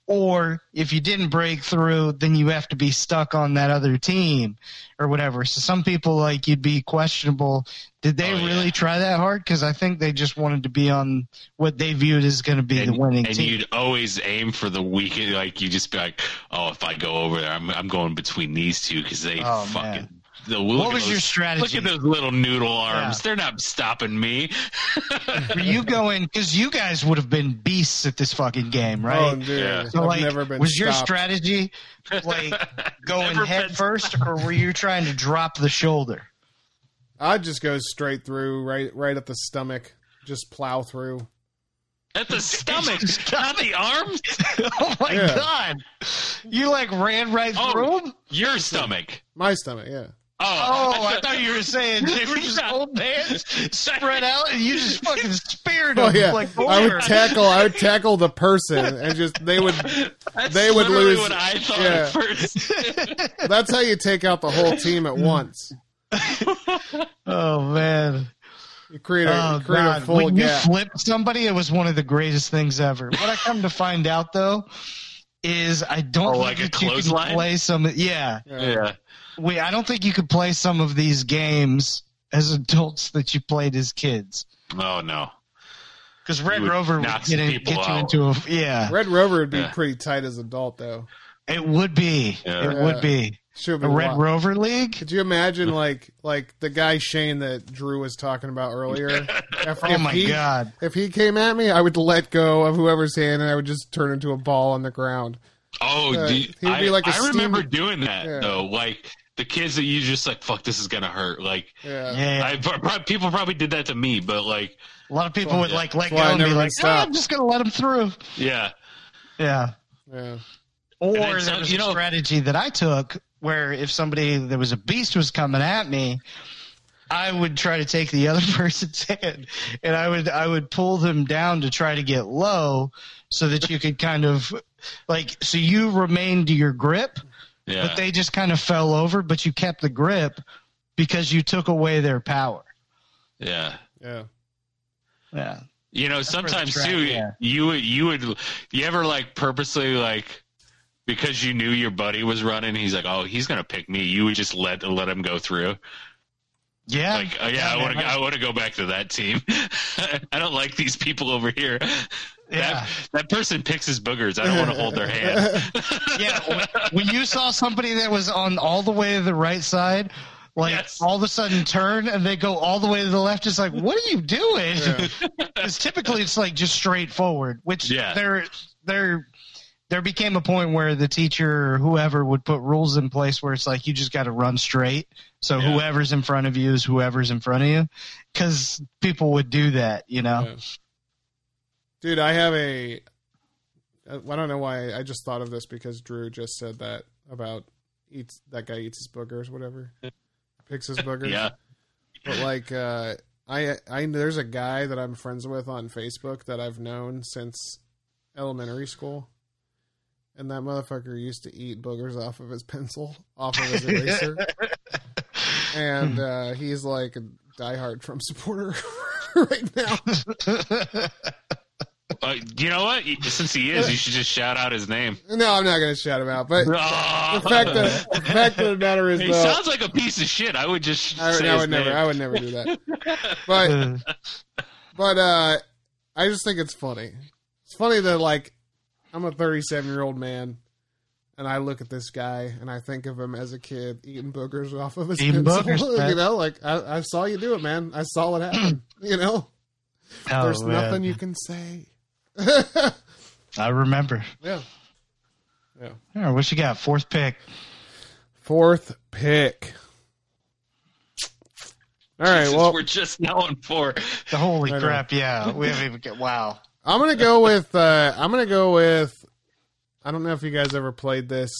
Speaker 2: or if you didn't break through, then you have to be stuck on that other team or whatever. So some people like you'd be questionable. Did they
Speaker 4: Oh, yeah.
Speaker 2: really try that hard? Because I think they just wanted to be on what they viewed as going to be the winning
Speaker 4: and
Speaker 2: team.
Speaker 4: you'd always aim for the weakest. Like you just be like, oh, if I go over there, I'm I'm going between these two because they
Speaker 2: Oh,
Speaker 4: fucking.
Speaker 2: man.
Speaker 4: The,
Speaker 2: What was your strategy?
Speaker 4: Look at those little noodle arms.
Speaker 2: Yeah.
Speaker 4: They're not stopping me.
Speaker 2: Were you going because you guys would have been beasts at this fucking game,
Speaker 3: Oh,
Speaker 2: right?
Speaker 3: dude,
Speaker 4: Yeah.
Speaker 3: I've
Speaker 2: So, like,
Speaker 3: never been
Speaker 2: was your
Speaker 3: stopped.
Speaker 2: strategy
Speaker 3: [laughs]
Speaker 2: like going
Speaker 4: Never
Speaker 2: head
Speaker 4: been
Speaker 2: first, or were you trying to drop the shoulder? [laughs]
Speaker 3: I'd just go straight through, right, right at the stomach, just plow through.
Speaker 4: At
Speaker 2: [laughs]
Speaker 4: the stomach, not the arms.
Speaker 2: oh my
Speaker 3: Yeah.
Speaker 2: god! You like ran right
Speaker 4: Oh.
Speaker 2: through 'em?
Speaker 4: Your stomach.
Speaker 3: My stomach, yeah.
Speaker 4: Oh,
Speaker 2: Oh, I thought you were
Speaker 4: [laughs]
Speaker 2: saying they were just
Speaker 4: Yeah.
Speaker 2: old hands
Speaker 4: [laughs]
Speaker 2: spread out, and you just fucking speared them
Speaker 3: Oh yeah,
Speaker 2: like
Speaker 3: I
Speaker 2: over.
Speaker 3: would tackle, I would tackle the person, and just they would.
Speaker 4: That's
Speaker 3: They would
Speaker 4: literally
Speaker 3: lose-
Speaker 4: What I thought
Speaker 3: yeah.
Speaker 4: at first. [laughs]
Speaker 3: That's how you take out the whole team at once.
Speaker 2: oh man!
Speaker 3: You create a,
Speaker 2: Oh
Speaker 3: you create a
Speaker 2: god!
Speaker 3: full
Speaker 2: When you
Speaker 3: gap.
Speaker 2: flipped somebody, it was one of the greatest things ever. What I come to find out though is I don't
Speaker 4: Or
Speaker 2: think
Speaker 4: like a
Speaker 2: that you can
Speaker 4: clothesline?
Speaker 2: play some. Yeah,
Speaker 4: yeah.
Speaker 2: we. I don't think you could play some of these games as adults that you played as kids.
Speaker 4: Oh no.
Speaker 2: Because Red
Speaker 4: You would
Speaker 2: Rover would
Speaker 4: knock
Speaker 2: get,
Speaker 4: some
Speaker 2: in,
Speaker 4: people
Speaker 2: get you
Speaker 4: out.
Speaker 2: into a yeah.
Speaker 3: Red Rover would be
Speaker 4: Yeah.
Speaker 3: pretty tight as adult though.
Speaker 2: It would be.
Speaker 4: Yeah.
Speaker 2: It would be
Speaker 3: Should have
Speaker 2: a
Speaker 3: been
Speaker 2: Red
Speaker 3: wild.
Speaker 2: Rover League.
Speaker 3: Could you imagine like like the guy Shane that Drew was talking about earlier? If,
Speaker 2: Oh
Speaker 3: if
Speaker 2: my
Speaker 3: he-
Speaker 2: god!
Speaker 3: If he came at me, I would let go of whoever's hand and I would just turn into a ball on the ground.
Speaker 4: Oh,
Speaker 3: Uh,
Speaker 4: do
Speaker 3: he
Speaker 4: you-
Speaker 3: would
Speaker 4: I,
Speaker 3: be like a
Speaker 4: I remember
Speaker 3: steam-
Speaker 4: doing that
Speaker 3: Yeah.
Speaker 4: though. Like the kids that you just like, fuck, this is gonna hurt. Like
Speaker 3: Yeah.
Speaker 2: Yeah,
Speaker 4: I pro- pro- people probably did that to me, but like,
Speaker 2: a lot of people would like let go
Speaker 3: why I
Speaker 2: and be
Speaker 3: never
Speaker 2: like,
Speaker 3: been
Speaker 2: "Ah,
Speaker 3: stopped."
Speaker 2: "I'm just gonna let them through."
Speaker 4: yeah,
Speaker 2: Yeah.
Speaker 3: yeah.
Speaker 2: Or
Speaker 4: And I-
Speaker 2: there was
Speaker 4: you
Speaker 2: a
Speaker 4: know-
Speaker 2: strategy that I took where if somebody there was a beast was coming at me, I would try to take the other [laughs] person's hand and I would I would pull them down to try to get low so that you could kind of like so you remained to your grip,
Speaker 4: yeah.
Speaker 2: but they just kind of fell over, but you kept the grip because you took away their power.
Speaker 4: Yeah.
Speaker 3: Yeah.
Speaker 2: Yeah.
Speaker 4: You know,
Speaker 2: where the
Speaker 4: sometimes
Speaker 2: track-
Speaker 4: too,
Speaker 2: yeah.
Speaker 4: you would you would you ever like purposely like because you knew your buddy was running, he's like, oh, he's gonna pick me. You would just let let him go through.
Speaker 2: Yeah.
Speaker 4: Like, oh, yeah, I
Speaker 2: man,
Speaker 4: want to
Speaker 2: that's-
Speaker 4: I want to go back to that team. [laughs] I don't like these people over here.
Speaker 2: Yeah.
Speaker 4: That, that person picks his boogers. I don't want to hold
Speaker 2: [laughs]
Speaker 4: their hand.
Speaker 2: yeah, when, when you saw somebody that was on all the way to the right side, like
Speaker 4: Yes.
Speaker 2: all of a sudden turn and they go all the way to the left, it's like, what are you doing?
Speaker 3: Yeah.
Speaker 2: Because typically [laughs] it's like just straight forward, which
Speaker 4: Yeah.
Speaker 2: there there there became a point where the teacher or whoever would put rules in place where it's like you just got to run straight. So
Speaker 4: Yeah.
Speaker 2: whoever's in front of you is whoever's in front of you, because people would do that, you know.
Speaker 3: Yeah. Dude, I have a. I don't know why I just thought of this because Drew just said that about eats that guy eats his boogers, whatever. Picks his boogers.
Speaker 4: yeah.
Speaker 3: But like, uh, I I there's a guy that I'm friends with on Facebook that I've known since elementary school, and that motherfucker used to eat boogers off of his pencil, off of
Speaker 4: [laughs]
Speaker 3: his eraser, and
Speaker 4: Hmm.
Speaker 3: uh, he's like a diehard Trump supporter [laughs] right now.
Speaker 4: Uh, you know what? Since he is, you should just shout out his name.
Speaker 3: No, I'm not gonna shout him out, but
Speaker 4: Oh.
Speaker 3: [laughs] the fact that the fact of the matter is
Speaker 4: He
Speaker 3: though,
Speaker 4: sounds like a piece of shit. I would just
Speaker 3: I,
Speaker 4: say
Speaker 3: I
Speaker 4: his
Speaker 3: would never,
Speaker 4: name.
Speaker 3: I would never do that.
Speaker 4: [laughs]
Speaker 3: But
Speaker 2: Uh,
Speaker 3: but uh, I just think it's funny. It's funny that like I'm a 37 year old man, and I look at this guy and I think of him as a kid eating boogers off of his
Speaker 2: Eating
Speaker 3: pencil.
Speaker 2: boogers, man.
Speaker 3: [laughs] you know, like I, I saw you do it, man. I saw it happen. [clears throat] you know,
Speaker 2: [laughs] oh,
Speaker 3: there's
Speaker 2: man.
Speaker 3: nothing you can say. [laughs]
Speaker 2: I remember.
Speaker 3: yeah, yeah.
Speaker 2: All right, what you got? Fourth pick.
Speaker 3: Fourth pick. All right,
Speaker 4: Since
Speaker 3: well,
Speaker 4: we're just now on
Speaker 3: [laughs]
Speaker 4: four.
Speaker 2: The holy
Speaker 3: I know.
Speaker 2: crap! Yeah, we haven't even. Get, wow.
Speaker 3: I'm gonna go with uh, I'm gonna go with I don't know if you guys ever played this,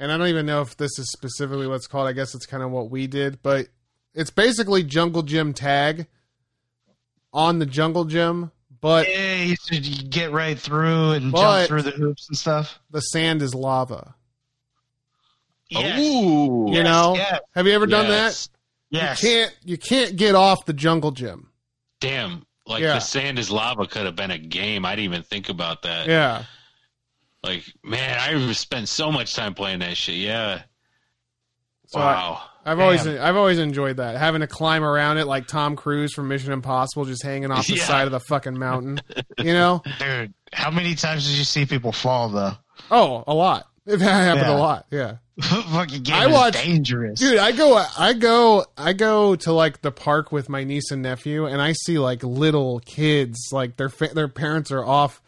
Speaker 3: and I don't even know if this is specifically what's called. I guess it's kind of what we did, but it's basically Jungle Gym Tag on the Jungle Gym, but
Speaker 2: Yeah, you should get right through and jump
Speaker 3: But-
Speaker 2: through the hoops and stuff.
Speaker 3: the sand is lava.
Speaker 4: Ooh.
Speaker 3: Oh, You know,
Speaker 2: yes.
Speaker 3: have you ever done
Speaker 4: Yes.
Speaker 2: Yes.
Speaker 3: that? You can't you can't get off the Jungle Gym.
Speaker 4: Damn. Like
Speaker 3: Yeah.
Speaker 4: the sand is lava could have been a game. I didn't even think about that.
Speaker 3: Yeah.
Speaker 4: Like, man, I spent so much time playing that shit. Yeah.
Speaker 3: So
Speaker 4: wow.
Speaker 3: I, have always I've always enjoyed that having to climb around it like Tom Cruise from Mission Impossible, just hanging off the
Speaker 4: Yeah.
Speaker 3: side of the fucking mountain. You know?
Speaker 2: Dude, how many times did you see people fall though? [laughs]
Speaker 3: Oh, a lot. It happened
Speaker 2: Yeah.
Speaker 3: a lot. Yeah.
Speaker 2: Fucking game
Speaker 3: I
Speaker 2: is
Speaker 3: watched-
Speaker 2: dangerous.
Speaker 3: dude i go i go i go to like the park with my niece and nephew and i see like little kids like their fa- their parents are off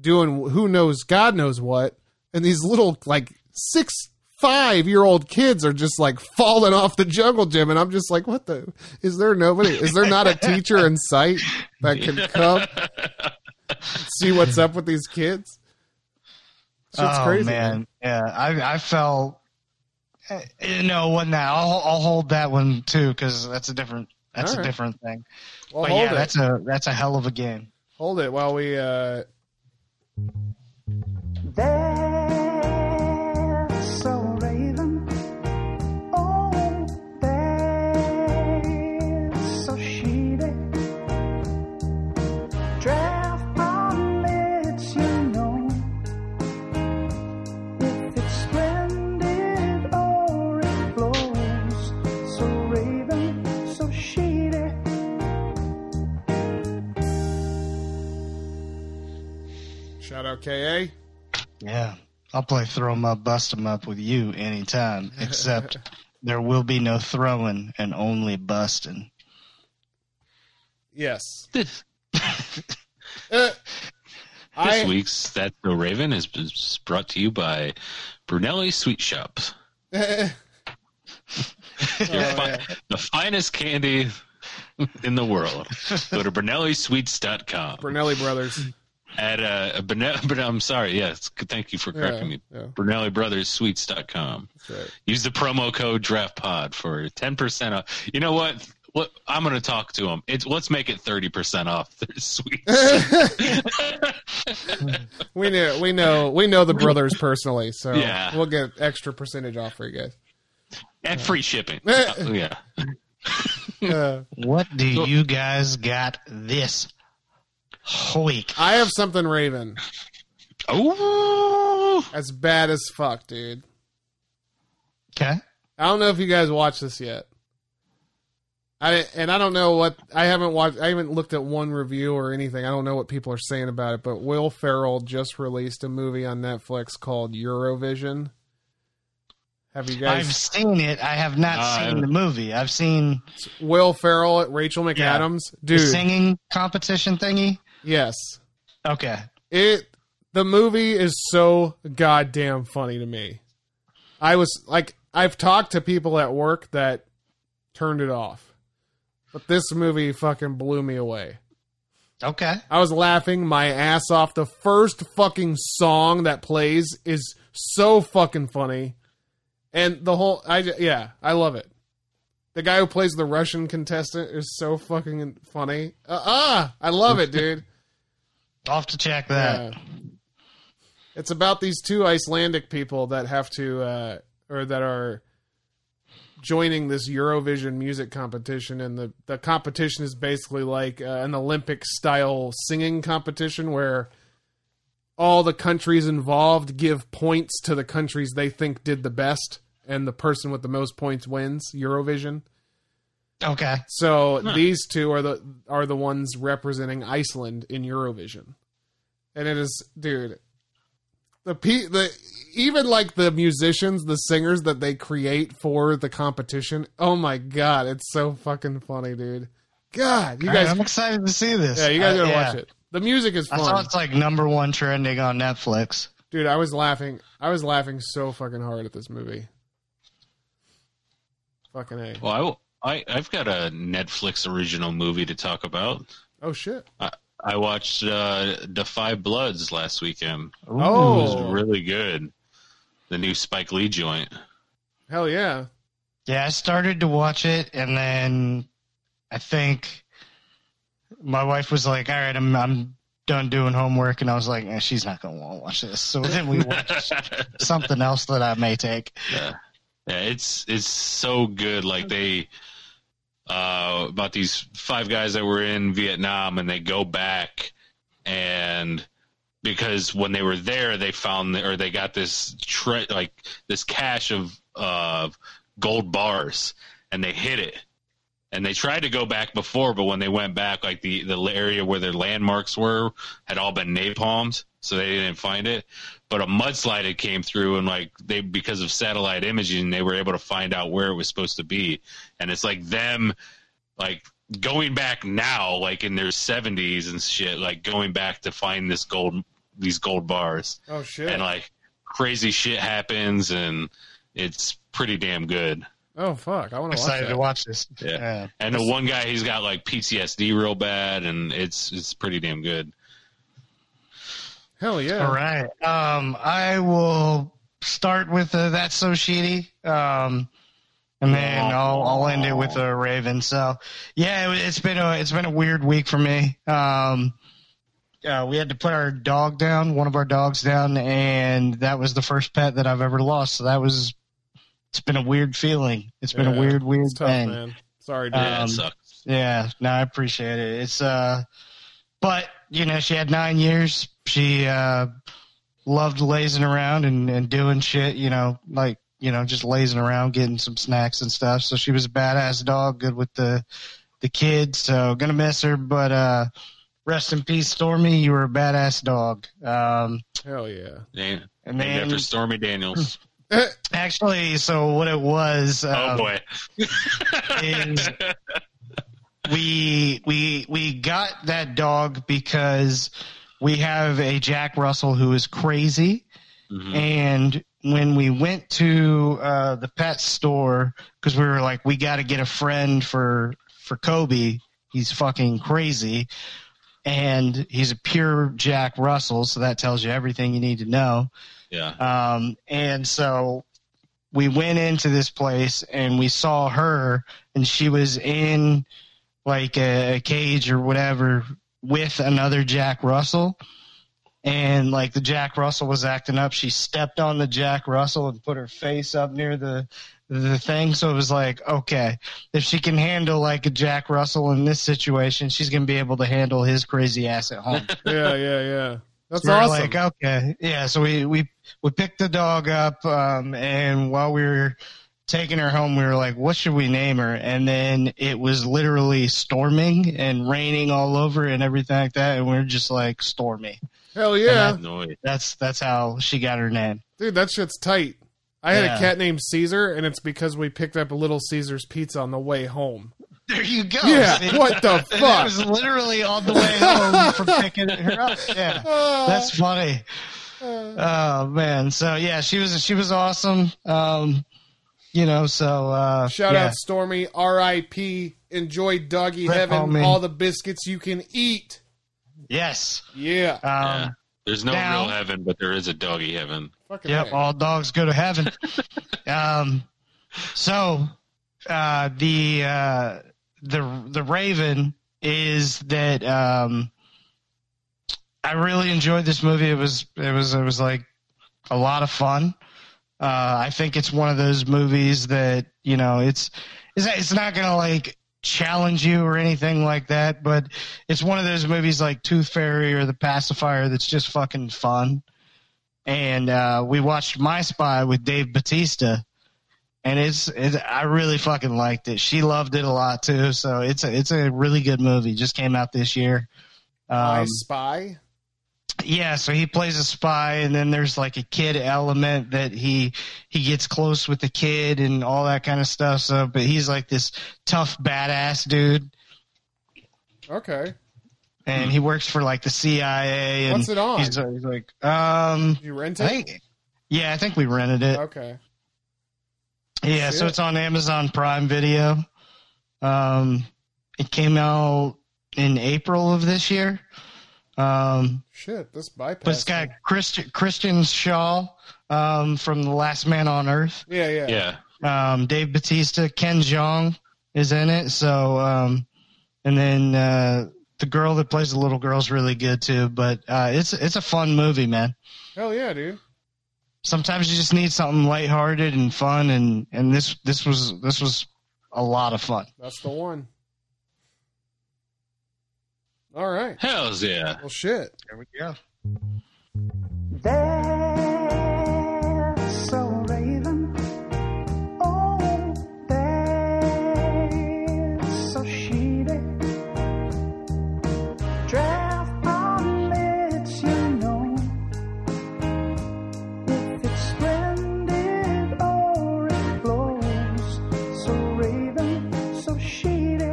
Speaker 3: doing who knows god knows what and these little like six five year old kids are just like falling off the jungle gym and i'm just like what the is there nobody is there not a teacher in sight that can come see what's up with these kids Shit's
Speaker 2: oh
Speaker 3: crazy
Speaker 2: man, yeah, I I fell. eh, No, it wasn't that. I'll I'll hold that one too because that's a different that's
Speaker 3: All
Speaker 2: a
Speaker 3: right.
Speaker 2: different thing.
Speaker 3: Well,
Speaker 2: but
Speaker 3: hold
Speaker 2: yeah,
Speaker 3: it.
Speaker 2: that's a that's a hell of a game.
Speaker 3: Hold it while we uh shout out ka
Speaker 2: Yeah, I'll play throw 'em up, bust 'em up with you
Speaker 3: [laughs]
Speaker 2: anytime. Except there will be no throwing and only busting.
Speaker 3: yes
Speaker 4: This,
Speaker 3: Uh, I,
Speaker 4: this week's That's No Raven is is brought to you by Brunelli
Speaker 3: [laughs]
Speaker 4: Sweet Shop. Your
Speaker 3: Oh,
Speaker 4: fi-
Speaker 3: yeah.
Speaker 4: The finest candy in the world. Go to BrunelliSweets.com.
Speaker 3: Brunelli Brothers.
Speaker 4: at uh, Brunel, but I'm sorry. Yes, thank you for correcting me.
Speaker 3: yeah.
Speaker 4: Brunelli Brothers Sweets.com.
Speaker 3: That's right.
Speaker 4: Use the promo code DraftPod for 10% off. You know what? What I'm going to talk to them. It's let's make it 30% off their
Speaker 3: [laughs]
Speaker 4: [laughs] sweets.
Speaker 3: We know, we know, we know the brothers personally, so
Speaker 4: Yeah.
Speaker 3: we'll get extra percentage off for you guys.
Speaker 4: and free shipping. Uh, yeah.
Speaker 3: Uh,
Speaker 2: What do you guys got this week?
Speaker 3: I have something Raven
Speaker 4: Oh.
Speaker 3: that's bad as fuck, dude.
Speaker 2: Okay,
Speaker 3: I don't know if you guys watched this yet. I and I don't know what I haven't watched. I haven't looked at one review or anything. I don't know what people are saying about it. But Will Ferrell just released a movie on Netflix called Eurovision. Have you guys?
Speaker 2: I've seen it. I have not
Speaker 4: Uh,
Speaker 2: seen the movie. I've seen
Speaker 3: Will Ferrell at Rachel
Speaker 2: Yeah.
Speaker 3: McAdams,
Speaker 2: the
Speaker 3: dude.
Speaker 2: singing competition thingy.
Speaker 3: Yes,
Speaker 2: Okay.
Speaker 3: it. The movie is so goddamn funny to me. I was like, I've talked to people at work that turned it off, but this movie fucking blew me away.
Speaker 2: Okay.
Speaker 3: I was laughing my ass off. The first fucking song that plays is so fucking funny, and the whole I ju- yeah I love it. The guy who plays the Russian contestant is so fucking funny. Uh, ah, I love it, dude.
Speaker 2: I'll have to check that.
Speaker 3: Yeah. It's about these two Icelandic people that have to uh, or that are joining this Eurovision music competition, and the the competition is basically like uh, an Olympic style singing competition where all the countries involved give points to the countries they think did the best, and the person with the most points wins Eurovision.
Speaker 2: Okay.
Speaker 3: So these two are the are the ones representing Iceland in Eurovision, and it is dude, the pe the even like the musicians, the singers that they create for the competition. Oh my god, it's so fucking funny, dude. God, you
Speaker 2: All right,
Speaker 3: guys,
Speaker 2: I'm excited to see this.
Speaker 3: yeah, you guys
Speaker 2: Uh,
Speaker 3: gotta
Speaker 2: yeah.
Speaker 3: watch it. The music is
Speaker 2: I saw
Speaker 3: fun,
Speaker 2: it's like number one trending on Netflix.
Speaker 3: dude. I was laughing, I was laughing so fucking hard at this movie. Fucking a.
Speaker 4: Well, I, I, I've got a Netflix original movie to talk about.
Speaker 3: Oh shit.
Speaker 4: I, I watched uh, Defy Bloods last weekend. It was
Speaker 3: Oh
Speaker 4: really good. The new Spike Lee joint. [laughs]
Speaker 3: hell yeah.
Speaker 2: Yeah, I started to watch it, and then I think my wife was like, "All right, I'm I'm done doing homework," and I was like, eh, "She's not gonna want to watch this." So then we
Speaker 4: [laughs]
Speaker 2: watched something else that I may take.
Speaker 4: Yeah, it's it's so good. Like they uh, about these five guys that were in Vietnam and they go back and because when they were there they found or they got this tre- like this cache of uh, gold bars and they hid it and they tried to go back before but when they went back like the the area where their landmarks were had all been napalmed so they didn't find it but a mudslide had came through and like they because of satellite imaging they were able to find out where it was supposed to be and it's like them like going back now like in their 70s and shit like going back to find this gold these gold bars
Speaker 3: Oh shit.
Speaker 4: and like crazy shit happens and it's pretty damn good
Speaker 3: oh fuck. I want to watch
Speaker 2: excited
Speaker 3: that.
Speaker 2: to watch this.
Speaker 4: Yeah. and the one guy he's got like PTSD real bad and it's it's pretty damn good
Speaker 3: Hell yeah.
Speaker 2: All right. Um, I will start with uh, that's so shitty. Um, and then I'll I'll end it with a Raven. So yeah, it, it's been a it's been a weird week for me. Um, uh, we had to put our dog down, one of our dogs down, and that was the first pet that I've ever lost. So that was it's been a weird feeling. It's been
Speaker 3: Yeah.
Speaker 2: a weird weird
Speaker 3: It's tough,
Speaker 2: thing.
Speaker 3: man. Sorry, dude.
Speaker 4: yeah
Speaker 2: Um,
Speaker 4: it sucks
Speaker 2: Yeah, no, I appreciate it. It's uh, but you know, she had nine years. She uh, loved lazing around and and doing shit. You know, like you know, just lazing around, getting some snacks and stuff. So she was a badass dog, good with the the kids. So gonna miss her, but uh, rest in peace, Stormy. You were a badass dog. Um,
Speaker 3: Hell yeah.
Speaker 4: named,
Speaker 2: and
Speaker 4: named
Speaker 2: then
Speaker 4: after Stormy Daniels
Speaker 2: actually, so what it was?
Speaker 4: oh
Speaker 2: um,
Speaker 4: boy
Speaker 2: is we we we got that dog because we have a Jack Russell who is crazy,
Speaker 4: Mhm.
Speaker 2: and when we went to uh, the pet store because we were like, we got to get a friend for for Kobe. He's fucking crazy, and he's a pure Jack Russell, so that tells you everything you need to know.
Speaker 4: yeah
Speaker 2: Um, and so we went into this place and we saw her, and she was in like a, a cage or whatever with another Jack Russell. And like the Jack Russell was acting up, she stepped on the Jack Russell and put her face up near the the thing. So it was like, okay, if she can handle like a Jack Russell in this situation, she's gonna be able to handle his crazy ass at home.
Speaker 3: Yeah, yeah, yeah. That's
Speaker 2: We were
Speaker 3: awesome.
Speaker 2: Like, okay, yeah. So we we we picked the dog up, um, and while we were taking her home, we were like, "What should we name her?" And then it was literally storming and raining all over and everything like that, and we were just like, "Stormy." uh,
Speaker 3: Hell yeah.
Speaker 4: Annoyed.
Speaker 2: That's that's how she got her name.
Speaker 3: Dude, that shit's tight. I had a
Speaker 2: Yeah.
Speaker 3: cat named Caesar, and it's because we picked up a Little Caesar's pizza on the way home.
Speaker 2: There you go.
Speaker 3: yeah, what the
Speaker 2: Oh, [laughs] And that
Speaker 3: fuck?
Speaker 2: was literally on the way home from picking her up. Yeah. That's
Speaker 3: [laughs]
Speaker 2: funny. Oh man. So yeah, she was she was awesome. Um you know, so uh
Speaker 3: Shout
Speaker 2: yeah.
Speaker 3: out Stormy, R.I.P. Enjoy doggy
Speaker 2: Rip,
Speaker 3: heaven,
Speaker 2: homie.
Speaker 3: all the biscuits you can eat.
Speaker 2: Yes.
Speaker 3: Yeah,
Speaker 2: Um
Speaker 4: Yeah. there's no
Speaker 2: now-
Speaker 4: real heaven but there is a doggy heaven
Speaker 3: fucking
Speaker 2: Yep, um,
Speaker 3: A.
Speaker 2: all dogs go to heaven. um, so uh, the uh, the the Raven is that um, I really enjoyed this movie. It was it was it was like a lot of fun. Uh, I think it's one of those movies that you know it's it's, it's not gonna like challenge you or anything like that, but it's one of those movies like Tooth Fairy or The Pacifier that's just fucking fun and uh, we watched My Spy with Dave Batista, and it's, it's I really fucking liked it. She loved it a lot too, so it's a it's a really good movie. Just came out this year.
Speaker 3: I
Speaker 2: Um,
Speaker 3: spy.
Speaker 2: yeah, so he plays a spy, and then there's like a kid element that he he gets close with the kid and all that kind of stuff. So, but he's like this tough badass dude,
Speaker 3: Okay,
Speaker 2: and he works for like the CIA. And
Speaker 3: what's it on?
Speaker 2: He's, uh, he's like, um,
Speaker 3: you rent
Speaker 2: I
Speaker 3: it?
Speaker 2: think, yeah, I think we rented it.
Speaker 3: Okay,
Speaker 2: Yeah,
Speaker 3: See
Speaker 2: so
Speaker 3: it?
Speaker 2: it's on Amazon Prime Video. Um, it came out in April of this year. Um,
Speaker 3: shit, this bypass.
Speaker 2: but it's got Christian Christian Shaw um, from The Last Man on Earth.
Speaker 3: yeah, yeah,
Speaker 4: yeah
Speaker 2: Um, Dave Batista, Ken Jeong is in it. So, um, and then uh, the girl that plays the little girl's really good too. But uh, it's it's a fun movie, man
Speaker 3: Hell yeah, dude.
Speaker 2: sometimes you just need something lighthearted and fun and and this this was this was a lot of fun.
Speaker 3: That's the one. All right.
Speaker 4: Hells yeah.
Speaker 3: Well, shit.
Speaker 2: There we go.
Speaker 5: They're so raven. Oh, they're so shady. Draft on lets you know if it's splendid or it blows. So raven, so shady.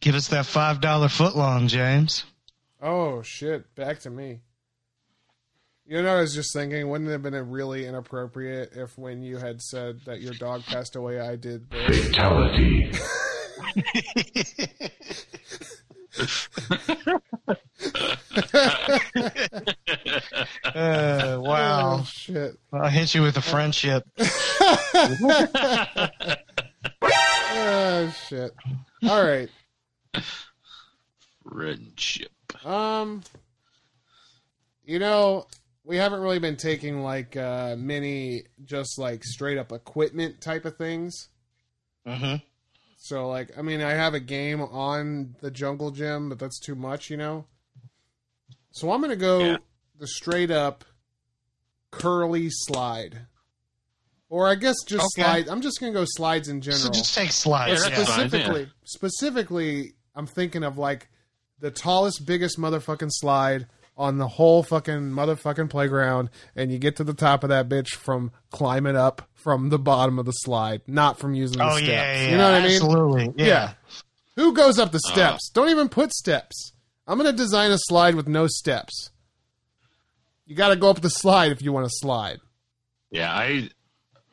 Speaker 2: Give us that five dollar footlong, James.
Speaker 3: Oh shit! Back to me. You know, I was just thinking, wouldn't it have been really inappropriate if, when you had said that your dog passed away, I did this.
Speaker 6: Fatality.
Speaker 2: Uh,
Speaker 3: Oh
Speaker 2: wow.
Speaker 3: shit!
Speaker 2: I'll hit you with a friendship.
Speaker 3: Oh shit! All right.
Speaker 4: Friendship.
Speaker 3: Um, you know, we haven't really been taking like uh many just like straight up equipment type of things.
Speaker 2: Mm-hmm.
Speaker 3: So like, I mean, I have a game on the jungle gym, but that's too much, you know. So I'm gonna go
Speaker 4: Yeah.
Speaker 3: the straight up curly slide, or I guess just
Speaker 2: Okay.
Speaker 3: slide. I'm just gonna go slides in general.
Speaker 2: So just take
Speaker 3: But
Speaker 2: slides.
Speaker 4: Yeah, that's fine.
Speaker 3: specifically, specifically, I'm thinking of like the tallest, biggest motherfucking slide on the whole fucking motherfucking playground, and you get to the top of that bitch from climbing up from the bottom of the slide, not from using the
Speaker 2: Oh
Speaker 3: steps.
Speaker 2: yeah, yeah,
Speaker 3: you know what I mean?
Speaker 2: Absolutely. Yeah.
Speaker 3: Yeah. Who goes up the
Speaker 4: Oh.
Speaker 3: steps? Don't even put steps. I'm going to design a slide with no steps. You got to go up the slide if you want to slide.
Speaker 4: Yeah, I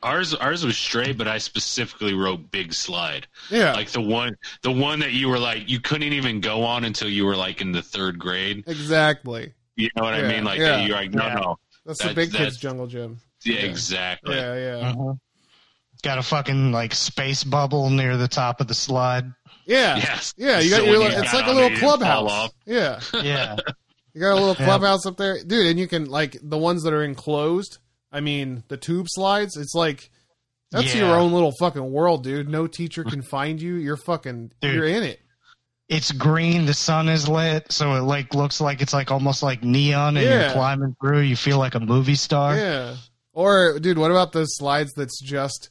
Speaker 4: ours ours was straight, but I specifically wrote big slide.
Speaker 3: Yeah.
Speaker 4: Like the one the one that you were like you couldn't even go on until you were like in the third grade.
Speaker 3: exactly.
Speaker 4: You know what
Speaker 3: Yeah,
Speaker 4: I mean? Like
Speaker 3: yeah.
Speaker 4: you're like, no,
Speaker 2: Yeah.
Speaker 4: no.
Speaker 3: That's, the
Speaker 4: That's-
Speaker 3: big kids
Speaker 4: that's-
Speaker 3: jungle gym.
Speaker 4: Yeah, exactly.
Speaker 3: Yeah, yeah.
Speaker 2: Mhm. Got a fucking like space bubble near the top of the slide.
Speaker 3: Yeah.
Speaker 4: Yes.
Speaker 3: Yeah, you got
Speaker 4: So
Speaker 3: your
Speaker 4: when
Speaker 3: little,
Speaker 4: you
Speaker 3: it's
Speaker 4: got
Speaker 3: like a
Speaker 4: on
Speaker 3: little
Speaker 4: it, you fall
Speaker 3: clubhouse.
Speaker 4: off.
Speaker 3: Yeah. [laughs]
Speaker 2: Yeah.
Speaker 3: You got a little
Speaker 2: [laughs] Yeah.
Speaker 3: clubhouse up there. Dude, and you can like the ones that are enclosed, I mean, the tube slides, it's like that's
Speaker 2: Yeah.
Speaker 3: your own little fucking world, dude. No teacher can find you. You're fucking
Speaker 2: Dude.
Speaker 3: you're in it.
Speaker 2: it's green, the sun is lit, so it like looks like it's like almost like neon and
Speaker 3: Yeah.
Speaker 2: you're climbing through, you feel like a movie star.
Speaker 3: Yeah. Or dude, what about those slides that's just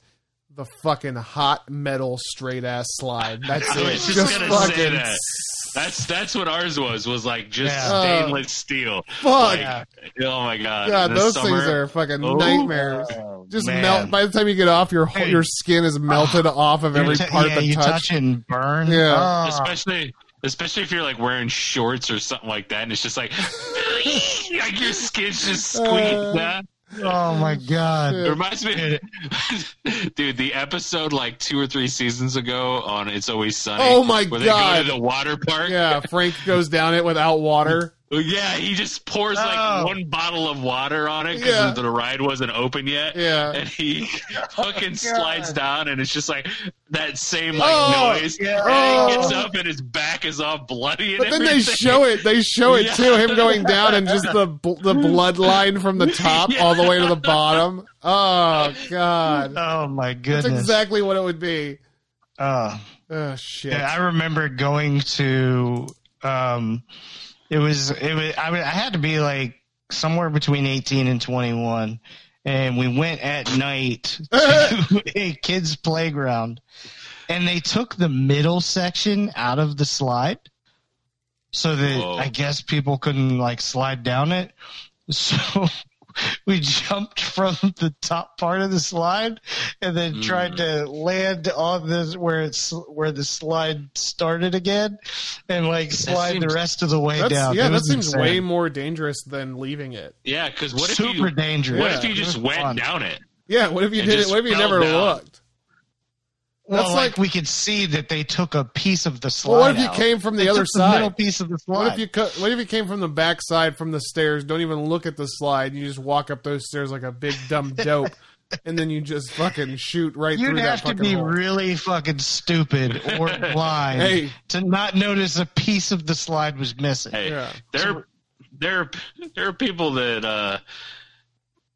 Speaker 3: the fucking hot metal straight ass
Speaker 4: [laughs]
Speaker 3: slide? That's
Speaker 4: I
Speaker 3: it.
Speaker 4: was just gonna say that. That's that's what ours was was like just
Speaker 2: Yeah.
Speaker 4: stainless steel.
Speaker 3: Fuck.
Speaker 4: Like, oh my god!
Speaker 3: God,
Speaker 4: In the
Speaker 3: those
Speaker 4: summer-
Speaker 3: things are fucking
Speaker 4: Oh,
Speaker 3: nightmares. Just
Speaker 2: man.
Speaker 3: melt. By the time you get off, your whole,
Speaker 2: Dude.
Speaker 3: your skin is melted
Speaker 4: Ah.
Speaker 3: off of
Speaker 2: You
Speaker 3: every
Speaker 2: t-
Speaker 3: part
Speaker 2: yeah,
Speaker 3: that
Speaker 2: you touch.
Speaker 3: touch.
Speaker 2: it and burn.
Speaker 3: Yeah.
Speaker 2: Ah.
Speaker 4: especially especially if you're like wearing shorts or something like that, and it's just like [laughs] like your skin's just
Speaker 3: Uh,
Speaker 4: squeezed. out.
Speaker 2: oh my god.
Speaker 4: It reminds me, [laughs] dude, the episode like two or three seasons ago on It's Always Sunny.
Speaker 3: Oh my
Speaker 4: where
Speaker 3: God.
Speaker 4: They go to the water park.
Speaker 3: Yeah, Frank goes down it without water.
Speaker 4: Yeah, he just pours
Speaker 2: Oh.
Speaker 4: like one bottle of water on it because
Speaker 3: Yeah.
Speaker 4: the ride wasn't open yet.
Speaker 3: Yeah.
Speaker 4: And he
Speaker 3: [laughs]
Speaker 4: fucking slides down, and it's just like that same like
Speaker 3: Oh,
Speaker 4: noise.
Speaker 2: yeah.
Speaker 4: And he
Speaker 3: Oh.
Speaker 4: gets up, and his back is all bloody. And
Speaker 3: But then they
Speaker 4: everything.
Speaker 3: show it. They show it
Speaker 4: Yeah.
Speaker 3: too. Him going down and just the bl- the bloodline from the
Speaker 4: [laughs]
Speaker 3: top all the way to the bottom. Oh god,
Speaker 2: Oh my goodness.
Speaker 3: that's exactly what it would be.
Speaker 2: Ah.
Speaker 3: Oh shit.
Speaker 2: Yeah, I remember going to. Um, it was it was I, wa- I had to be like somewhere between eighteen and twenty one, and we went at night to a kids' playground, and they took the middle section out of the slide, so that
Speaker 4: Whoa.
Speaker 2: I guess people couldn't like slide down it. [laughs] So. We jumped from the top part of the slide and then tried to
Speaker 4: Mm.
Speaker 2: land on this where it's where the slide started again, and like slide
Speaker 4: seems-
Speaker 2: the rest of the way
Speaker 3: That's,
Speaker 2: down.
Speaker 3: yeah,
Speaker 2: It
Speaker 3: that
Speaker 2: was
Speaker 3: seems
Speaker 2: insane.
Speaker 3: way more dangerous than leaving it.
Speaker 4: Yeah, because what if
Speaker 2: super
Speaker 4: you
Speaker 2: dangerous.
Speaker 4: what
Speaker 3: Yeah,
Speaker 4: if you
Speaker 2: It
Speaker 4: just
Speaker 2: was
Speaker 4: went
Speaker 2: fun.
Speaker 4: down it?
Speaker 3: Yeah, what if you
Speaker 4: It
Speaker 3: did it?
Speaker 4: just
Speaker 3: What if you
Speaker 4: fell
Speaker 3: never
Speaker 4: down.
Speaker 3: looked?
Speaker 2: Well,
Speaker 3: That's
Speaker 2: like,
Speaker 3: like-
Speaker 2: we could see that they took a piece of the slide.
Speaker 3: Well, what if you
Speaker 2: out.
Speaker 3: came from the
Speaker 2: They
Speaker 3: other
Speaker 2: took
Speaker 3: side?
Speaker 2: middle piece of the slide.
Speaker 3: What if you co- what if you came from the back side from the stairs? Don't even look at the slide. You just walk up those stairs like a big
Speaker 2: [laughs]
Speaker 3: dumb dope, and then you just fucking shoot right
Speaker 2: You'd
Speaker 3: through
Speaker 2: have
Speaker 3: that
Speaker 2: to
Speaker 3: fucking
Speaker 2: be
Speaker 3: hole.
Speaker 2: really fucking stupid or
Speaker 3: [laughs]
Speaker 2: blind
Speaker 3: Hey.
Speaker 2: to not notice a piece of the slide was missing.
Speaker 4: Hey,
Speaker 3: Yeah.
Speaker 4: there there there are people that uh,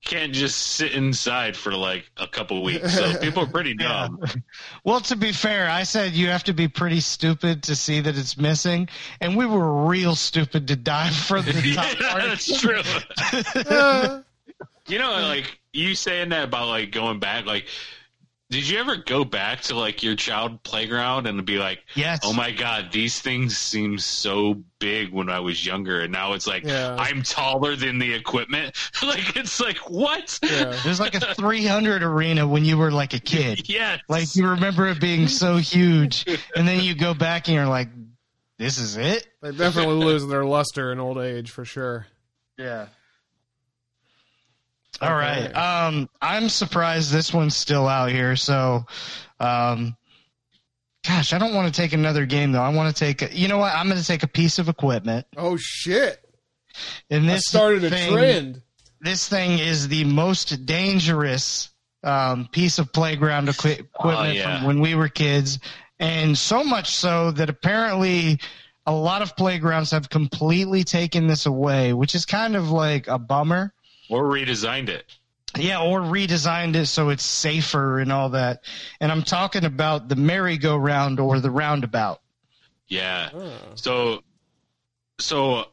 Speaker 4: can't just sit inside for like a couple weeks.
Speaker 3: [laughs]
Speaker 4: So people are pretty dumb.
Speaker 2: Well, to be fair, I said you have to be pretty stupid to see that it's missing, and we were real stupid to dive for the
Speaker 4: [laughs] Yeah,
Speaker 2: top part.
Speaker 4: that's true.
Speaker 3: Uh,
Speaker 4: You know, like you saying that about like going back. Like, did you ever go back to like your child playground and be like,
Speaker 2: Yes.
Speaker 4: "Oh my god, these things seem so big when I was younger, and now it's like
Speaker 3: Yeah.
Speaker 4: I'm taller than the equipment." [laughs] like, it's like what?
Speaker 3: yeah.
Speaker 2: There's like a 300 arena when you were like a kid.
Speaker 4: [laughs] Yes.
Speaker 2: Like you remember it being so huge, and then you go back and you're like, "This is it."
Speaker 3: They definitely lose their luster in old age for sure.
Speaker 2: Yeah. All right. Um, I'm surprised this one's still out here. So, um, gosh, I don't want to take another game though. I want to take. A, you know what? I'm going to take a piece of equipment.
Speaker 3: Oh shit!
Speaker 2: And
Speaker 3: I
Speaker 2: this
Speaker 3: started a
Speaker 2: thing-
Speaker 3: trend.
Speaker 2: This thing is the most dangerous um, piece of playground equi- equipment
Speaker 4: yeah.
Speaker 2: from when we were kids, and so much so that apparently a lot of playgrounds have completely taken this away, which is kind of like a bummer.
Speaker 4: or redesigned it.
Speaker 2: Yeah, or redesigned it so it's safer and all that. And I'm talking about the merry-go-round or the roundabout.
Speaker 4: Yeah.
Speaker 3: Oh.
Speaker 4: So, so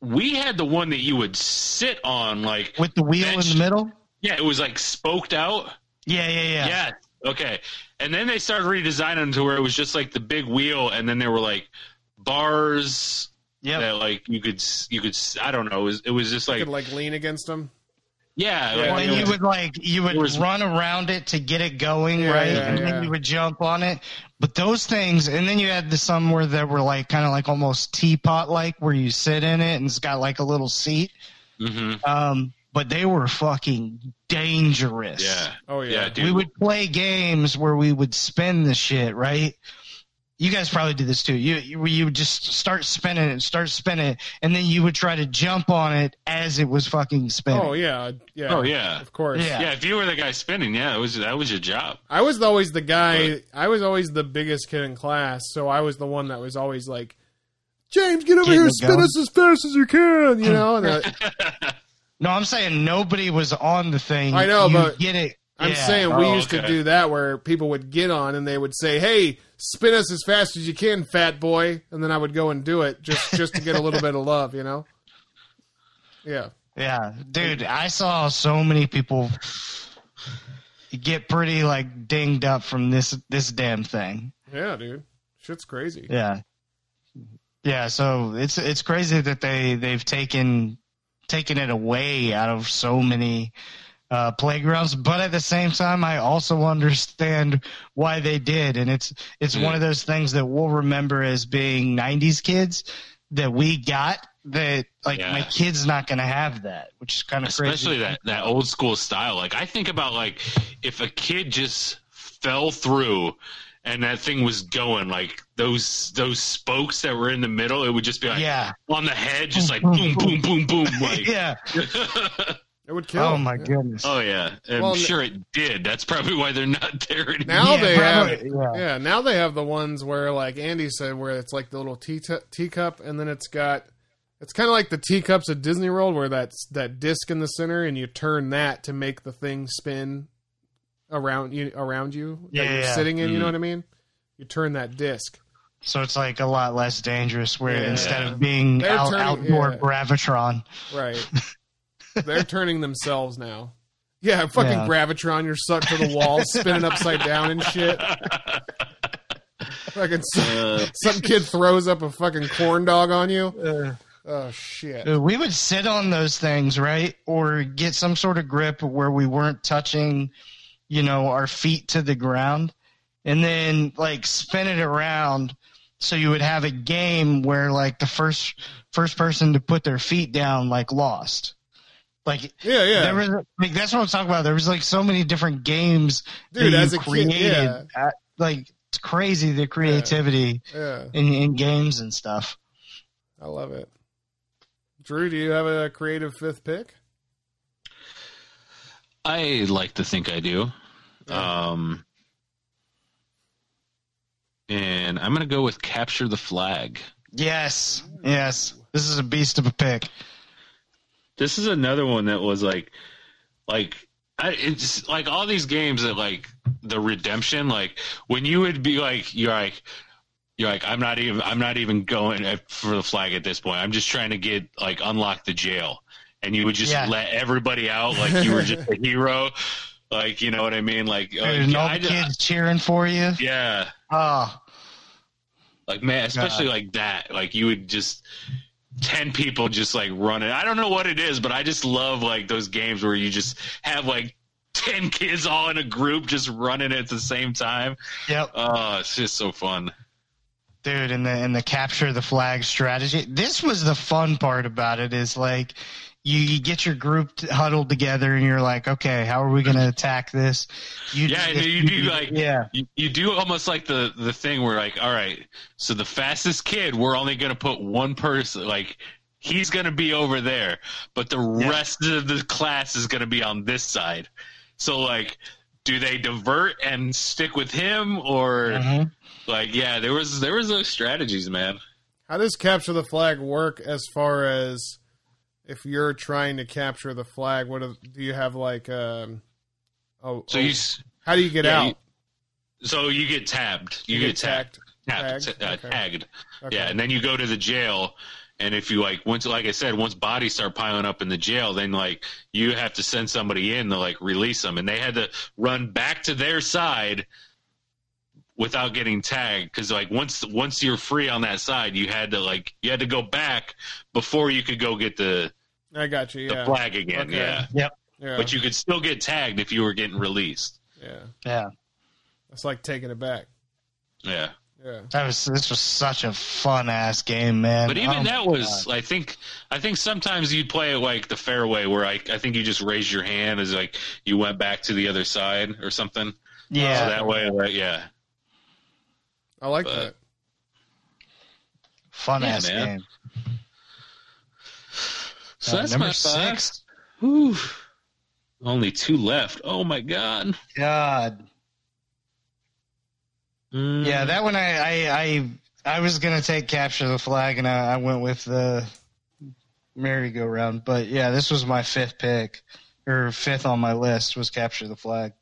Speaker 4: we had the one that you would sit on, like
Speaker 2: With the wheel
Speaker 4: Bench.
Speaker 2: in the middle?
Speaker 4: yeah, it was like spoked out.
Speaker 2: Yeah, yeah, yeah.
Speaker 4: Yeah. Okay. And then they started redesigning to where it was just like the big wheel, and then there were like bars
Speaker 2: Yep.
Speaker 4: that like you could s- you could s- I don't know it was, it was just
Speaker 3: You
Speaker 4: like
Speaker 3: could like lean against them.
Speaker 4: yeah,
Speaker 3: Yeah.
Speaker 4: like,
Speaker 2: And
Speaker 4: it
Speaker 2: you
Speaker 4: was-
Speaker 2: would like you would
Speaker 4: It was-
Speaker 2: run around it to get it going,
Speaker 3: Yeah,
Speaker 2: right?
Speaker 3: yeah,
Speaker 2: and
Speaker 3: yeah.
Speaker 2: then you would jump on it. But those things, and then you had the some where that were like kind of like almost teapot like, where you sit in it and it's got like a little seat.
Speaker 4: Mhm.
Speaker 2: Um, but they were fucking dangerous.
Speaker 4: yeah
Speaker 3: Oh yeah.
Speaker 4: yeah dude
Speaker 2: we would play games where we would spin the shit, right? You guys probably did this too. You you, you would just start spinning it, start spinning it, and then you would try to jump on it as it was fucking spinning.
Speaker 3: Oh yeah. Yeah.
Speaker 4: oh yeah.
Speaker 3: Of course.
Speaker 2: Yeah.
Speaker 4: yeah if you were the guy spinning yeah it was that was your job
Speaker 3: I was always the guy. I was always the biggest kid in class, so I was the one that was always like, "James, get over
Speaker 2: Getting
Speaker 3: here,
Speaker 2: it
Speaker 3: spin
Speaker 2: going.
Speaker 3: us as fast as you can," you know. And uh,
Speaker 2: [laughs]
Speaker 3: I,
Speaker 2: No, I'm saying nobody was on the thing.
Speaker 3: I know,
Speaker 2: You
Speaker 3: but
Speaker 2: get it.
Speaker 3: I'm
Speaker 2: Yeah.
Speaker 3: saying we
Speaker 4: Oh,
Speaker 3: used to
Speaker 4: okay.
Speaker 3: do that where people would get on and they would say, "Hey, spin us as fast as you can, fat boy," and then I would go and do it just just to get a little bit of love, you know. Yeah.
Speaker 2: Yeah, dude, I saw so many people get pretty like dinged up from this this damn thing.
Speaker 3: Yeah, dude. Shit's crazy.
Speaker 2: Yeah. Yeah, so it's it's crazy that they they've taken taken it away out of so many uh, playgrounds, but at the same time, I also understand why they did, and it's it's
Speaker 4: Mm-hmm.
Speaker 2: one of those things that we'll remember as being '90s kids that we got that like
Speaker 4: Yeah.
Speaker 2: my kid's not going to have that, which is kind of crazy.
Speaker 4: especially that that old school style like I think about like if a kid just fell through and that thing was going like those those spokes that were in the middle it would just be like
Speaker 2: yeah,
Speaker 4: on the head just like boom boom boom boom
Speaker 2: [laughs]
Speaker 4: like
Speaker 2: yeah.
Speaker 3: It would kill.
Speaker 2: Oh my
Speaker 3: Yeah.
Speaker 2: goodness.
Speaker 4: Oh yeah, I'm
Speaker 3: Well,
Speaker 4: sure it did. That's probably why they're not [laughs] there anymore.
Speaker 3: Now
Speaker 2: Yeah,
Speaker 3: they have
Speaker 2: probably, yeah.
Speaker 3: Yeah, now they have the ones where, like Andy said, where it's like the little tea tu- teacup, and then it's got, it's kind of like the teacups at Disney World, where that's that disc in the center, and you turn that to make the thing spin around you, around you that
Speaker 2: Yeah,
Speaker 3: you're
Speaker 2: yeah. Mm-hmm.
Speaker 3: sitting in. You know
Speaker 4: Mhm.
Speaker 3: what I mean? You turn that disc.
Speaker 2: So it's like a lot less dangerous. Where
Speaker 3: Yeah.
Speaker 2: instead of being
Speaker 3: They're
Speaker 2: out,
Speaker 3: turning-
Speaker 2: outdoor
Speaker 3: yeah.
Speaker 2: gravitron,
Speaker 3: Right.
Speaker 2: [laughs]
Speaker 3: They're turning themselves now. Yeah, fucking
Speaker 2: Yeah.
Speaker 3: gravitron, you're stuck to the wall, spinning upside down
Speaker 2: [laughs]
Speaker 3: and shit. Fucking s-
Speaker 4: Uh,
Speaker 3: some kid throws up a fucking corn dog on you. Oh shit.
Speaker 2: Uh, we would sit on those things, right, or get some sort of grip where we weren't touching, you know, our feet to the ground, and then like spin it around. So you would have a game where like the first first person to put their feet down like lost. Like
Speaker 3: Yeah, yeah.
Speaker 2: there was like that's what I'm talking about. There was like so many different games
Speaker 3: Dude,
Speaker 2: that you
Speaker 3: as a kid,
Speaker 2: created.
Speaker 3: yeah.
Speaker 2: Uh, like it's crazy the creativity
Speaker 3: yeah,
Speaker 2: in, in games and stuff.
Speaker 3: I love it. Drew, do you have a creative fifth pick?
Speaker 4: I like to think I do. Um, and I'm gonna go with capture the flag.
Speaker 2: Yes, yes. This is a beast of a pick.
Speaker 4: This is another one that was like, like I, it's like all these games that like the redemption, like when you would be like, you're like, you're like, I'm not even, I'm not even going at- for the flag at this point. I'm just trying to get like unlock the jail, and you would just
Speaker 2: Yeah.
Speaker 4: let everybody out like you
Speaker 2: [laughs]
Speaker 4: were just a hero, like you know what I mean? Like,
Speaker 2: There's
Speaker 4: like,
Speaker 2: no
Speaker 4: Oh, I-
Speaker 2: kids cheering for you.
Speaker 4: yeah,
Speaker 2: Oh,
Speaker 4: like man, especially like that, like you would just. 10 people just like running. I don't know what it is, but I just love like those games where you just have like [laughs] 10 kids all in a group just running at the same time.
Speaker 2: yep,
Speaker 4: Oh, it's just so fun.
Speaker 2: dude. And the and the capture the flag strategy. This was the fun part about it. Is like you, you get your group t- huddled together, and you're like, okay, how are we going to attack this? You
Speaker 4: Yeah,
Speaker 2: do
Speaker 4: and
Speaker 2: this,
Speaker 4: you do like
Speaker 2: yeah.
Speaker 4: you, you do almost like the the thing where like, all right, so the fastest kid, we're only gonna put one person like he's gonna be over there, but the rest of the class is gonna be on this side. So like do they divert and stick with him or
Speaker 2: Mhm.
Speaker 3: Mm-hmm.
Speaker 4: like yeah, there was there was those strategies, man.
Speaker 3: How does capture the flag work as far as if you're trying to capture the flag? What do do you have like? Um, oh,
Speaker 4: So
Speaker 3: oh,
Speaker 4: you s-
Speaker 3: how do you get
Speaker 4: yeah,
Speaker 3: out?
Speaker 4: you- so you get tabbed. You, get, tagged. Tabbed,
Speaker 3: Tagged?
Speaker 4: t- uh,
Speaker 3: Okay.
Speaker 4: tagged.
Speaker 3: Okay.
Speaker 4: Yeah, and then you go to the jail, and if you like once, like I said, once bodies start piling up in the jail, then like you have to send somebody in to like release them, and they had to run back to their side without getting tagged because like once once you're free on that side, you had to like you had to go back before you could go get the,
Speaker 3: I got you.
Speaker 4: the
Speaker 3: Yeah,
Speaker 4: flag again.
Speaker 3: Okay.
Speaker 4: Yeah.
Speaker 2: Yep.
Speaker 3: yeah,
Speaker 4: but you could still get tagged if you were getting released.
Speaker 3: yeah.
Speaker 2: Yeah.
Speaker 3: It's like taking it back.
Speaker 4: Yeah.
Speaker 3: Yeah,
Speaker 2: That was this was such a fun ass game, man.
Speaker 4: But
Speaker 2: Oh
Speaker 4: even
Speaker 2: my
Speaker 4: that was, I think, I think sometimes you'd play it like the fairway, where I, I think you just raised your hand as like you went back to the other side or something.
Speaker 2: God. yeah.
Speaker 4: So Oh, that way, like, yeah,
Speaker 3: I like
Speaker 4: But-
Speaker 3: that.
Speaker 2: Fun
Speaker 4: Yeah,
Speaker 2: ass
Speaker 4: man.
Speaker 2: game.
Speaker 4: so
Speaker 2: Uh,
Speaker 4: that's
Speaker 2: number
Speaker 4: my five.
Speaker 2: six.
Speaker 4: Whew. Only two left. Oh my god.
Speaker 2: God.
Speaker 4: Mm.
Speaker 2: Yeah, that one I I I, I was gonna take capture the flag, and I, I went with the merry-go-round. But yeah, this was my fifth pick or fifth on my list was capture the flag.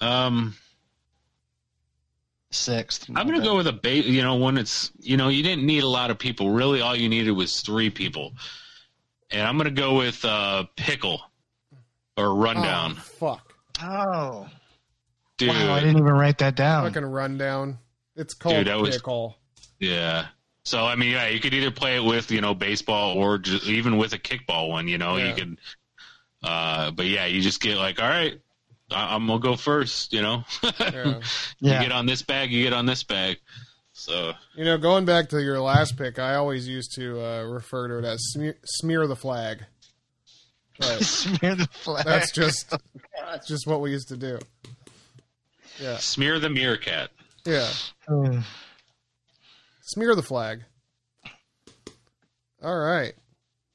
Speaker 4: Um,
Speaker 2: Sixth.
Speaker 4: I'm gonna go with a bait. You know, one that's you know you didn't need a lot of people. Really, all you needed was three people. And I'm gonna go with uh, pickle or rundown,
Speaker 3: Oh, fuck.
Speaker 2: Oh.
Speaker 4: dude.
Speaker 2: Wow, I didn't even write that down.
Speaker 3: Fucking rundown. It's called
Speaker 4: Dude, that was-
Speaker 3: pickle.
Speaker 4: Yeah. So I mean, yeah, you could either play it with you know baseball or just, even with a kickball one. You know,
Speaker 3: Yeah.
Speaker 4: you could. Uh, but yeah, you just get like, all right, I- I'm gonna go first. You know, [laughs]
Speaker 3: Yeah.
Speaker 4: you
Speaker 2: Yeah.
Speaker 4: get on this bag, you get on this bag. So
Speaker 3: You know, going back to your last pick, I always used to uh, refer to it as smear, smear the flag. But
Speaker 2: [laughs] Smear the flag. [laughs]
Speaker 3: that's just that's just what we used to do. Yeah,
Speaker 4: smear the meerkat. [laughs]
Speaker 3: yeah.
Speaker 2: Uh,
Speaker 3: Smear the flag. All right,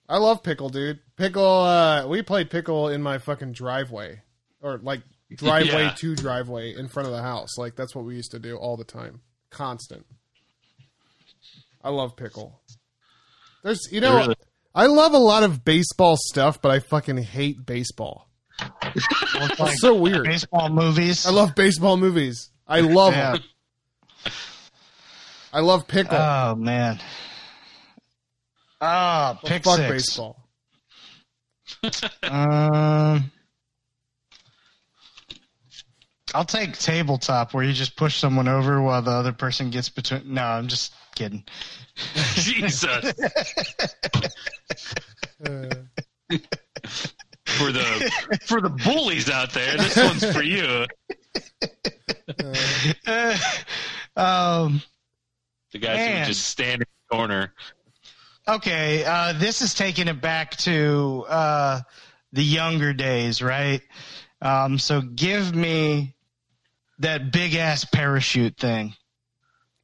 Speaker 3: I love pickle, dude. Pickle. Uh, we played pickle in my fucking driveway, or [laughs] like driveway
Speaker 4: Yeah.
Speaker 3: to driveway in front of the house. Like that's what we used to do all the time, constant. I love pickle. There's, you know,
Speaker 4: Really?
Speaker 3: I love a lot of baseball stuff, but I fucking hate baseball.
Speaker 2: looks like
Speaker 3: [laughs] It's so weird.
Speaker 2: baseball movies.
Speaker 3: I love baseball movies. I love them. I love pickle.
Speaker 2: Oh man. Ah,
Speaker 3: Well,
Speaker 2: pick
Speaker 3: fuck
Speaker 2: six.
Speaker 3: baseball.
Speaker 2: Um, I'll take tabletop where you just push someone over while the other person gets between. No, I'm just kidding. [laughs]
Speaker 4: Jesus.
Speaker 3: Uh,
Speaker 4: For the for the bullies out there, this one's for you.
Speaker 2: um,
Speaker 4: The guys who
Speaker 2: Man.
Speaker 4: just stand in the corner.
Speaker 2: okay, uh, this is taking it back to uh, the younger days, right? Um, so give me that big ass parachute thing.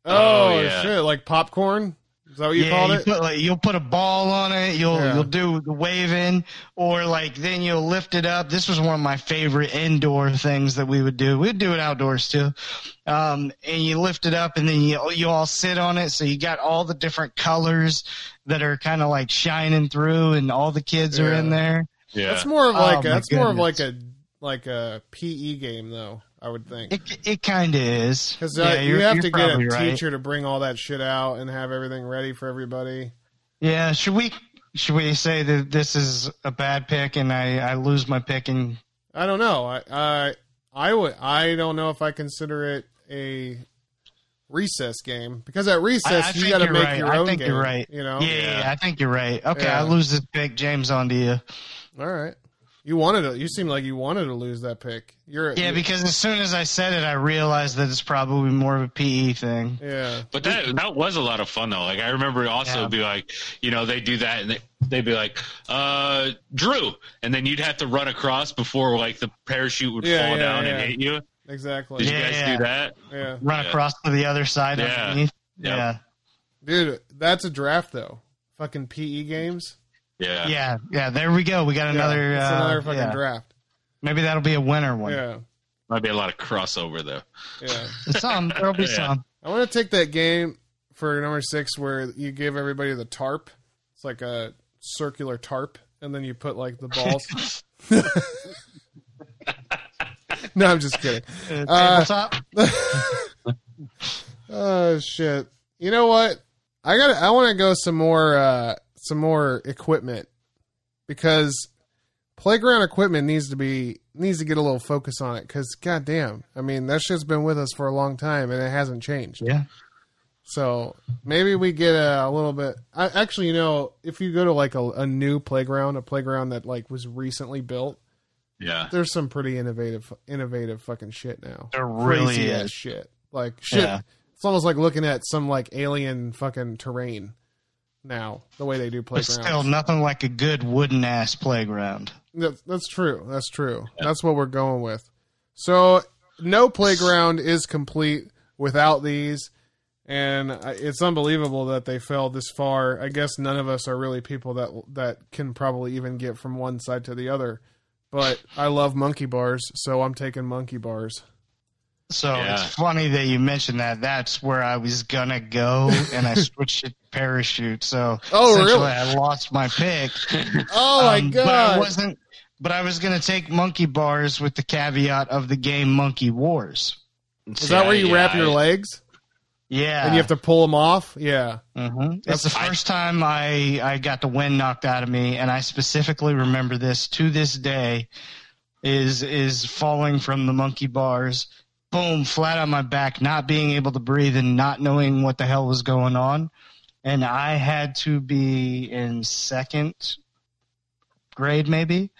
Speaker 3: Oh,
Speaker 4: Oh, yeah.
Speaker 3: shit! Like popcorn. Is that what you called
Speaker 2: you
Speaker 3: it?
Speaker 2: Put, like, you'll put a ball on it. You'll
Speaker 3: Yeah.
Speaker 2: you'll do the waving, or like then you'll lift it up. This was one of my favorite indoor things that we would do. We'd do it outdoors too. Um, and you lift it up, and then you you all sit on it. So you got all the different colors that are kind of like shining through, and all the kids are
Speaker 3: Yeah.
Speaker 2: in there.
Speaker 4: Yeah.
Speaker 3: That's more of like a,
Speaker 2: Oh, my
Speaker 3: that's more of like a like a PE game though. I would think
Speaker 2: It it kind of is.
Speaker 3: because uh,
Speaker 2: Yeah,
Speaker 3: you
Speaker 2: you're-
Speaker 3: have
Speaker 2: you're
Speaker 3: to get a
Speaker 2: probably right.
Speaker 3: teacher to bring all that shit out and have everything ready for everybody.
Speaker 2: Yeah, should we should we say that this is a bad pick and I I lose my pick and
Speaker 3: I don't know. I I I would I don't know if I consider it a recess game because at recess
Speaker 2: I- I
Speaker 3: you
Speaker 2: think
Speaker 3: got to
Speaker 2: you're
Speaker 3: make
Speaker 2: right.
Speaker 3: your
Speaker 2: I
Speaker 3: own
Speaker 2: think
Speaker 3: game.
Speaker 2: you're right.
Speaker 3: You know.
Speaker 2: yeah, yeah, yeah, I think you're right. Okay,
Speaker 3: Yeah.
Speaker 2: I lose this pick. James, on to you.
Speaker 3: All right. You wanted to. You seem like you wanted to lose that pick. You're
Speaker 2: Yeah, because as soon as I said it, I realized that it's probably more of a PE thing.
Speaker 3: yeah.
Speaker 4: But that that was a lot of fun though. Like I remember also
Speaker 2: Yeah.
Speaker 4: be like, you know, they do that and they they'd be like, uh, Drew, and then you'd have to run across before like the parachute would
Speaker 3: Yeah,
Speaker 4: fall
Speaker 3: yeah,
Speaker 4: down
Speaker 3: yeah.
Speaker 4: and hit you.
Speaker 3: Exactly.
Speaker 4: Did
Speaker 3: Yeah.
Speaker 4: you guys
Speaker 2: Yeah.
Speaker 4: do that?
Speaker 2: Run
Speaker 4: Yeah.
Speaker 2: across to the other side
Speaker 4: Yeah.
Speaker 2: underneath.
Speaker 4: Yep.
Speaker 2: Yeah,
Speaker 3: dude, that's a draft though. Fucking PE games.
Speaker 4: Yeah.
Speaker 2: yeah, yeah. There we go. We got another.
Speaker 3: Yeah, it's
Speaker 2: uh,
Speaker 3: another fucking
Speaker 2: yeah.
Speaker 3: draft.
Speaker 2: Maybe that'll be a winner one.
Speaker 3: Yeah,
Speaker 4: Might be a lot of crossover though.
Speaker 3: yeah.
Speaker 2: Some there'll be
Speaker 4: [laughs] Yeah.
Speaker 2: some.
Speaker 3: I want to take that game for number six where you give everybody the tarp. It's like a circular tarp, and then you put like
Speaker 2: [laughs]
Speaker 3: the balls. [laughs] no, I'm just kidding.
Speaker 2: Uh,
Speaker 3: Uh,
Speaker 2: tabletop.
Speaker 3: Oh shit! You know what? I got. to I want to go some more. Uh, some more equipment because playground equipment needs to be needs to get a little focus on it. Because goddamn, I mean that shit's been with us for a long time and it hasn't changed.
Speaker 2: yeah.
Speaker 3: So maybe we get a, a little bit. I, actually, you know, if you go to like a, a new playground, a playground that like was recently built,
Speaker 4: Yeah.
Speaker 3: there's some pretty innovative, innovative fucking shit now.
Speaker 2: There really
Speaker 3: Crazy
Speaker 2: is.
Speaker 3: ass shit. Like shit.
Speaker 2: Yeah.
Speaker 3: It's almost like looking at some like alien fucking terrain now. The way they do
Speaker 2: But
Speaker 3: playgrounds.
Speaker 2: still, nothing like a good wooden ass playground.
Speaker 3: That's, that's true. That's true. That's what we're going with. So no playground is complete without these, and I- it's unbelievable that they fell this far. I guess none of us are really people that that can probably even get from one side to the other. But I love monkey bars, so I'm taking
Speaker 2: [laughs]
Speaker 3: monkey bars.
Speaker 2: So
Speaker 4: Yeah.
Speaker 2: it's funny that you mentioned that. That's where I was gonna go, and I switched it to parachute. So
Speaker 3: Oh,
Speaker 2: essentially,
Speaker 3: really?
Speaker 2: I lost my pick.
Speaker 3: Oh my
Speaker 2: Um, But I
Speaker 3: god!
Speaker 2: wasn't. But I was gonna take monkey bars with the caveat of the game Monkey Wars.
Speaker 3: is that where you wrap your legs
Speaker 2: Yeah,
Speaker 3: and you have to pull them off? Yeah.
Speaker 2: Mhm. It's the first time I I got the wind knocked out of me, and I specifically remember this to this day. Is is falling from the monkey bars, boom, flat on my back, not being able to breathe and not knowing what the hell was going on, and I had to be in second grade maybe.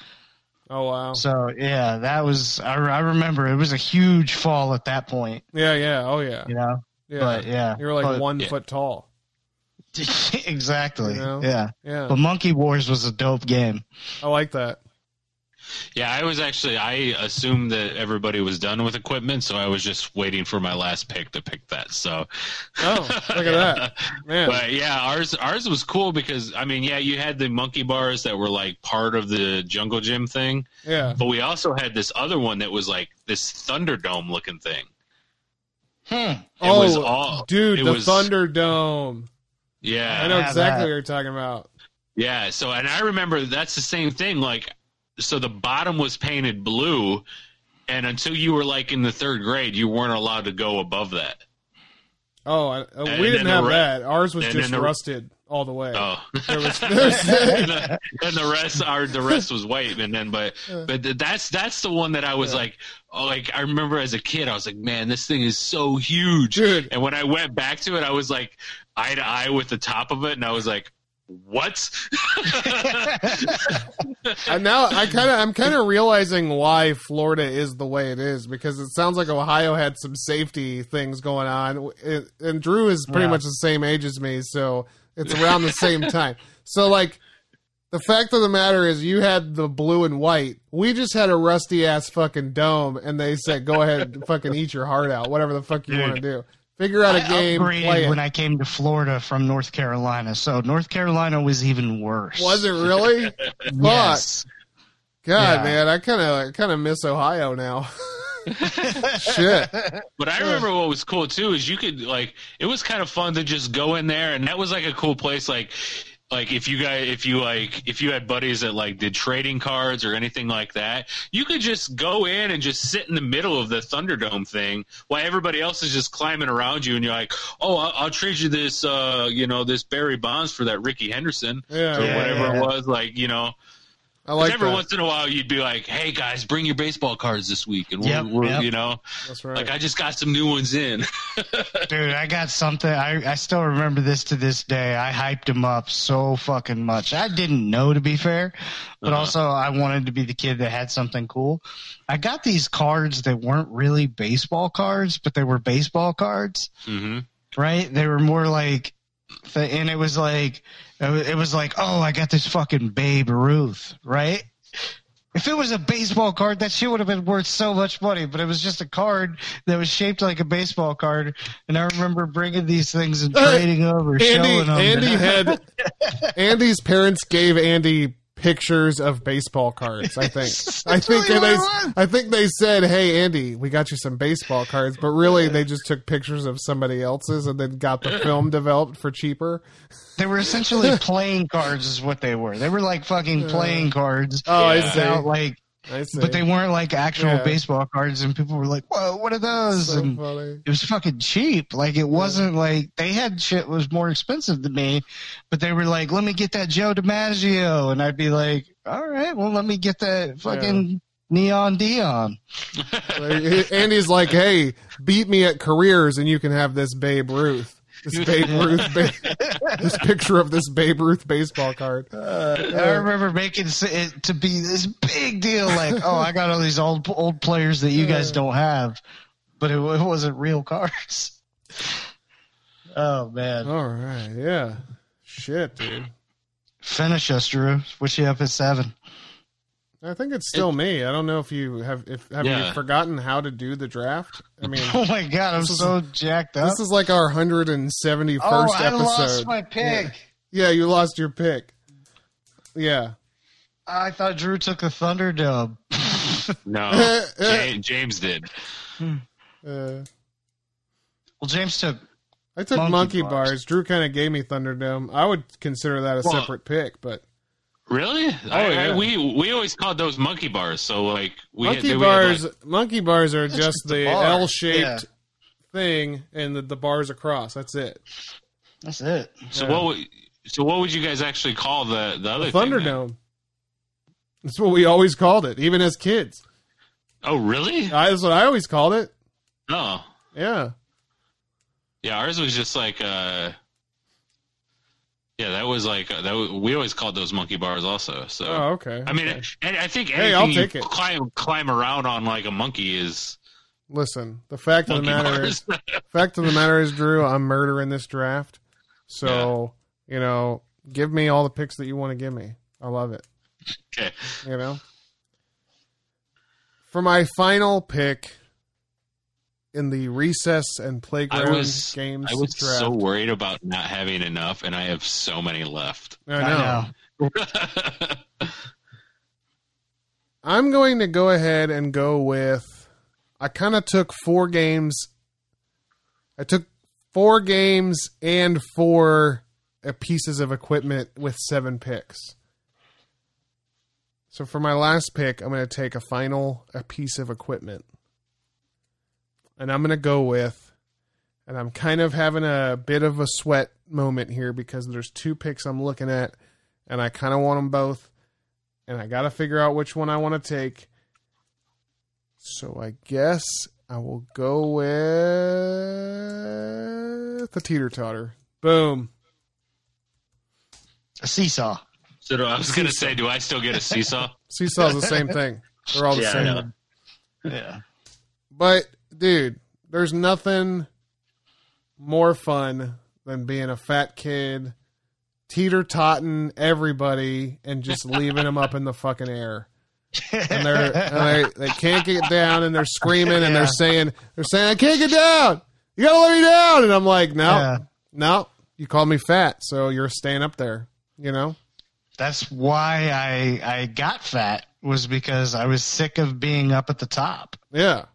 Speaker 3: Oh wow.
Speaker 2: So yeah, that was I, I remember it was a huge fall at that point,
Speaker 3: Yeah. Yeah. Oh yeah.
Speaker 2: you
Speaker 3: [laughs]
Speaker 2: know. [laughs]
Speaker 3: Yeah.
Speaker 2: But yeah,
Speaker 3: You're like
Speaker 2: But-
Speaker 3: one
Speaker 4: Yeah.
Speaker 3: foot tall.
Speaker 2: exactly,
Speaker 3: You know?
Speaker 2: yeah.
Speaker 3: Yeah.
Speaker 2: But Monkey Wars was a dope game.
Speaker 3: I like that.
Speaker 4: Yeah, I was actually I assumed that everybody was done with equipment, so I was just waiting for my last pick to pick that. So
Speaker 3: Oh,
Speaker 4: [laughs]
Speaker 3: look at that, [laughs] man!
Speaker 4: But yeah, ours ours was cool because I mean, yeah, you had the monkey bars that were like part of the jungle gym thing,
Speaker 3: Yeah,
Speaker 4: but we also had this other one that was like this Thunderdome looking thing.
Speaker 2: Hmm.
Speaker 4: It was all
Speaker 3: Oh, dude,
Speaker 4: it
Speaker 3: the
Speaker 4: was-
Speaker 3: Thunderdome.
Speaker 4: Yeah,
Speaker 3: I know
Speaker 2: Yeah,
Speaker 3: exactly
Speaker 2: that.
Speaker 3: what you're talking about.
Speaker 4: yeah. So and I remember that's the same thing. Like, so the bottom was painted blue, and until you were like in the third grade, you weren't allowed to go above that.
Speaker 3: Oh, I, uh,
Speaker 4: And
Speaker 3: we
Speaker 4: then
Speaker 3: didn't
Speaker 4: the
Speaker 3: have
Speaker 4: re-
Speaker 3: that. Ours was
Speaker 4: and
Speaker 3: just
Speaker 4: then the-
Speaker 3: rusted all the way.
Speaker 4: Oh, [laughs]
Speaker 3: There was, [laughs] there was-
Speaker 4: and, the, and the rest are the rest was white and then but but th- that's that's the one that i was like oh like i remember as a kid i was like man this thing is so huge
Speaker 3: Dude.
Speaker 4: and when i went back to it i was like eye to eye with the top of it and i was like what
Speaker 3: and now I kind of I'm kind of realizing why Florida is the way it is because it sounds like Ohio had some safety things going on, It- and Drew is pretty
Speaker 2: Yeah.
Speaker 3: much the same age as me, so it's around
Speaker 2: [laughs]
Speaker 3: the same time. So like. The fact of the matter is, you had the blue and white. We just had a rusty ass fucking dome, and they said, "Go ahead, and fucking eat your heart out, whatever the fuck you want to do." Figure out a
Speaker 2: I
Speaker 3: game. Play
Speaker 2: upgraded
Speaker 3: it.
Speaker 2: when I came to Florida from North Carolina, so North Carolina was even worse.
Speaker 3: Was it
Speaker 2: [laughs]
Speaker 3: really?
Speaker 2: Yes.
Speaker 3: God,
Speaker 2: Yeah.
Speaker 3: man, I kind of kind of miss
Speaker 2: [laughs]
Speaker 3: Ohio now. Shit.
Speaker 4: But I remember what was cool too is you could like it was kind of fun to just go in there and that was like a cool place like like if you guys if you like if you had buddies that like did trading cards or anything like that you could just go in and just sit in the middle of the Thunderdome thing while everybody else is just climbing around you and you're like oh I'll, I'll trade you this uh you know this Barry Bonds for that Ricky Henderson
Speaker 3: Yeah.
Speaker 4: or
Speaker 2: Yeah,
Speaker 4: whatever
Speaker 2: yeah.
Speaker 4: it was like you know
Speaker 3: I like
Speaker 4: every
Speaker 3: that.
Speaker 4: once in a while you'd be like hey guys bring your baseball cards this week and we're,
Speaker 2: Yep,
Speaker 4: we're
Speaker 2: yep.
Speaker 4: you know
Speaker 3: That's right.
Speaker 4: like I just got some new ones in.
Speaker 2: Dude, I got something. I, I still remember this to this day. I hyped him up so fucking much. I didn't know, to be fair, but
Speaker 4: Uh-huh.
Speaker 2: also I wanted to be the kid that had something cool. I got these cards that weren't really baseball cards, but they were baseball cards,
Speaker 4: hmm
Speaker 2: right? They were more like, th- and it was like, it wa- it was like, oh, I got this fucking Babe Ruth, right? If it was a baseball card, that shit would have been worth so much money. But it was just a card that was shaped like a baseball card, and I remember bringing these things and
Speaker 3: Hey,
Speaker 2: trading over, showing
Speaker 3: Uh,
Speaker 2: them.
Speaker 3: Andy, Andy had Andy's parents gave Andy pictures of baseball cards.
Speaker 2: [laughs]
Speaker 3: I think. I
Speaker 2: really
Speaker 3: think they.
Speaker 2: what it was.
Speaker 3: I think they said, "Hey, Andy, we got you some baseball cards," but really they just took pictures of somebody else's and then got the film developed for cheaper.
Speaker 2: They were
Speaker 3: [laughs]
Speaker 2: essentially playing cards, is what they were. They were like
Speaker 3: Uh,
Speaker 2: fucking playing cards.
Speaker 3: Oh, I see.
Speaker 2: without, like,
Speaker 3: I see.
Speaker 2: but they weren't like actual
Speaker 3: Yeah.
Speaker 2: baseball cards, and people were like, "Whoa, what are those?"
Speaker 3: so
Speaker 2: and
Speaker 3: funny.
Speaker 2: it was fucking cheap. Like it wasn't like they had shit was more expensive than me, but they were like, "Let me get that Joe DiMaggio," and I'd be like, "All right, well, let me get that fucking neon Dion."
Speaker 3: Like, [laughs] Andy's like, "Hey, beat me at careers, and you can have this Babe Ruth, this Babe Ruth, ba- [laughs] this picture of this Babe Ruth baseball card."
Speaker 2: I remember making s- it to be this big deal,
Speaker 3: [laughs]
Speaker 2: like, "Oh, I got all these old old players that you guys don't have," but it, wa- it wasn't real cards. [laughs] Oh man,
Speaker 3: All right, yeah, shit, dude.
Speaker 2: finish us, Drew. What you up at seven?
Speaker 3: I think it's still me. I don't know if you have if have you
Speaker 4: Yeah.
Speaker 3: forgotten how to do the draft.
Speaker 2: [laughs]
Speaker 3: I mean,
Speaker 2: Oh my god, I'm
Speaker 3: This is-
Speaker 2: so jacked up.
Speaker 3: this is like our hundred and seventy first
Speaker 2: oh, I
Speaker 3: episode.
Speaker 2: lost my pick.
Speaker 3: yeah, you lost your pick. Yeah,
Speaker 2: I thought Drew took the Thunderdome. [laughs]
Speaker 3: [laughs]
Speaker 4: No, Ja- James did.
Speaker 3: uh,
Speaker 2: Well, James took.
Speaker 3: I took
Speaker 2: Monkey
Speaker 3: monkey, bars.
Speaker 2: bars.
Speaker 3: Drew kind of gave me Thunderdome. I would consider that a
Speaker 4: Well-
Speaker 3: separate pick, but
Speaker 4: Really? I, I-
Speaker 3: yeah.
Speaker 4: we we always called those monkey bars. So like we
Speaker 3: monkey
Speaker 4: had, we had,
Speaker 3: bars,
Speaker 4: like-
Speaker 3: monkey bars are just
Speaker 2: just a
Speaker 3: the
Speaker 2: bar.
Speaker 3: L shaped
Speaker 2: Yeah.
Speaker 3: thing, and the, the bars across. That's it.
Speaker 2: That's it.
Speaker 4: so
Speaker 3: yeah.
Speaker 4: what? would- So what would you guys actually call the the other thing then?
Speaker 3: Thunderdome. That's what we always called it, even as kids.
Speaker 4: Oh really?
Speaker 3: I, that's what I always called it.
Speaker 4: No.
Speaker 3: Yeah.
Speaker 4: Yeah, ours was just like. uh Yeah, that was like uh, that. Was, we always called those monkey bars also. So
Speaker 3: Oh, okay.
Speaker 4: I mean,
Speaker 3: Okay.
Speaker 4: and I think
Speaker 3: Hey, I'll
Speaker 4: anything you
Speaker 3: take it.
Speaker 4: climb climb around on like a monkey is
Speaker 3: listen. The fact of the
Speaker 4: monkey
Speaker 3: matter
Speaker 4: bars. [laughs]
Speaker 3: is, fact of the matter is, Drew, I'm murdering this draft. So you know, give me all the picks that you want to give me. I love it.
Speaker 4: okay.
Speaker 3: You know. For my final pick in the recess and playground
Speaker 4: I was
Speaker 3: games
Speaker 4: I was
Speaker 3: draft.
Speaker 4: so worried about not having enough, and I have so many left. [laughs]
Speaker 3: I
Speaker 2: I know.
Speaker 3: I'm going to go ahead and go with. I kind of took four games. I took four games and four uh, pieces of equipment with seven picks. So for my last pick, I'm going to take a final a piece of equipment, and I'm going to go with. And I'm kind of having a bit of a sweat moment here because there's two picks I'm looking at, and I kind of want them both and I got to figure out which one I want to take. So I guess I will go with the teeter totter. Boom.
Speaker 2: A seesaw.
Speaker 4: So do- I was gonna say, do I still get
Speaker 2: [laughs]
Speaker 4: a seesaw?
Speaker 3: Seesaw's the same thing. They're all the
Speaker 4: Yeah, I know.
Speaker 3: same.
Speaker 2: Yeah.
Speaker 3: But dude, there's nothing more fun than being a fat kid, teeter totting everybody, and just leaving them up in the fucking air. and they're and they, they can't get down and they're screaming and
Speaker 2: Yeah.
Speaker 3: they're saying they're saying I can't get down. you gotta let me down. And I'm like, no,
Speaker 2: Yeah.
Speaker 3: no, you called me fat, so you're staying up there. You know,
Speaker 2: That's why I I got fat was because I was sick of being up at the top.
Speaker 3: yeah.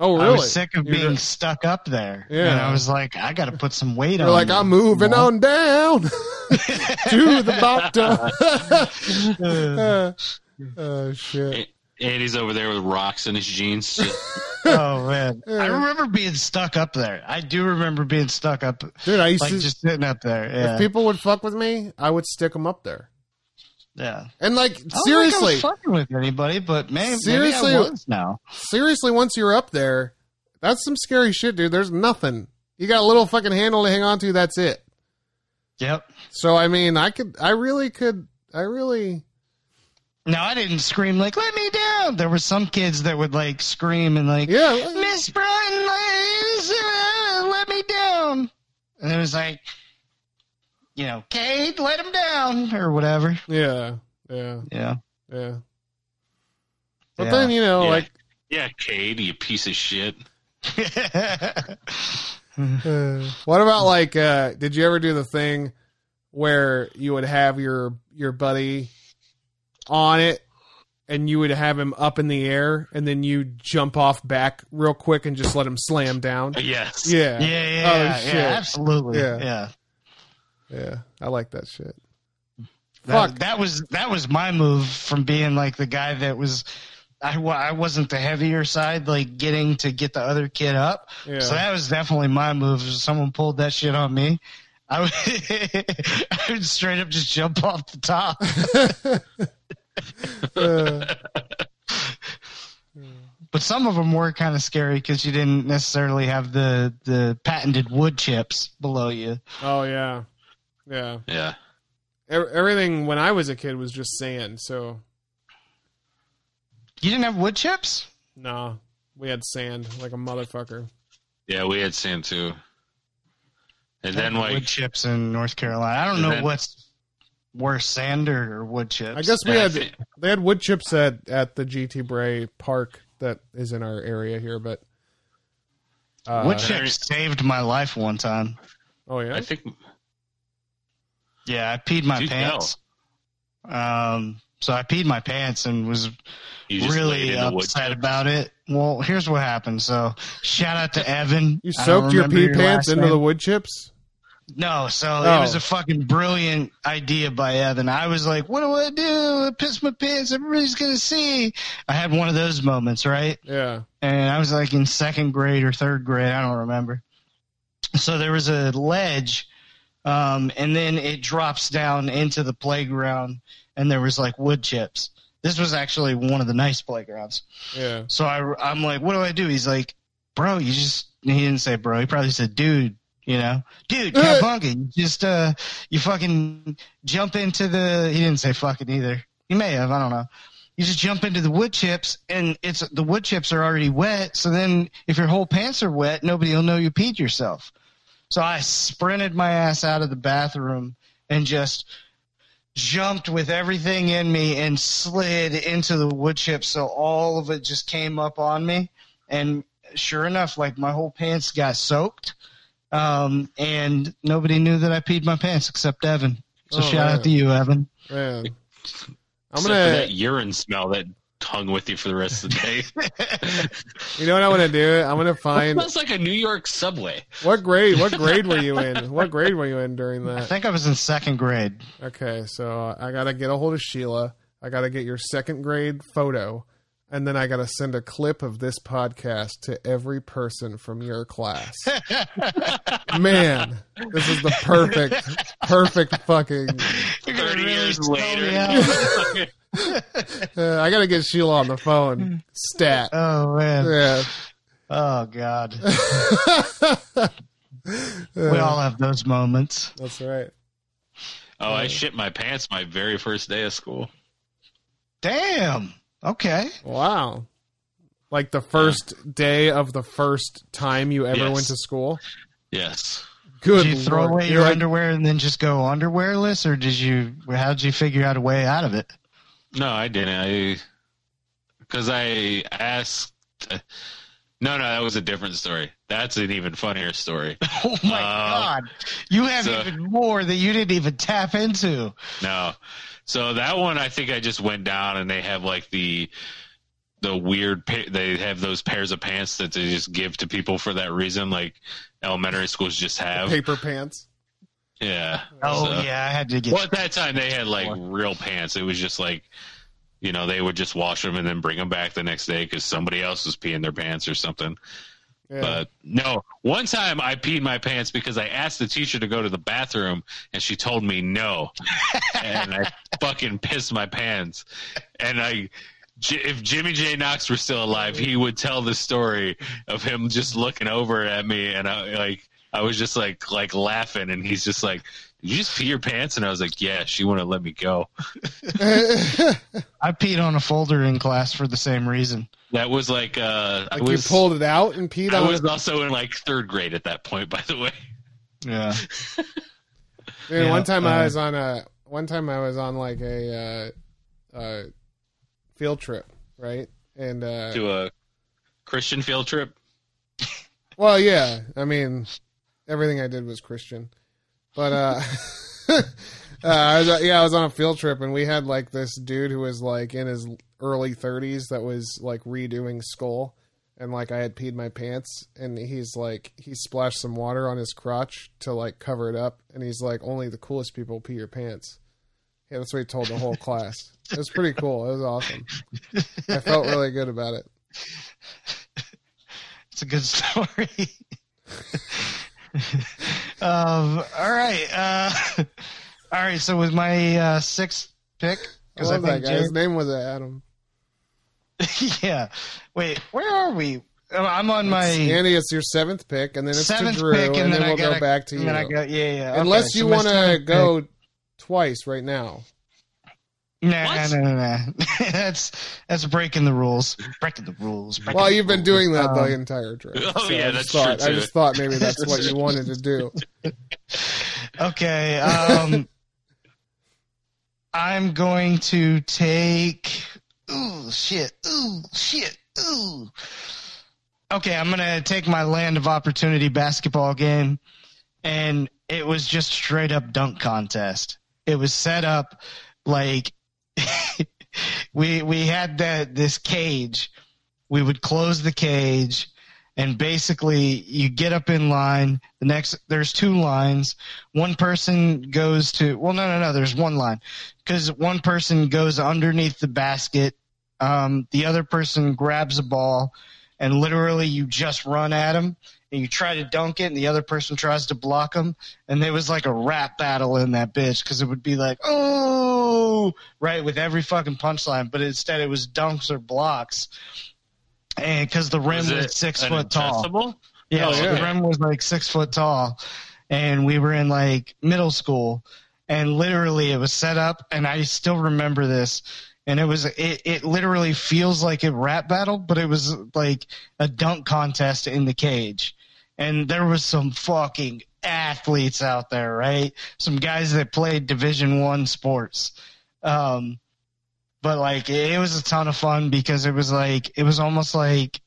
Speaker 3: Oh, really?
Speaker 2: I was sick of
Speaker 3: You're-
Speaker 2: being stuck up there.
Speaker 3: Yeah.
Speaker 2: And I was like, I got to put some weight
Speaker 3: You're
Speaker 2: on.
Speaker 3: like,
Speaker 2: me.
Speaker 3: I'm moving on down [laughs] to the
Speaker 2: [laughs]
Speaker 3: bottom. [laughs] Uh, oh shit!
Speaker 4: Andy's over there with rocks in his jeans.
Speaker 2: [laughs]
Speaker 4: Just-
Speaker 2: oh man, I remember being stuck up there. I do remember being stuck up,
Speaker 3: Dude, I used
Speaker 2: like
Speaker 3: to.
Speaker 2: just sitting up there. Yeah,
Speaker 3: If people would fuck with me, I would stick them up there.
Speaker 2: yeah.
Speaker 3: And like
Speaker 2: I don't think I
Speaker 3: seriously,
Speaker 2: was fucking with anybody, but man,
Speaker 3: Seriously?
Speaker 2: maybe I was now.
Speaker 3: seriously, once you're up there, that's some scary shit, dude. There's nothing. You got a little fucking handle to hang on to. That's it.
Speaker 2: Yep.
Speaker 3: So I mean, I could, I really could, I really.
Speaker 2: No, I didn't scream like "Let me down." There were some kids that would like scream and like
Speaker 3: Yeah,
Speaker 2: Miss Bratton, let let me down. And it was like, you know, Kate, let him down or whatever.
Speaker 3: yeah, yeah,
Speaker 2: Yeah.
Speaker 3: yeah. But
Speaker 2: Yeah. [laughs]
Speaker 3: then you know,
Speaker 4: Yeah.
Speaker 3: like,
Speaker 4: yeah, Cade, you piece of shit.
Speaker 3: uh, what about like? uh Did you ever do the thing where you would have your your buddy on it, and you would have him up in the air, and then you jump off back real quick and just let him slam down?
Speaker 4: Yes.
Speaker 3: Yeah,
Speaker 2: yeah, yeah,
Speaker 3: Oh,
Speaker 2: yeah,
Speaker 3: shit.
Speaker 2: absolutely.
Speaker 3: Yeah.
Speaker 2: Yeah.
Speaker 3: Yeah, I like that shit.
Speaker 2: That,
Speaker 3: Fuck.
Speaker 2: that was that was my move from being like the guy that was I, wa- I wasn't the heavier side, like getting to get the other kid up.
Speaker 3: Yeah.
Speaker 2: So that was definitely my move. If someone pulled that shit on me, I would, [laughs] I would straight up just jump off the top.
Speaker 3: [laughs] Uh,
Speaker 2: [laughs] But some of them were kind of scary because you didn't necessarily have the the patented wood chips below you.
Speaker 3: oh yeah, yeah.
Speaker 4: Yeah.
Speaker 3: Ev- Everything when I was a kid was just sand. So
Speaker 2: You didn't have wood chips?
Speaker 3: no, nah, we had sand like a motherfucker.
Speaker 4: Yeah, we had sand too. And then
Speaker 2: wood
Speaker 4: like
Speaker 2: chips in North Carolina. I don't know
Speaker 4: Then-
Speaker 2: what's worse, sand or, or wood chips.
Speaker 3: I guess we
Speaker 4: Yeah, I
Speaker 3: had
Speaker 4: think-
Speaker 3: they had wood chips at at the GT Bray Park that is in our area here, but. Uh,
Speaker 2: wood chips saved my life one time.
Speaker 3: Oh yeah,
Speaker 4: I think
Speaker 2: Yeah, I peed my
Speaker 4: Dude,
Speaker 2: pants. Um, so I peed my pants and was
Speaker 4: you just laid
Speaker 2: really
Speaker 4: in the wood.
Speaker 2: upset about it. Well, here's what happened. So shout out to Evan.
Speaker 3: you
Speaker 2: I don't
Speaker 3: soaked your
Speaker 2: remember last
Speaker 3: pee pants into
Speaker 2: name.
Speaker 3: the wood chips.
Speaker 2: No, so
Speaker 3: Oh.
Speaker 2: it was a fucking brilliant idea by Evan. I was like, what do I do? I piss my pants. Everybody's going to see. I had one of those moments, right?
Speaker 3: Yeah,
Speaker 2: And I was like in second grade or third grade. I don't remember. So there was a ledge, um, and then it drops down into the playground, and there was like wood chips. This was actually one of the nice playgrounds.
Speaker 3: yeah,
Speaker 2: So I, I'm like, what do I do? He's like, bro, you just, he didn't say bro. He probably said, dude, you know, dude, cowabunga, you just, uh, you fucking jump into the, he didn't say fucking either. He may have, I don't know. You just jump into the wood chips and it's, the wood chips are already wet. So then if your whole pants are wet, nobody will know you peed yourself. So I sprinted my ass out of the bathroom and just jumped with everything in me and slid into the wood chip so all of it just came up on me and sure enough like my whole pants got soaked um, and nobody knew that i peed my pants except evan so
Speaker 3: Oh,
Speaker 2: shout
Speaker 3: man.
Speaker 2: out to you evan
Speaker 3: man. I'm
Speaker 4: Except for
Speaker 3: gonna
Speaker 4: that urine smell that hung with you for the rest of the day.
Speaker 3: [laughs] You know what I want to do? I'm gonna find
Speaker 4: That's like a New York subway.
Speaker 3: what grade. What grade were you in? What grade were you in during
Speaker 2: i
Speaker 3: that?
Speaker 2: think i was in second grade
Speaker 3: Okay, so I gotta get a hold of Sheila. I gotta get your second grade photo, and then I gotta send a clip of this podcast to every person from
Speaker 2: [laughs]
Speaker 3: your class. Man, this is the perfect, perfect fucking.
Speaker 2: You're gonna
Speaker 4: Thirty
Speaker 2: really
Speaker 4: years
Speaker 2: sell me
Speaker 4: [laughs]
Speaker 2: out.
Speaker 4: later.
Speaker 3: Uh, I gotta get Sheila on the
Speaker 2: Hmm.
Speaker 3: phone. Stat.
Speaker 2: oh man
Speaker 3: Yeah.
Speaker 2: oh
Speaker 3: [laughs]
Speaker 2: god we all have those moments
Speaker 3: That's right.
Speaker 4: oh, I shit my pants my very first day of school.
Speaker 2: damn okay
Speaker 3: Wow. Like the first day of the first time you ever
Speaker 4: Yes.
Speaker 3: went to school.
Speaker 4: Yes.
Speaker 3: Good.
Speaker 2: Did you throw
Speaker 3: lord.
Speaker 2: away
Speaker 3: You're
Speaker 2: your
Speaker 3: like,
Speaker 2: underwear and then just go underwearless, or did you? How did you figure out a way out of it? [laughs]
Speaker 4: No, I didn't. I because I asked. No, no, that was a different story. That's an even funnier story.
Speaker 2: Oh my
Speaker 4: Uh,
Speaker 2: god, you have
Speaker 4: so-
Speaker 2: even more that you didn't even tap into.
Speaker 4: No. So that one, I think I just went down, and they have like the the weird. pa- They have those pairs of pants that they just give to people for that reason, like elementary schools just have.
Speaker 3: Paper pants.
Speaker 4: Yeah.
Speaker 2: Oh
Speaker 4: So-
Speaker 2: yeah, I had to get.
Speaker 4: Well, at that time they had like real pants. It was just like, you know, they would just wash them and then bring them back the next day because somebody else was peeing their pants or something.
Speaker 3: Yeah.
Speaker 4: But no, one time I peed my pants because I asked the teacher to go to the bathroom and she told
Speaker 3: [laughs]
Speaker 4: me no. and I fucking pissed my pants. And I. J- If Jimmy J. Knox were still alive, he would tell the story of him just looking over at me, and I like I was just like like laughing, and he's just like, "Did you just pee your pants?" And I was like, "Yeah, she wouldn't let me go."
Speaker 2: I peed on a folder in class for the same reason.
Speaker 4: That was like uh, I
Speaker 3: like
Speaker 4: was
Speaker 3: you pulled it out and peed
Speaker 4: I
Speaker 3: on
Speaker 4: was
Speaker 3: it.
Speaker 4: also in like third grade at that point, by the way.
Speaker 2: Yeah.
Speaker 3: Dude,
Speaker 2: yeah,
Speaker 3: one time
Speaker 2: uh,
Speaker 4: Uh-huh.
Speaker 3: I was on a one time I was on like a uh, uh, field trip, right? And uh,
Speaker 4: to a Christian field trip.
Speaker 3: Well, yeah. I mean, everything I did was Christian, but uh, [laughs] uh, I was, yeah, I was on a field trip and we had like this dude who was like in his early 30s that was like redoing Skull, and like I had peed my pants, and he's like he splashed some water on his crotch to like cover it up, and he's like, only the coolest people pee your pants. Yeah, that's what he told the whole class. It was pretty cool. It was awesome. I felt really good about it.
Speaker 2: It's a good [laughs] story. um, all right. Uh, all right. So with my uh, sixth pick, [laughs]
Speaker 3: I love that guy. His name was Adam.
Speaker 2: Jared- [laughs] yeah. Wait, where are we? Oh, I'm on my
Speaker 3: Andy, it's your seventh pick, and then it's
Speaker 2: seventh
Speaker 3: to Drew,
Speaker 2: pick, and, then,
Speaker 3: we'll
Speaker 2: I gotta,
Speaker 3: go back to
Speaker 2: and
Speaker 3: you.
Speaker 2: Then I go, yeah, yeah. okay,
Speaker 3: Unless
Speaker 2: so
Speaker 3: you
Speaker 2: my
Speaker 3: want to
Speaker 2: seventh
Speaker 3: go twice right now.
Speaker 2: pick- Nah,
Speaker 4: What?
Speaker 2: nah, nah, nah. [laughs] that's that's breaking the rules. Breaking the rules. breaking
Speaker 3: Well,
Speaker 2: the
Speaker 3: you've been
Speaker 2: rules.
Speaker 3: doing that the
Speaker 2: Um,
Speaker 3: entire draft.
Speaker 4: [laughs] Oh,
Speaker 3: so
Speaker 4: yeah,
Speaker 3: I just
Speaker 4: that's true,
Speaker 3: thought, I
Speaker 4: too.
Speaker 3: just thought maybe that's what
Speaker 4: [laughs]
Speaker 3: you wanted to do.
Speaker 2: Okay. Um, I'm going to take. Ooh, shit. Ooh, shit. Ooh. Okay, I'm going to take my Land of Opportunity basketball game, and it was just straight up dunk contest. It was set up like [laughs] we we had that this cage. We would close the cage, and basically you get up in line. The next there's two lines one person goes to well no no no there's one line because one person goes underneath the basket um, the other person grabs a ball and literally you just run at him and you try to dunk it and the other person tries to block him and there was like a rap battle in that bitch because it would be like oh right with every fucking punchline but instead it was dunks or blocks and because the rim
Speaker 4: Was
Speaker 2: was,
Speaker 4: it
Speaker 2: six
Speaker 4: an
Speaker 2: foot tall
Speaker 4: accessible?
Speaker 2: yeah,
Speaker 4: Oh,
Speaker 2: so the
Speaker 4: okay.
Speaker 2: rim was like six foot tall, and we were in like middle school, and literally it was set up, and I still remember this, and it was it, it literally feels like a rap battle, but it was like a dunk contest in the cage, and there was some fucking athletes out there, right? Some guys that played Division One sports. Um, but like it it was a ton of fun because it was like it was almost like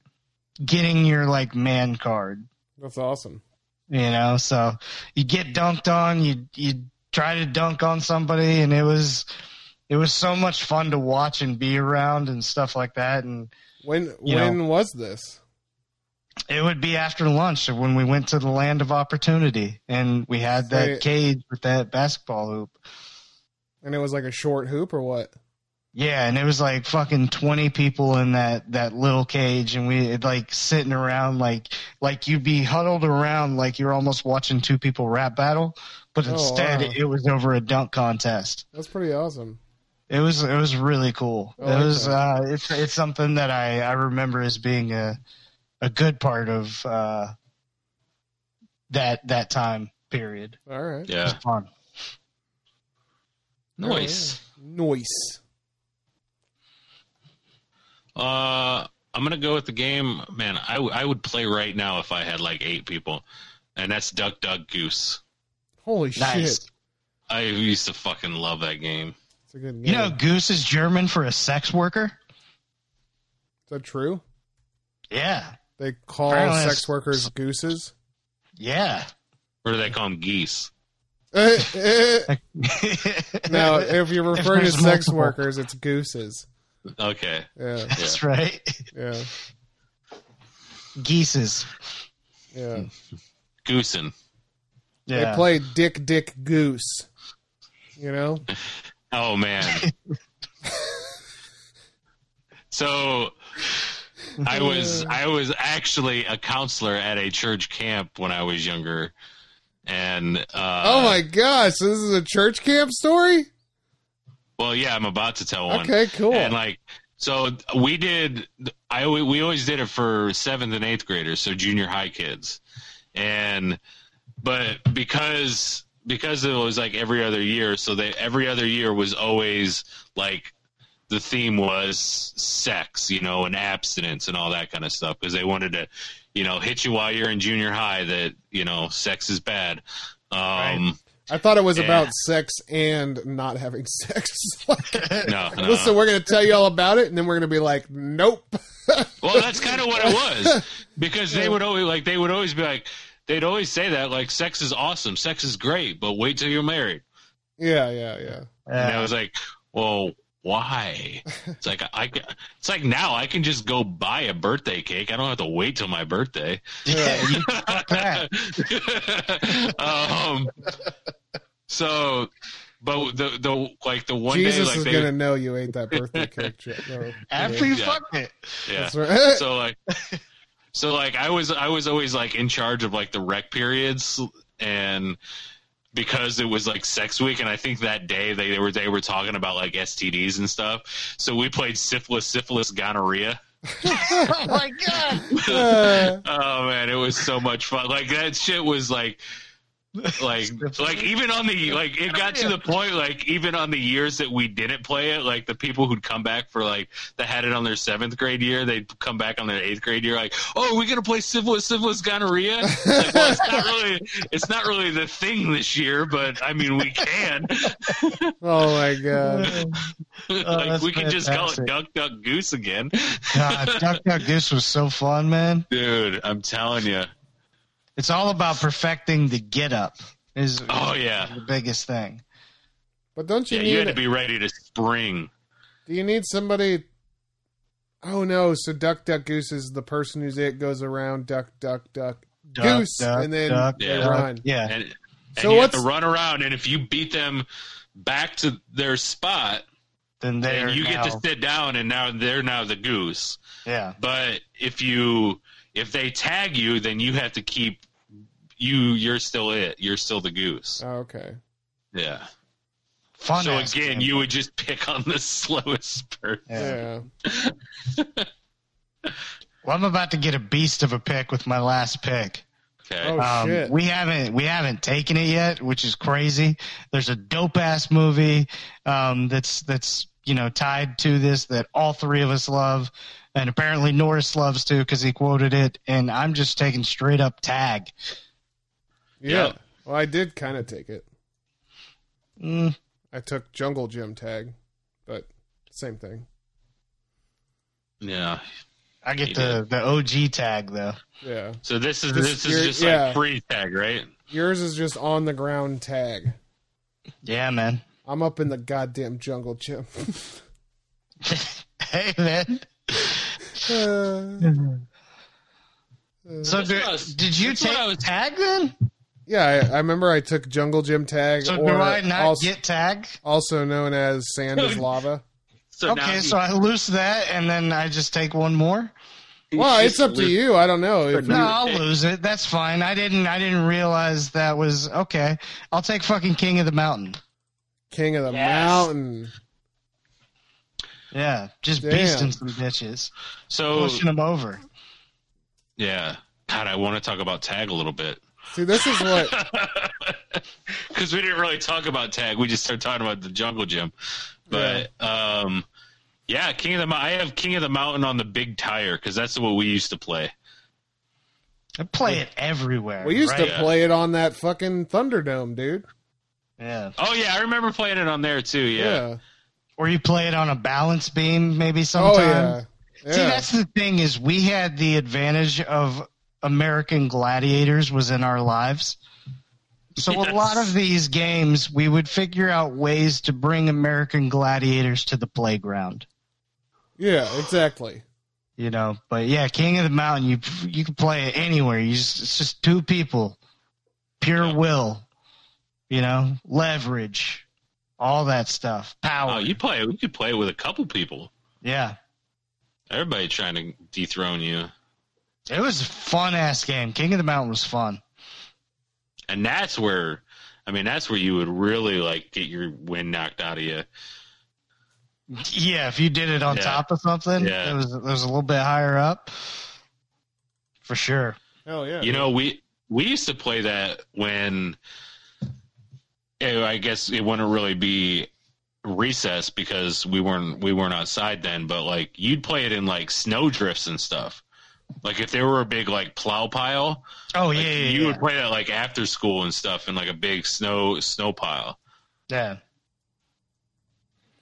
Speaker 2: getting your like man card,
Speaker 3: That's awesome.
Speaker 2: you know. So you get dunked on, you you try to dunk on somebody, and it was it was so much fun to watch and be around and stuff like that. And [laughs]
Speaker 3: When
Speaker 2: You
Speaker 3: when was this?
Speaker 2: it would be after lunch when we went to the land of opportunity, and we had that
Speaker 3: Wait.
Speaker 2: cage with that basketball hoop.
Speaker 3: And it was like a short hoop or what?
Speaker 2: Yeah, and it was like fucking twenty people in that that little cage, and we it, like sitting around like like you'd be huddled around like you're almost watching two people rap battle, but
Speaker 3: Oh,
Speaker 2: instead
Speaker 3: wow.
Speaker 2: it was over a dunk contest.
Speaker 3: That's pretty awesome.
Speaker 2: It was it was really cool.
Speaker 3: I like
Speaker 2: it was
Speaker 3: that.
Speaker 2: uh, it's it's something that I I remember as being a a good part of uh, that that time period.
Speaker 3: All right.
Speaker 2: It was
Speaker 4: Yeah.
Speaker 2: fun.
Speaker 4: Nice.
Speaker 3: Noise.
Speaker 4: Uh, I'm gonna go with the game, man. I, w- I would play right now if I had like eight people, and that's Duck Duck Goose.
Speaker 3: Holy
Speaker 2: Nice.
Speaker 3: shit.
Speaker 4: I used to fucking love that game.
Speaker 3: It's a good name.
Speaker 2: You know, Goose is German for a sex worker.
Speaker 3: is that true?
Speaker 2: Yeah.
Speaker 3: They call
Speaker 2: Apparently it's-
Speaker 3: sex workers
Speaker 2: [laughs]
Speaker 3: gooses. [laughs]
Speaker 2: Yeah. [laughs]
Speaker 4: Or do they call them geese?
Speaker 3: Eh, eh. no,
Speaker 2: no,
Speaker 3: if you're referring to
Speaker 2: there's
Speaker 3: sex
Speaker 2: multiple.
Speaker 3: workers, it's gooses.
Speaker 4: Okay.
Speaker 3: Yeah,
Speaker 2: that's right.
Speaker 3: yeah,
Speaker 2: Geeses.
Speaker 4: [laughs]
Speaker 3: yeah.
Speaker 4: Goosen.
Speaker 3: They
Speaker 2: Yeah.
Speaker 3: play Dick Dick Goose. You know?
Speaker 2: [laughs]
Speaker 4: Oh man. so I was I was actually a counselor at a church camp when I was younger. And uh
Speaker 3: oh my gosh, this is a church camp story?
Speaker 4: well yeah, I'm about to tell one.
Speaker 3: Okay, cool.
Speaker 4: And like so we did I al- we always did it for 7th and 8th graders, so junior high kids. And but because because it was like every other year, so they every other year was always like the theme was sex, you know, and abstinence and all that kind of stuff because they wanted to, you know, hit you while you're in junior high that, you know, sex is bad. Um
Speaker 3: I thought it was
Speaker 4: Yeah.
Speaker 3: about sex and not having [laughs] sex.
Speaker 4: [laughs]
Speaker 3: Like, [laughs]
Speaker 4: no, no.
Speaker 3: Listen, we're going to tell you all about it, and then we're going to be like, nope.
Speaker 4: Well, that's kind of what it was because they would always like they would always be like they'd always say that like sex is awesome, sex is great, but wait till you're married.
Speaker 3: yeah, yeah, yeah.
Speaker 4: And I
Speaker 2: Yeah.
Speaker 4: was like, well, why? It's like I can, it's like now I can just go buy a birthday cake. I don't have to wait till my birthday.
Speaker 2: [laughs]
Speaker 4: [laughs]
Speaker 2: Yeah, you- that.
Speaker 4: um, so, but the the like the one
Speaker 3: Jesus
Speaker 4: day
Speaker 3: is
Speaker 4: like they
Speaker 3: going to know you ate that birthday cake. Chip.
Speaker 4: [laughs]
Speaker 3: No,
Speaker 2: After you
Speaker 4: Yeah.
Speaker 2: fucked it.
Speaker 4: yeah.
Speaker 3: That's
Speaker 4: [laughs]
Speaker 3: right.
Speaker 4: so like so like i was i was always like in charge of like the rec periods and because it was like sex week and i think that day they, they were they were talking about like stds and stuff so we played syphilis syphilis gonorrhea
Speaker 2: oh my god.
Speaker 3: Uh,
Speaker 4: oh man it was so much fun like that shit was like like like even on the like it got to the point like even on the years that we didn't play it like the people who'd come back for like that had it on their seventh grade year they'd come back on their eighth grade year like oh we're gonna play syphilis syphilis gonorrhea It's like, well, it's
Speaker 2: [laughs]
Speaker 4: not really it's not really the thing this year but i mean we can
Speaker 3: [laughs]
Speaker 4: [laughs]
Speaker 3: oh, my God.
Speaker 4: like
Speaker 2: Oh, that's
Speaker 4: we can just call it
Speaker 2: fantastic.
Speaker 4: duck duck goose again
Speaker 2: God, Duck Duck Goose was so fun, man.
Speaker 4: dude i'm telling you
Speaker 2: It's all about perfecting the get up. Is
Speaker 4: oh yeah
Speaker 2: the biggest thing.
Speaker 3: But don't you
Speaker 4: yeah
Speaker 3: need
Speaker 4: you had to be ready to spring
Speaker 3: Do you need somebody? Oh no! So Duck Duck Goose is the person who's it goes around Duck Duck Duck
Speaker 2: Duck,
Speaker 3: Goose,
Speaker 2: duck,
Speaker 3: and then
Speaker 2: duck,
Speaker 3: they
Speaker 4: Yeah.
Speaker 3: run.
Speaker 2: Yeah.
Speaker 4: and, and
Speaker 3: So
Speaker 4: you
Speaker 3: what's-
Speaker 4: have to run around and if you beat them back to their spot
Speaker 2: Then there
Speaker 4: then you
Speaker 2: now,
Speaker 4: get to sit down and now they're now the goose
Speaker 2: Yeah.
Speaker 4: but if you if they tag you then you have to keep you you're still it you're still the goose
Speaker 3: Oh, okay.
Speaker 4: yeah
Speaker 2: Fun.
Speaker 4: so
Speaker 2: ass
Speaker 4: again
Speaker 2: game.
Speaker 4: you would just [laughs] pick on the slowest person
Speaker 2: Yeah.
Speaker 3: Yeah.
Speaker 2: Well, I'm about to get a beast of a pick with my last pick.
Speaker 4: okay
Speaker 3: Oh
Speaker 2: Um,
Speaker 3: shit.
Speaker 2: we haven't we haven't taken it yet, which is crazy. There's a dope ass movie um, that's that's you know tied to this that all three of us love, and apparently Norris loves too because he quoted it. And I'm just taking straight up tag.
Speaker 3: yeah.
Speaker 4: yeah.
Speaker 3: Well, I did kind of take it.
Speaker 2: Mm,
Speaker 3: I took Jungle Gym tag, but same thing.
Speaker 4: yeah
Speaker 2: I get
Speaker 4: He
Speaker 2: the the OG tag though.
Speaker 3: Yeah.
Speaker 4: so this is
Speaker 3: This-
Speaker 4: this,
Speaker 3: you're-
Speaker 4: is just
Speaker 3: yeah.
Speaker 4: like free tag right
Speaker 3: Yours is just on the ground tag.
Speaker 2: Yeah, man. [laughs]
Speaker 3: I'm up in the goddamn jungle gym. [laughs]
Speaker 2: hey, man.
Speaker 3: Uh,
Speaker 2: So do,
Speaker 4: what I was-
Speaker 2: did you
Speaker 4: that's what
Speaker 2: take
Speaker 4: I was-
Speaker 2: tag then?
Speaker 3: yeah, I, I remember I took jungle gym tag,
Speaker 2: So
Speaker 3: or
Speaker 2: do I not
Speaker 3: also,
Speaker 2: get tag?
Speaker 3: also known as
Speaker 2: [laughs]
Speaker 3: sand is lava.
Speaker 4: so now
Speaker 2: Okay,
Speaker 4: you-
Speaker 2: so I lose that, and then I just take one more.
Speaker 3: Well, it's up to you. I don't know. If
Speaker 2: No,
Speaker 3: you-
Speaker 2: I'll lose it. That's fine. I didn't. I didn't realize that was okay. I'll take fucking King of the Mountain.
Speaker 3: King of the
Speaker 4: Yes.
Speaker 3: Mountain.
Speaker 2: Yeah, just
Speaker 3: Damn.
Speaker 2: beasting some bitches,
Speaker 4: so
Speaker 2: pushing them over.
Speaker 4: yeah god i want to talk about tag a little bit
Speaker 3: See, this is
Speaker 4: [laughs]
Speaker 3: what.
Speaker 4: because we didn't really talk about tag. We just started talking about the jungle gym. But um, yeah, King of the Mou- I have King of the Mountain on the big tire because that's what we used to play.
Speaker 2: I play it everywhere.
Speaker 3: We used
Speaker 2: right?
Speaker 3: to play it on that fucking Thunderdome, dude.
Speaker 2: yeah.
Speaker 4: Oh yeah, I remember playing it on there too. Yeah,
Speaker 2: Or you play it on a balance beam, maybe
Speaker 3: Oh
Speaker 2: sometimes.
Speaker 3: yeah. Yeah.
Speaker 2: See, that's the thing is we had the advantage of American Gladiators was in our lives. So
Speaker 4: Yes.
Speaker 2: a lot of these games, we would figure out ways to bring American Gladiators to the playground.
Speaker 3: yeah, exactly.
Speaker 2: You know, but yeah, King of the Mountain, you you can play it anywhere. You just, it's just two people, pure
Speaker 4: Yeah.
Speaker 2: will, you know, leverage, all that stuff, power.
Speaker 4: Oh, you play. You could play it with a couple people.
Speaker 2: yeah,
Speaker 4: Everybody trying to dethrone you,
Speaker 2: it was a fun ass game. King of the Mountain was fun.
Speaker 4: and that's where, I mean, that's where you would really like get your wind knocked out of you.
Speaker 2: Yeah, if you did it on
Speaker 4: Yeah.
Speaker 2: top of something,
Speaker 4: Yeah.
Speaker 2: it was it was a little bit higher up, for sure.
Speaker 3: Hell yeah.
Speaker 4: You know, we we used to play that when eh, I guess it wouldn't really be recess because we weren't we weren't outside then, but like you'd play it in like snow drifts and stuff. Like if there were a big like plow pile,
Speaker 2: Oh
Speaker 4: like,
Speaker 2: yeah, yeah,
Speaker 4: you
Speaker 2: yeah.
Speaker 4: would play that like after school and stuff in like a big snow snow pile.
Speaker 2: yeah.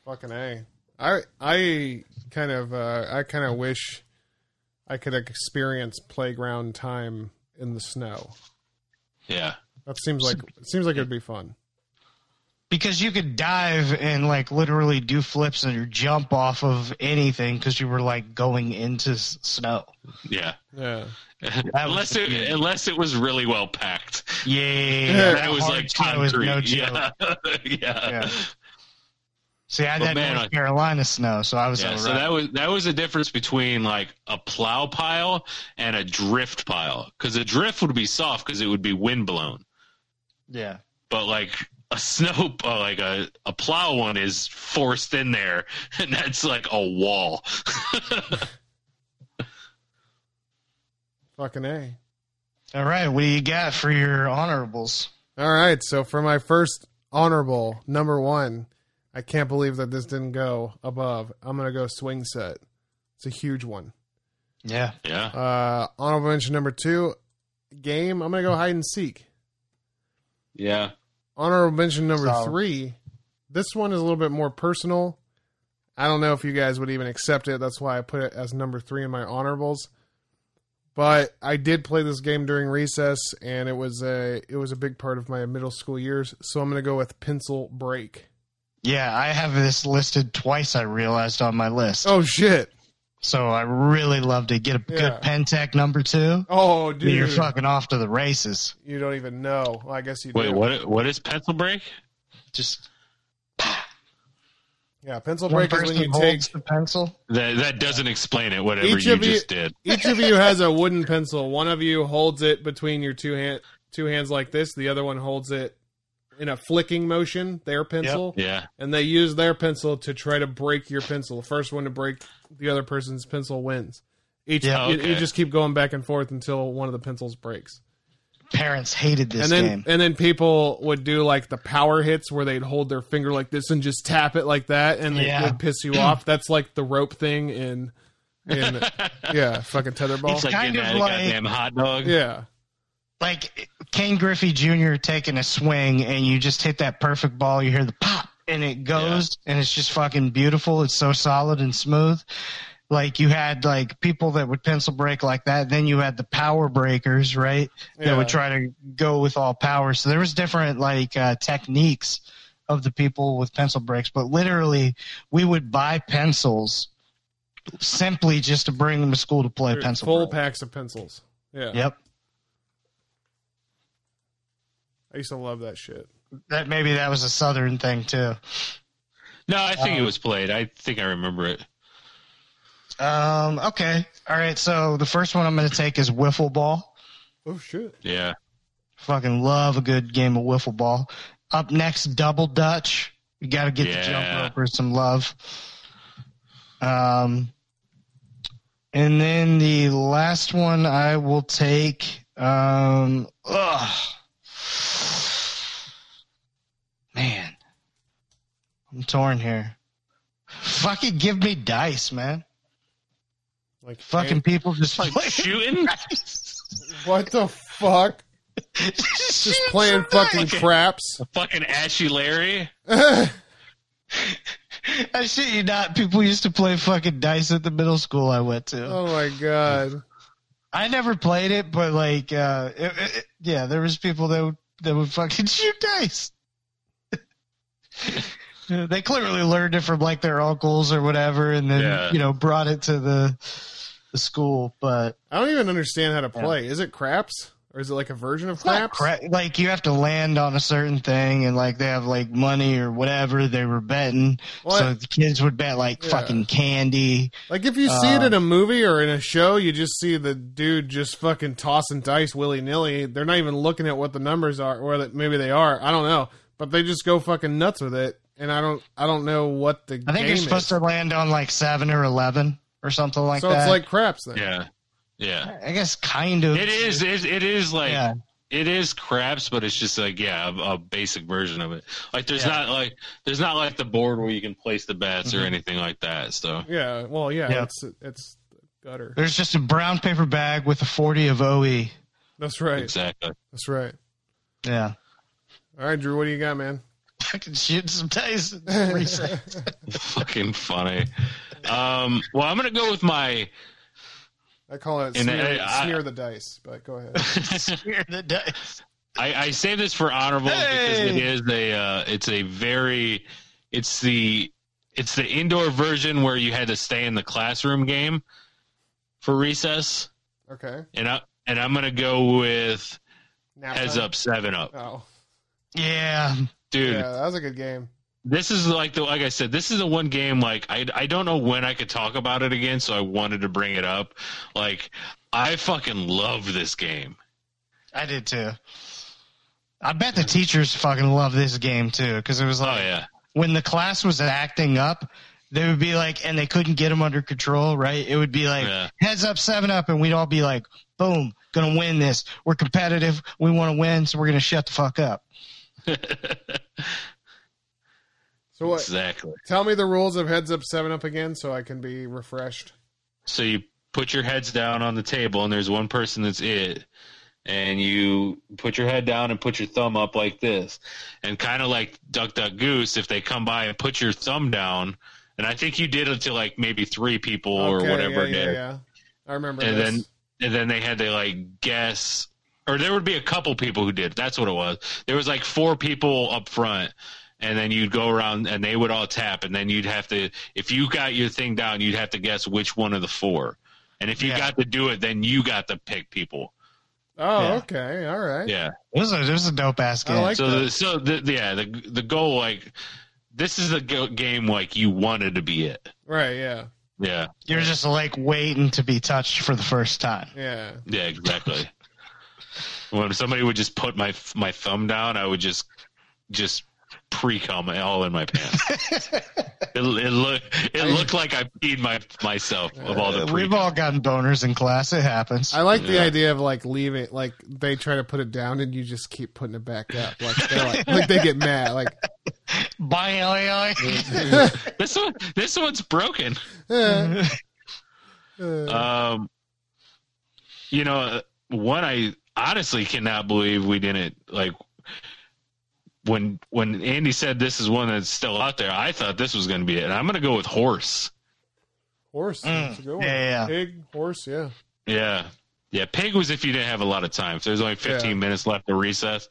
Speaker 3: Fucking a. I I kind of uh, I kind of wish I could experience playground time in the snow.
Speaker 4: Yeah.
Speaker 3: That seems like it seems like it'd be fun.
Speaker 2: Because you could dive and like literally do flips and jump off of anything because you were like going into s- snow.
Speaker 4: Yeah.
Speaker 3: Yeah.
Speaker 4: unless it unless it was really well packed.
Speaker 2: Yeah, yeah,
Speaker 3: Yeah,
Speaker 2: yeah.
Speaker 4: That was
Speaker 2: hard
Speaker 4: like
Speaker 2: snow is
Speaker 4: concrete.
Speaker 2: no joke.
Speaker 4: [laughs] yeah. [laughs] yeah.
Speaker 2: Yeah. See, I had
Speaker 4: But
Speaker 2: that
Speaker 4: man,
Speaker 2: North
Speaker 4: I-
Speaker 2: Carolina snow, so I was
Speaker 4: Yeah,
Speaker 2: all
Speaker 4: so
Speaker 2: right.
Speaker 4: that was that was the difference between like a plow pile and a drift pile. Because a drift would be soft because it would be wind blown,
Speaker 2: yeah,
Speaker 4: but like a [laughs] snow, uh, like a a plow one is forced in there, [laughs] and that's like a wall. [laughs]
Speaker 3: Fucking a.
Speaker 2: all right. What do you got for your honorables?
Speaker 3: All right. So for my first honorable number one, I can't believe that this didn't go above. I'm gonna go swing set. It's a huge one.
Speaker 2: Yeah,
Speaker 4: yeah,
Speaker 3: Uh, honorable mention number two, game. I'm gonna go hide and seek.
Speaker 4: yeah,
Speaker 3: honorable mention number
Speaker 2: Solid.
Speaker 3: three. This one is a little bit more personal. I don't know if you guys would even accept it. That's why I put it as number three in my honorables. But I did play this game during recess, and it was a it was a big part of my middle school years. So I'm gonna go with Pencil Break.
Speaker 2: yeah. I have this listed twice. I realized on my list,
Speaker 3: Oh shit!
Speaker 2: so I really loved it. Get a
Speaker 3: Yeah.
Speaker 2: good Pentec number two.
Speaker 3: Oh
Speaker 2: then
Speaker 3: dude,
Speaker 2: You're fucking off to the races.
Speaker 3: you don't even know. Well, I guess you.
Speaker 4: Wait,
Speaker 3: do.
Speaker 4: what? What is pencil break?
Speaker 2: Just
Speaker 3: Yeah, Pencil
Speaker 2: one
Speaker 3: Break is when
Speaker 2: person
Speaker 3: you take
Speaker 2: holds the pencil.
Speaker 4: That that doesn't explain it. Whatever
Speaker 3: Each
Speaker 4: you
Speaker 3: of you-
Speaker 4: just did.
Speaker 3: Each of you has a wooden pencil. One of you holds it between your two hand two hands like this. The other one holds it in a flicking motion, their pencil,
Speaker 4: Yeah,
Speaker 3: and they use their pencil to try to break your pencil. The first one to break the other person's pencil wins. Each
Speaker 2: Yeah.
Speaker 3: you,
Speaker 4: Okay.
Speaker 3: you just keep going back and forth until one of the pencils breaks.
Speaker 2: Parents hated this
Speaker 3: and then
Speaker 2: game.
Speaker 3: and then people would do like the power hits where they'd hold their finger like this and just tap it like that and
Speaker 2: Yeah.
Speaker 3: it would piss you off. That's like the rope thing in in yeah, fucking tetherball.
Speaker 4: it's like
Speaker 2: kind
Speaker 4: getting
Speaker 2: of
Speaker 4: that
Speaker 2: like-
Speaker 4: goddamn hot dog.
Speaker 3: yeah.
Speaker 2: like Ken Griffey Jr. taking a swing and you just hit that perfect ball, you hear the pop and it goes and it's just fucking beautiful. It's so solid and smooth. Like you had like people that would pencil break like that. Then you had the power breakers, right? That
Speaker 3: Yeah.
Speaker 2: would try to go with all power. So there was different like uh, techniques of the people with pencil breaks, but literally we would buy pencils simply just to bring them to school to play pencil.
Speaker 3: full
Speaker 2: break.
Speaker 3: packs of pencils. Yeah,
Speaker 2: Yep.
Speaker 3: I used to love that shit.
Speaker 2: That maybe that was a southern thing too.
Speaker 4: No, I think it was played. I think I remember it.
Speaker 2: Um, okay. All right. So the first one I'm going to take is Wiffle Ball.
Speaker 3: Oh shit!
Speaker 4: Yeah.
Speaker 2: Fucking love a good game of Wiffle Ball. Up next, Double Dutch. You got to get the
Speaker 4: Yeah.
Speaker 2: jump ropers some love. Um, and then the last one I will take. Um, ugh. Man, I'm torn here. Fucking give me dice, man.
Speaker 3: Like
Speaker 2: Fucking people just
Speaker 4: Like
Speaker 2: play- [laughs]
Speaker 4: shooting?
Speaker 3: what the fuck? Just
Speaker 2: [laughs]
Speaker 3: playing fucking craps.
Speaker 4: Fucking Ashy Larry?
Speaker 3: yeah,
Speaker 2: I shit you not. People used to play fucking dice at the middle school I went to.
Speaker 3: Oh my god.
Speaker 2: I never played it, but like, uh, it, it- it- yeah, there was people that would, that would fucking [laughs] shoot dice. they clearly learned it from like their uncles or whatever, and then
Speaker 4: Yeah.
Speaker 2: you know brought it to the the school. But
Speaker 3: I don't even understand how to play. Is it craps? Or is it like a version of
Speaker 2: it's not
Speaker 3: craps?
Speaker 2: cra- like you have to land on a certain thing, and like they have like money or whatever they were betting.
Speaker 3: Well,
Speaker 2: So the kids would bet like
Speaker 3: Yeah.
Speaker 2: fucking candy.
Speaker 3: Like if you see it
Speaker 2: Uh,
Speaker 3: in a movie or in a show, you just see the dude just fucking tossing dice willy nilly. They're not even looking at what the numbers are, or that maybe they are. I don't know, but they just go fucking nuts with it. And I don't, I don't know what the.
Speaker 2: I think you're
Speaker 3: game
Speaker 2: supposed
Speaker 3: is.
Speaker 2: to land on like seven or eleven or something like
Speaker 3: so
Speaker 2: that.
Speaker 3: it's like craps then.
Speaker 4: Yeah, yeah.
Speaker 2: I guess kind of.
Speaker 4: It is. It, it is like
Speaker 2: Yeah.
Speaker 4: it is craps, but it's just like yeah, a, a basic version of it. Like there's not like there's not like the board where you can place the bets
Speaker 2: Mm-hmm.
Speaker 4: or anything like that. So
Speaker 3: Yeah, Well, yeah.
Speaker 2: Yeah.
Speaker 3: It's it's gutter.
Speaker 2: There's just a brown paper bag with a 40 of E. OE.
Speaker 3: That's right.
Speaker 4: exactly. [laughs]
Speaker 3: That's right.
Speaker 2: Yeah.
Speaker 3: All right, Drew. What do you got, man?
Speaker 2: I can shoot some dice. in three seconds.
Speaker 4: Fucking funny. Um, well, I'm gonna go with my. [laughs]
Speaker 3: I call it
Speaker 4: And uh,
Speaker 3: smear,
Speaker 4: I- I-
Speaker 3: smear the dice. But go ahead.
Speaker 2: Here, the dice.
Speaker 4: I, I say this for honorable because
Speaker 2: Hey!
Speaker 4: it is a uh, it's a very it's the it's the indoor version where you had to stay in the classroom game for recess,
Speaker 3: Okay.
Speaker 4: and I and I'm gonna go with
Speaker 3: Nap
Speaker 4: heads
Speaker 3: time?
Speaker 4: up seven up,
Speaker 3: Oh,
Speaker 2: Yeah.
Speaker 4: dude.
Speaker 3: yeah. That was a good game.
Speaker 4: This is like the like I said, this is the one game like I I don't know when I could talk about it again, so I wanted to bring it up. Like I fucking love this game.
Speaker 2: I did too. I bet the teachers fucking love this game too because it was
Speaker 4: Oh
Speaker 2: like
Speaker 4: yeah,
Speaker 2: when the class was acting up, they would be like, and they couldn't get them under control, right? It would be like,
Speaker 4: Yeah.
Speaker 2: heads up, seven up, and we'd all be like, boom, gonna win this. We're competitive. We want to win, so we're gonna shut the fuck up.
Speaker 3: So what?
Speaker 4: exactly.
Speaker 3: Tell me the rules of heads up, seven up again, so I can be refreshed.
Speaker 4: So you put your heads down on the table, and there's one person that's it, and you put your head down and put your thumb up like this, and kind of like duck duck goose. If they come by and put your thumb down, and I think you did it to like maybe three people or
Speaker 3: Okay, Yeah,
Speaker 4: whatever it
Speaker 3: yeah,
Speaker 4: is.
Speaker 3: yeah. I remember.
Speaker 4: and
Speaker 3: this.
Speaker 4: then and then they had to like guess or there would be a couple people who did that's what it was there was like four people up front and then you'd go around and they would all tap and then you'd have to if you got your thing down you'd have to guess which one of the four and if you
Speaker 2: Yeah.
Speaker 4: got to do it then you got to pick people
Speaker 3: oh,
Speaker 2: yeah.
Speaker 3: okay, all right.
Speaker 4: yeah
Speaker 2: It was a, it was a dope ass
Speaker 3: I
Speaker 2: game.
Speaker 3: like-
Speaker 4: so the, so the, yeah the the goal like this is the go- game like you wanted to be it
Speaker 3: Right. Yeah.
Speaker 4: yeah
Speaker 2: You're just like waiting to be touched for the first time.
Speaker 3: Yeah.
Speaker 4: Yeah, exactly. when somebody would just put my my thumb down, I would just just pre cum all in my pants.
Speaker 2: [laughs]
Speaker 4: it it, look, it looked like I peed my myself of all the pre.
Speaker 2: Uh, We've all gotten boners in class. It happens.
Speaker 3: I like the
Speaker 4: Yeah.
Speaker 3: idea of like leaving, like they try to put it down and you just keep putting it back up. Like, they're like, like they get mad. Like, [laughs]
Speaker 2: Bye, LA.
Speaker 4: This one this one's broken. [laughs]
Speaker 3: eh,
Speaker 4: Um, you know, one I honestly cannot believe we didn't like. When when Andy said this is one that's still out there, I thought this was going to be it. And I'm going to go with horse. Mm.
Speaker 3: horse. That's a good one.
Speaker 2: yeah, yeah.
Speaker 3: Pig, horse. Yeah.
Speaker 4: Yeah. Yeah, pig was if you didn't have a lot of time. So there's only 15
Speaker 3: Yeah.
Speaker 4: minutes left of recess.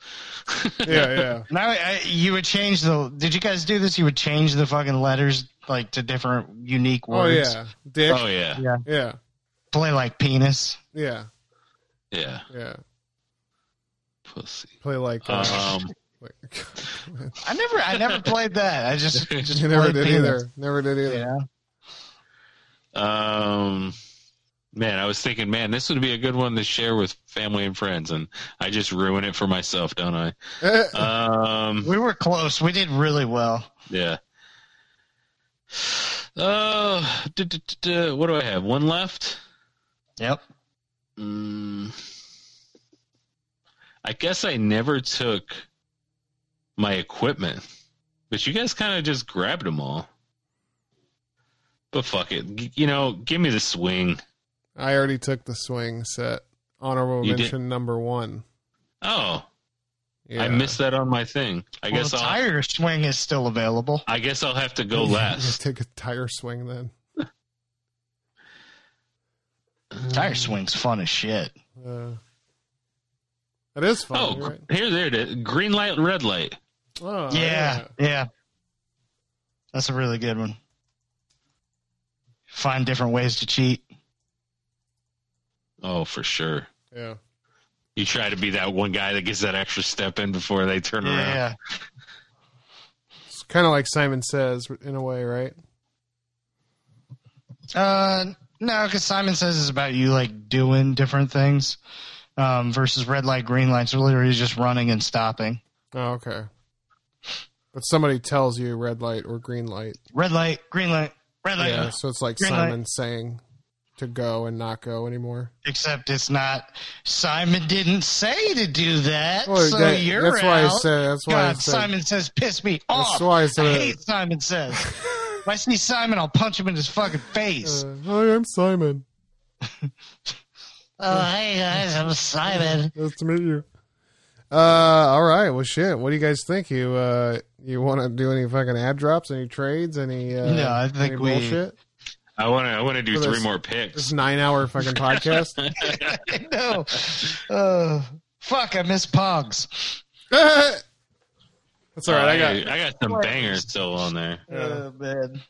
Speaker 3: Yeah.
Speaker 4: [laughs]
Speaker 3: Yeah.
Speaker 2: [laughs] Now I, you would change the. Did you guys do this? You would change the fucking letters like to different unique
Speaker 3: oh
Speaker 2: words.
Speaker 3: yeah. Dick.
Speaker 4: Oh yeah,
Speaker 3: Yeah.
Speaker 2: Play like penis.
Speaker 3: Yeah.
Speaker 4: yeah.
Speaker 3: Yeah.
Speaker 4: Pussy.
Speaker 3: Play like. Uh,
Speaker 4: Um,
Speaker 3: like- [laughs]
Speaker 2: I never, I never played that. I just, just
Speaker 3: you never
Speaker 2: played
Speaker 3: did
Speaker 2: penis.
Speaker 3: either. Never did either.
Speaker 2: Yeah.
Speaker 4: um, man, I was thinking, man, this would be a good one to share with family and friends, and I just ruin it for myself, don't I?
Speaker 3: Eh,
Speaker 4: Um,
Speaker 2: We were close. We did really well.
Speaker 4: yeah. Oh, duh, duh, duh, duh. what do I have? One left.
Speaker 2: Yep.
Speaker 4: Mm, I guess I never took my equipment, but you guys kind of just grabbed them all. But fuck it, G- you know, give me the swing.
Speaker 3: I already took the swing set. Honorable
Speaker 4: You did.
Speaker 3: mention number one.
Speaker 4: Oh,
Speaker 3: Yeah.
Speaker 4: I missed that on my thing. I
Speaker 2: Well,
Speaker 4: guess I'll.
Speaker 2: tire swing is still available.
Speaker 4: I guess I'll have
Speaker 3: [laughs]
Speaker 4: to go
Speaker 3: Just
Speaker 4: last.
Speaker 3: take a tire swing then. Mm.
Speaker 2: Tire swing's fun as shit.
Speaker 3: Uh, that is fun.
Speaker 4: Oh,
Speaker 3: you're right.
Speaker 4: gr- here, there it is. Green light, red light.
Speaker 3: Oh,
Speaker 2: yeah, yeah, That's a really good one. Find different ways to cheat.
Speaker 4: Oh, for sure.
Speaker 3: yeah. Yeah.
Speaker 4: You try to be that one guy that gets that extra step in before they turn around.
Speaker 2: Yeah,
Speaker 3: It's kind of like Simon says in a way, right?
Speaker 2: uh, no, because Simon says it's about you like doing different things um, versus red light, green lights are literally just running and stopping.
Speaker 3: Oh, okay. But somebody tells you red light or green light.
Speaker 2: Red light, green light, red light.
Speaker 3: Yeah. So it's like
Speaker 2: Green light.
Speaker 3: Simon saying to go and not go anymore.
Speaker 2: Except it's not. Simon didn't say to do that,
Speaker 3: Well,
Speaker 2: so
Speaker 3: that-
Speaker 2: you're
Speaker 3: Oh, that's
Speaker 2: out.
Speaker 3: why I said- that's why I
Speaker 2: God,
Speaker 3: said-
Speaker 2: Simon says, piss me off.
Speaker 3: why I said-
Speaker 2: hate Simon
Speaker 3: [laughs]
Speaker 2: says. if I see Simon, I'll punch him in his fucking face.
Speaker 3: Uh, Hi, I'm Simon.
Speaker 2: oh, hey guys, I'm [laughs] Simon.
Speaker 3: Nice to meet you. Uh, all right. Well, shit. What do you guys think? You uh, you want to do any fucking ad drops? Any trades? Any? Uh,
Speaker 2: No, I think
Speaker 3: any
Speaker 2: we-
Speaker 3: bullshit.
Speaker 4: I want to. I want to do
Speaker 3: For
Speaker 4: three
Speaker 3: this-
Speaker 4: more
Speaker 3: This
Speaker 4: picks.
Speaker 3: nine hour
Speaker 4: [laughs]
Speaker 3: fucking podcast. [laughs]
Speaker 2: no. Uh, fuck, I miss Pogs.
Speaker 3: That's all right. I got.
Speaker 4: I got. I got some bangers still on there.
Speaker 2: Oh, man.
Speaker 4: Did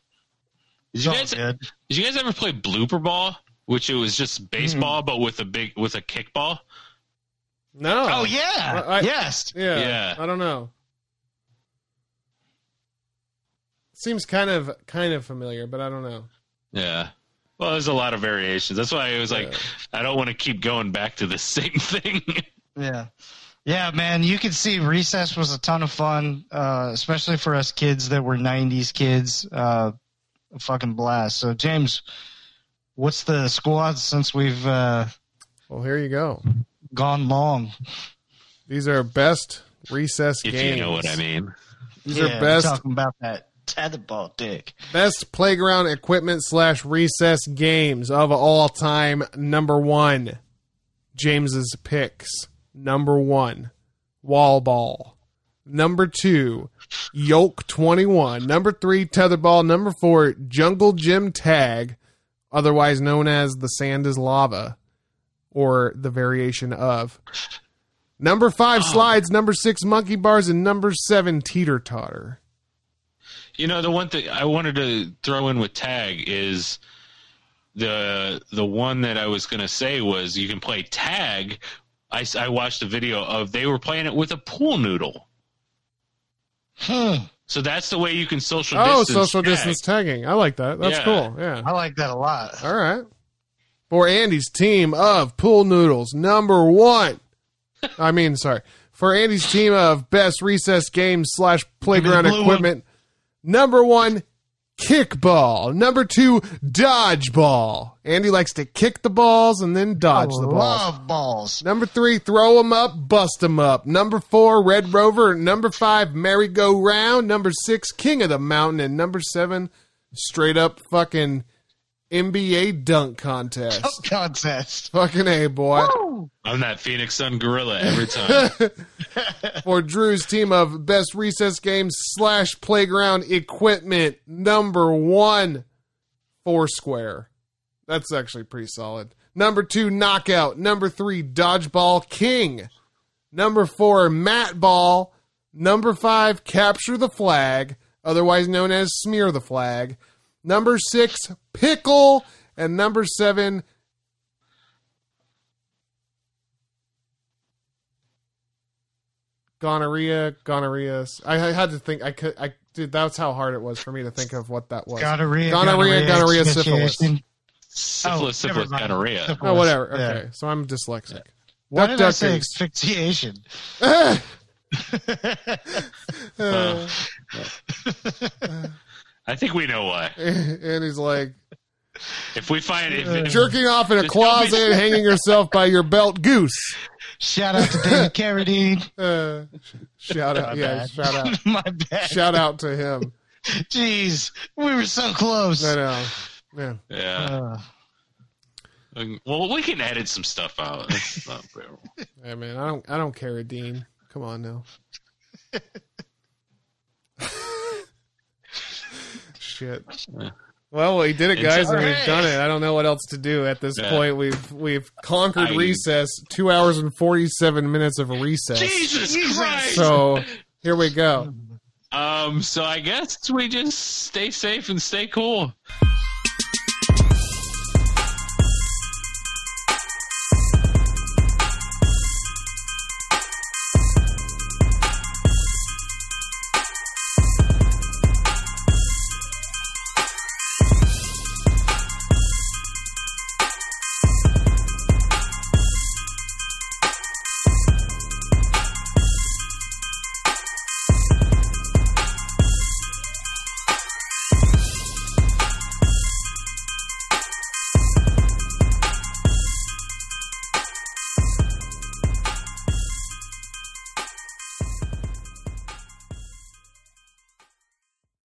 Speaker 2: It's
Speaker 4: you
Speaker 2: all
Speaker 4: guys?
Speaker 2: good.
Speaker 4: Did you guys ever play blooper ball? Which it was just
Speaker 3: Mm-hmm.
Speaker 4: baseball, but with a big with a kickball.
Speaker 3: No.
Speaker 2: Oh, yeah.
Speaker 3: I- I-
Speaker 2: yes.
Speaker 3: Yeah.
Speaker 4: Yeah.
Speaker 3: I don't know. Seems kind of kind of familiar, but I don't know.
Speaker 4: Yeah. Well, there's a lot of variations. That's why it was like,
Speaker 3: Yeah.
Speaker 4: I don't want to keep going back to the [laughs] same thing.
Speaker 2: Yeah. Yeah, man, you could see recess was a ton of fun, uh, especially for us kids that were 90s kids. Uh, a fucking blast. So, James, what's the squad since we've uh,
Speaker 3: Well, here you go.
Speaker 2: gone long?
Speaker 3: These are best recess
Speaker 4: if
Speaker 3: games.
Speaker 4: you know what I mean.
Speaker 3: These
Speaker 2: yeah,
Speaker 3: are
Speaker 2: we're
Speaker 3: best
Speaker 2: talking about that tetherball dick.
Speaker 3: best playground equipment slash recess games of all time. Number one, James's picks. Number one, wall ball. Number two, yoke twenty one. Number three, tetherball. Number four, jungle gym tag, otherwise known as the sand is lava, or the variation of. Number five, slides. Number six, monkey bars, and number seven, teeter totter.
Speaker 4: You know, the one thing I wanted to throw in with tag is the the one that I was going to say was you can play tag. I, s- I watched a video of they were playing it with a pool noodle.
Speaker 2: Hmm.
Speaker 4: So that's the way you can social
Speaker 3: Oh,
Speaker 4: distance.
Speaker 3: social
Speaker 4: tag.
Speaker 3: distance tagging. I like that. That's
Speaker 4: Yeah.
Speaker 3: cool. Yeah.
Speaker 2: I like that a lot.
Speaker 3: All right. For Andy's team of pool noodles, number one. I mean, sorry. For Andy's team of best recess games slash playground
Speaker 2: Give me the blue
Speaker 3: equipment, number one, kickball. Number two, dodgeball. Andy likes to kick the balls and then dodge
Speaker 2: Oh,
Speaker 3: the balls.
Speaker 2: Love balls.
Speaker 3: Number three, throw 'em up, bust 'em up. Number four, Red Rover. Number five, Merry Go Round. Number six, King of the Mountain. And number seven, straight up fucking NBA dunk contest.
Speaker 2: Dunk contest.
Speaker 3: Fucking A, boy.
Speaker 4: I'm that Phoenix Sun gorilla
Speaker 3: [laughs]
Speaker 4: every
Speaker 2: Oh,
Speaker 4: time.
Speaker 3: For Drew's team of best recess games slash playground equipment, number one, Foursquare. That's actually pretty solid. Number two, Knockout. Number three, Dodgeball King. Number four, Mat Ball. Number five, Capture the Flag, otherwise known as Smear the Flag. Number six, Pickle. And number seven, Gonorrhea. Gonorrhea. I, I had to think. I could. I dude. That's how hard it was for me to think of what that was.
Speaker 2: Gonorrhea.
Speaker 3: Gonorrhea. Gonorrhea. Syphilis.
Speaker 2: association.
Speaker 4: syphilis,
Speaker 2: Oh, never
Speaker 4: syphilis,
Speaker 2: mind.
Speaker 4: gonorrhea.
Speaker 2: Syphilis.
Speaker 3: Oh, whatever.
Speaker 2: Yeah.
Speaker 3: Okay, so I'm dyslexic.
Speaker 2: Why did I
Speaker 3: duck
Speaker 2: say
Speaker 3: [laughs] goose.
Speaker 2: asphyxiation?
Speaker 4: Uh, I think we know why.
Speaker 3: and
Speaker 2: [laughs]
Speaker 3: he's like
Speaker 4: If we find if, if
Speaker 3: jerking off in a
Speaker 4: Just don't
Speaker 2: [laughs]
Speaker 4: be-
Speaker 3: closet, hanging yourself by your belt, goose.
Speaker 2: Shout out to
Speaker 3: [laughs]
Speaker 2: David Carradine.
Speaker 3: Uh, sh- shout
Speaker 2: My
Speaker 3: out, yeah,
Speaker 2: bad.
Speaker 3: shout
Speaker 2: [laughs]
Speaker 3: out,
Speaker 2: My bad.
Speaker 3: shout out to him.
Speaker 2: Jeez, we were so close.
Speaker 3: No, no, yeah.
Speaker 4: yeah.
Speaker 2: Uh,
Speaker 4: Well, we can edit some stuff out. It's not terrible.
Speaker 3: Hey, man, I don't, I don't care, Dean. Come on now. Shit. Well, we did it,
Speaker 4: It's
Speaker 3: guys, and
Speaker 4: all
Speaker 3: we've
Speaker 4: right.
Speaker 3: done it. I don't know what else to do at this
Speaker 4: Yeah.
Speaker 3: point. We've we've conquered
Speaker 4: I-
Speaker 3: recess. Two hours and forty-seven minutes of recess.
Speaker 4: Jesus, Christ!
Speaker 3: So here we go.
Speaker 4: um, so I guess we just stay safe and stay cool.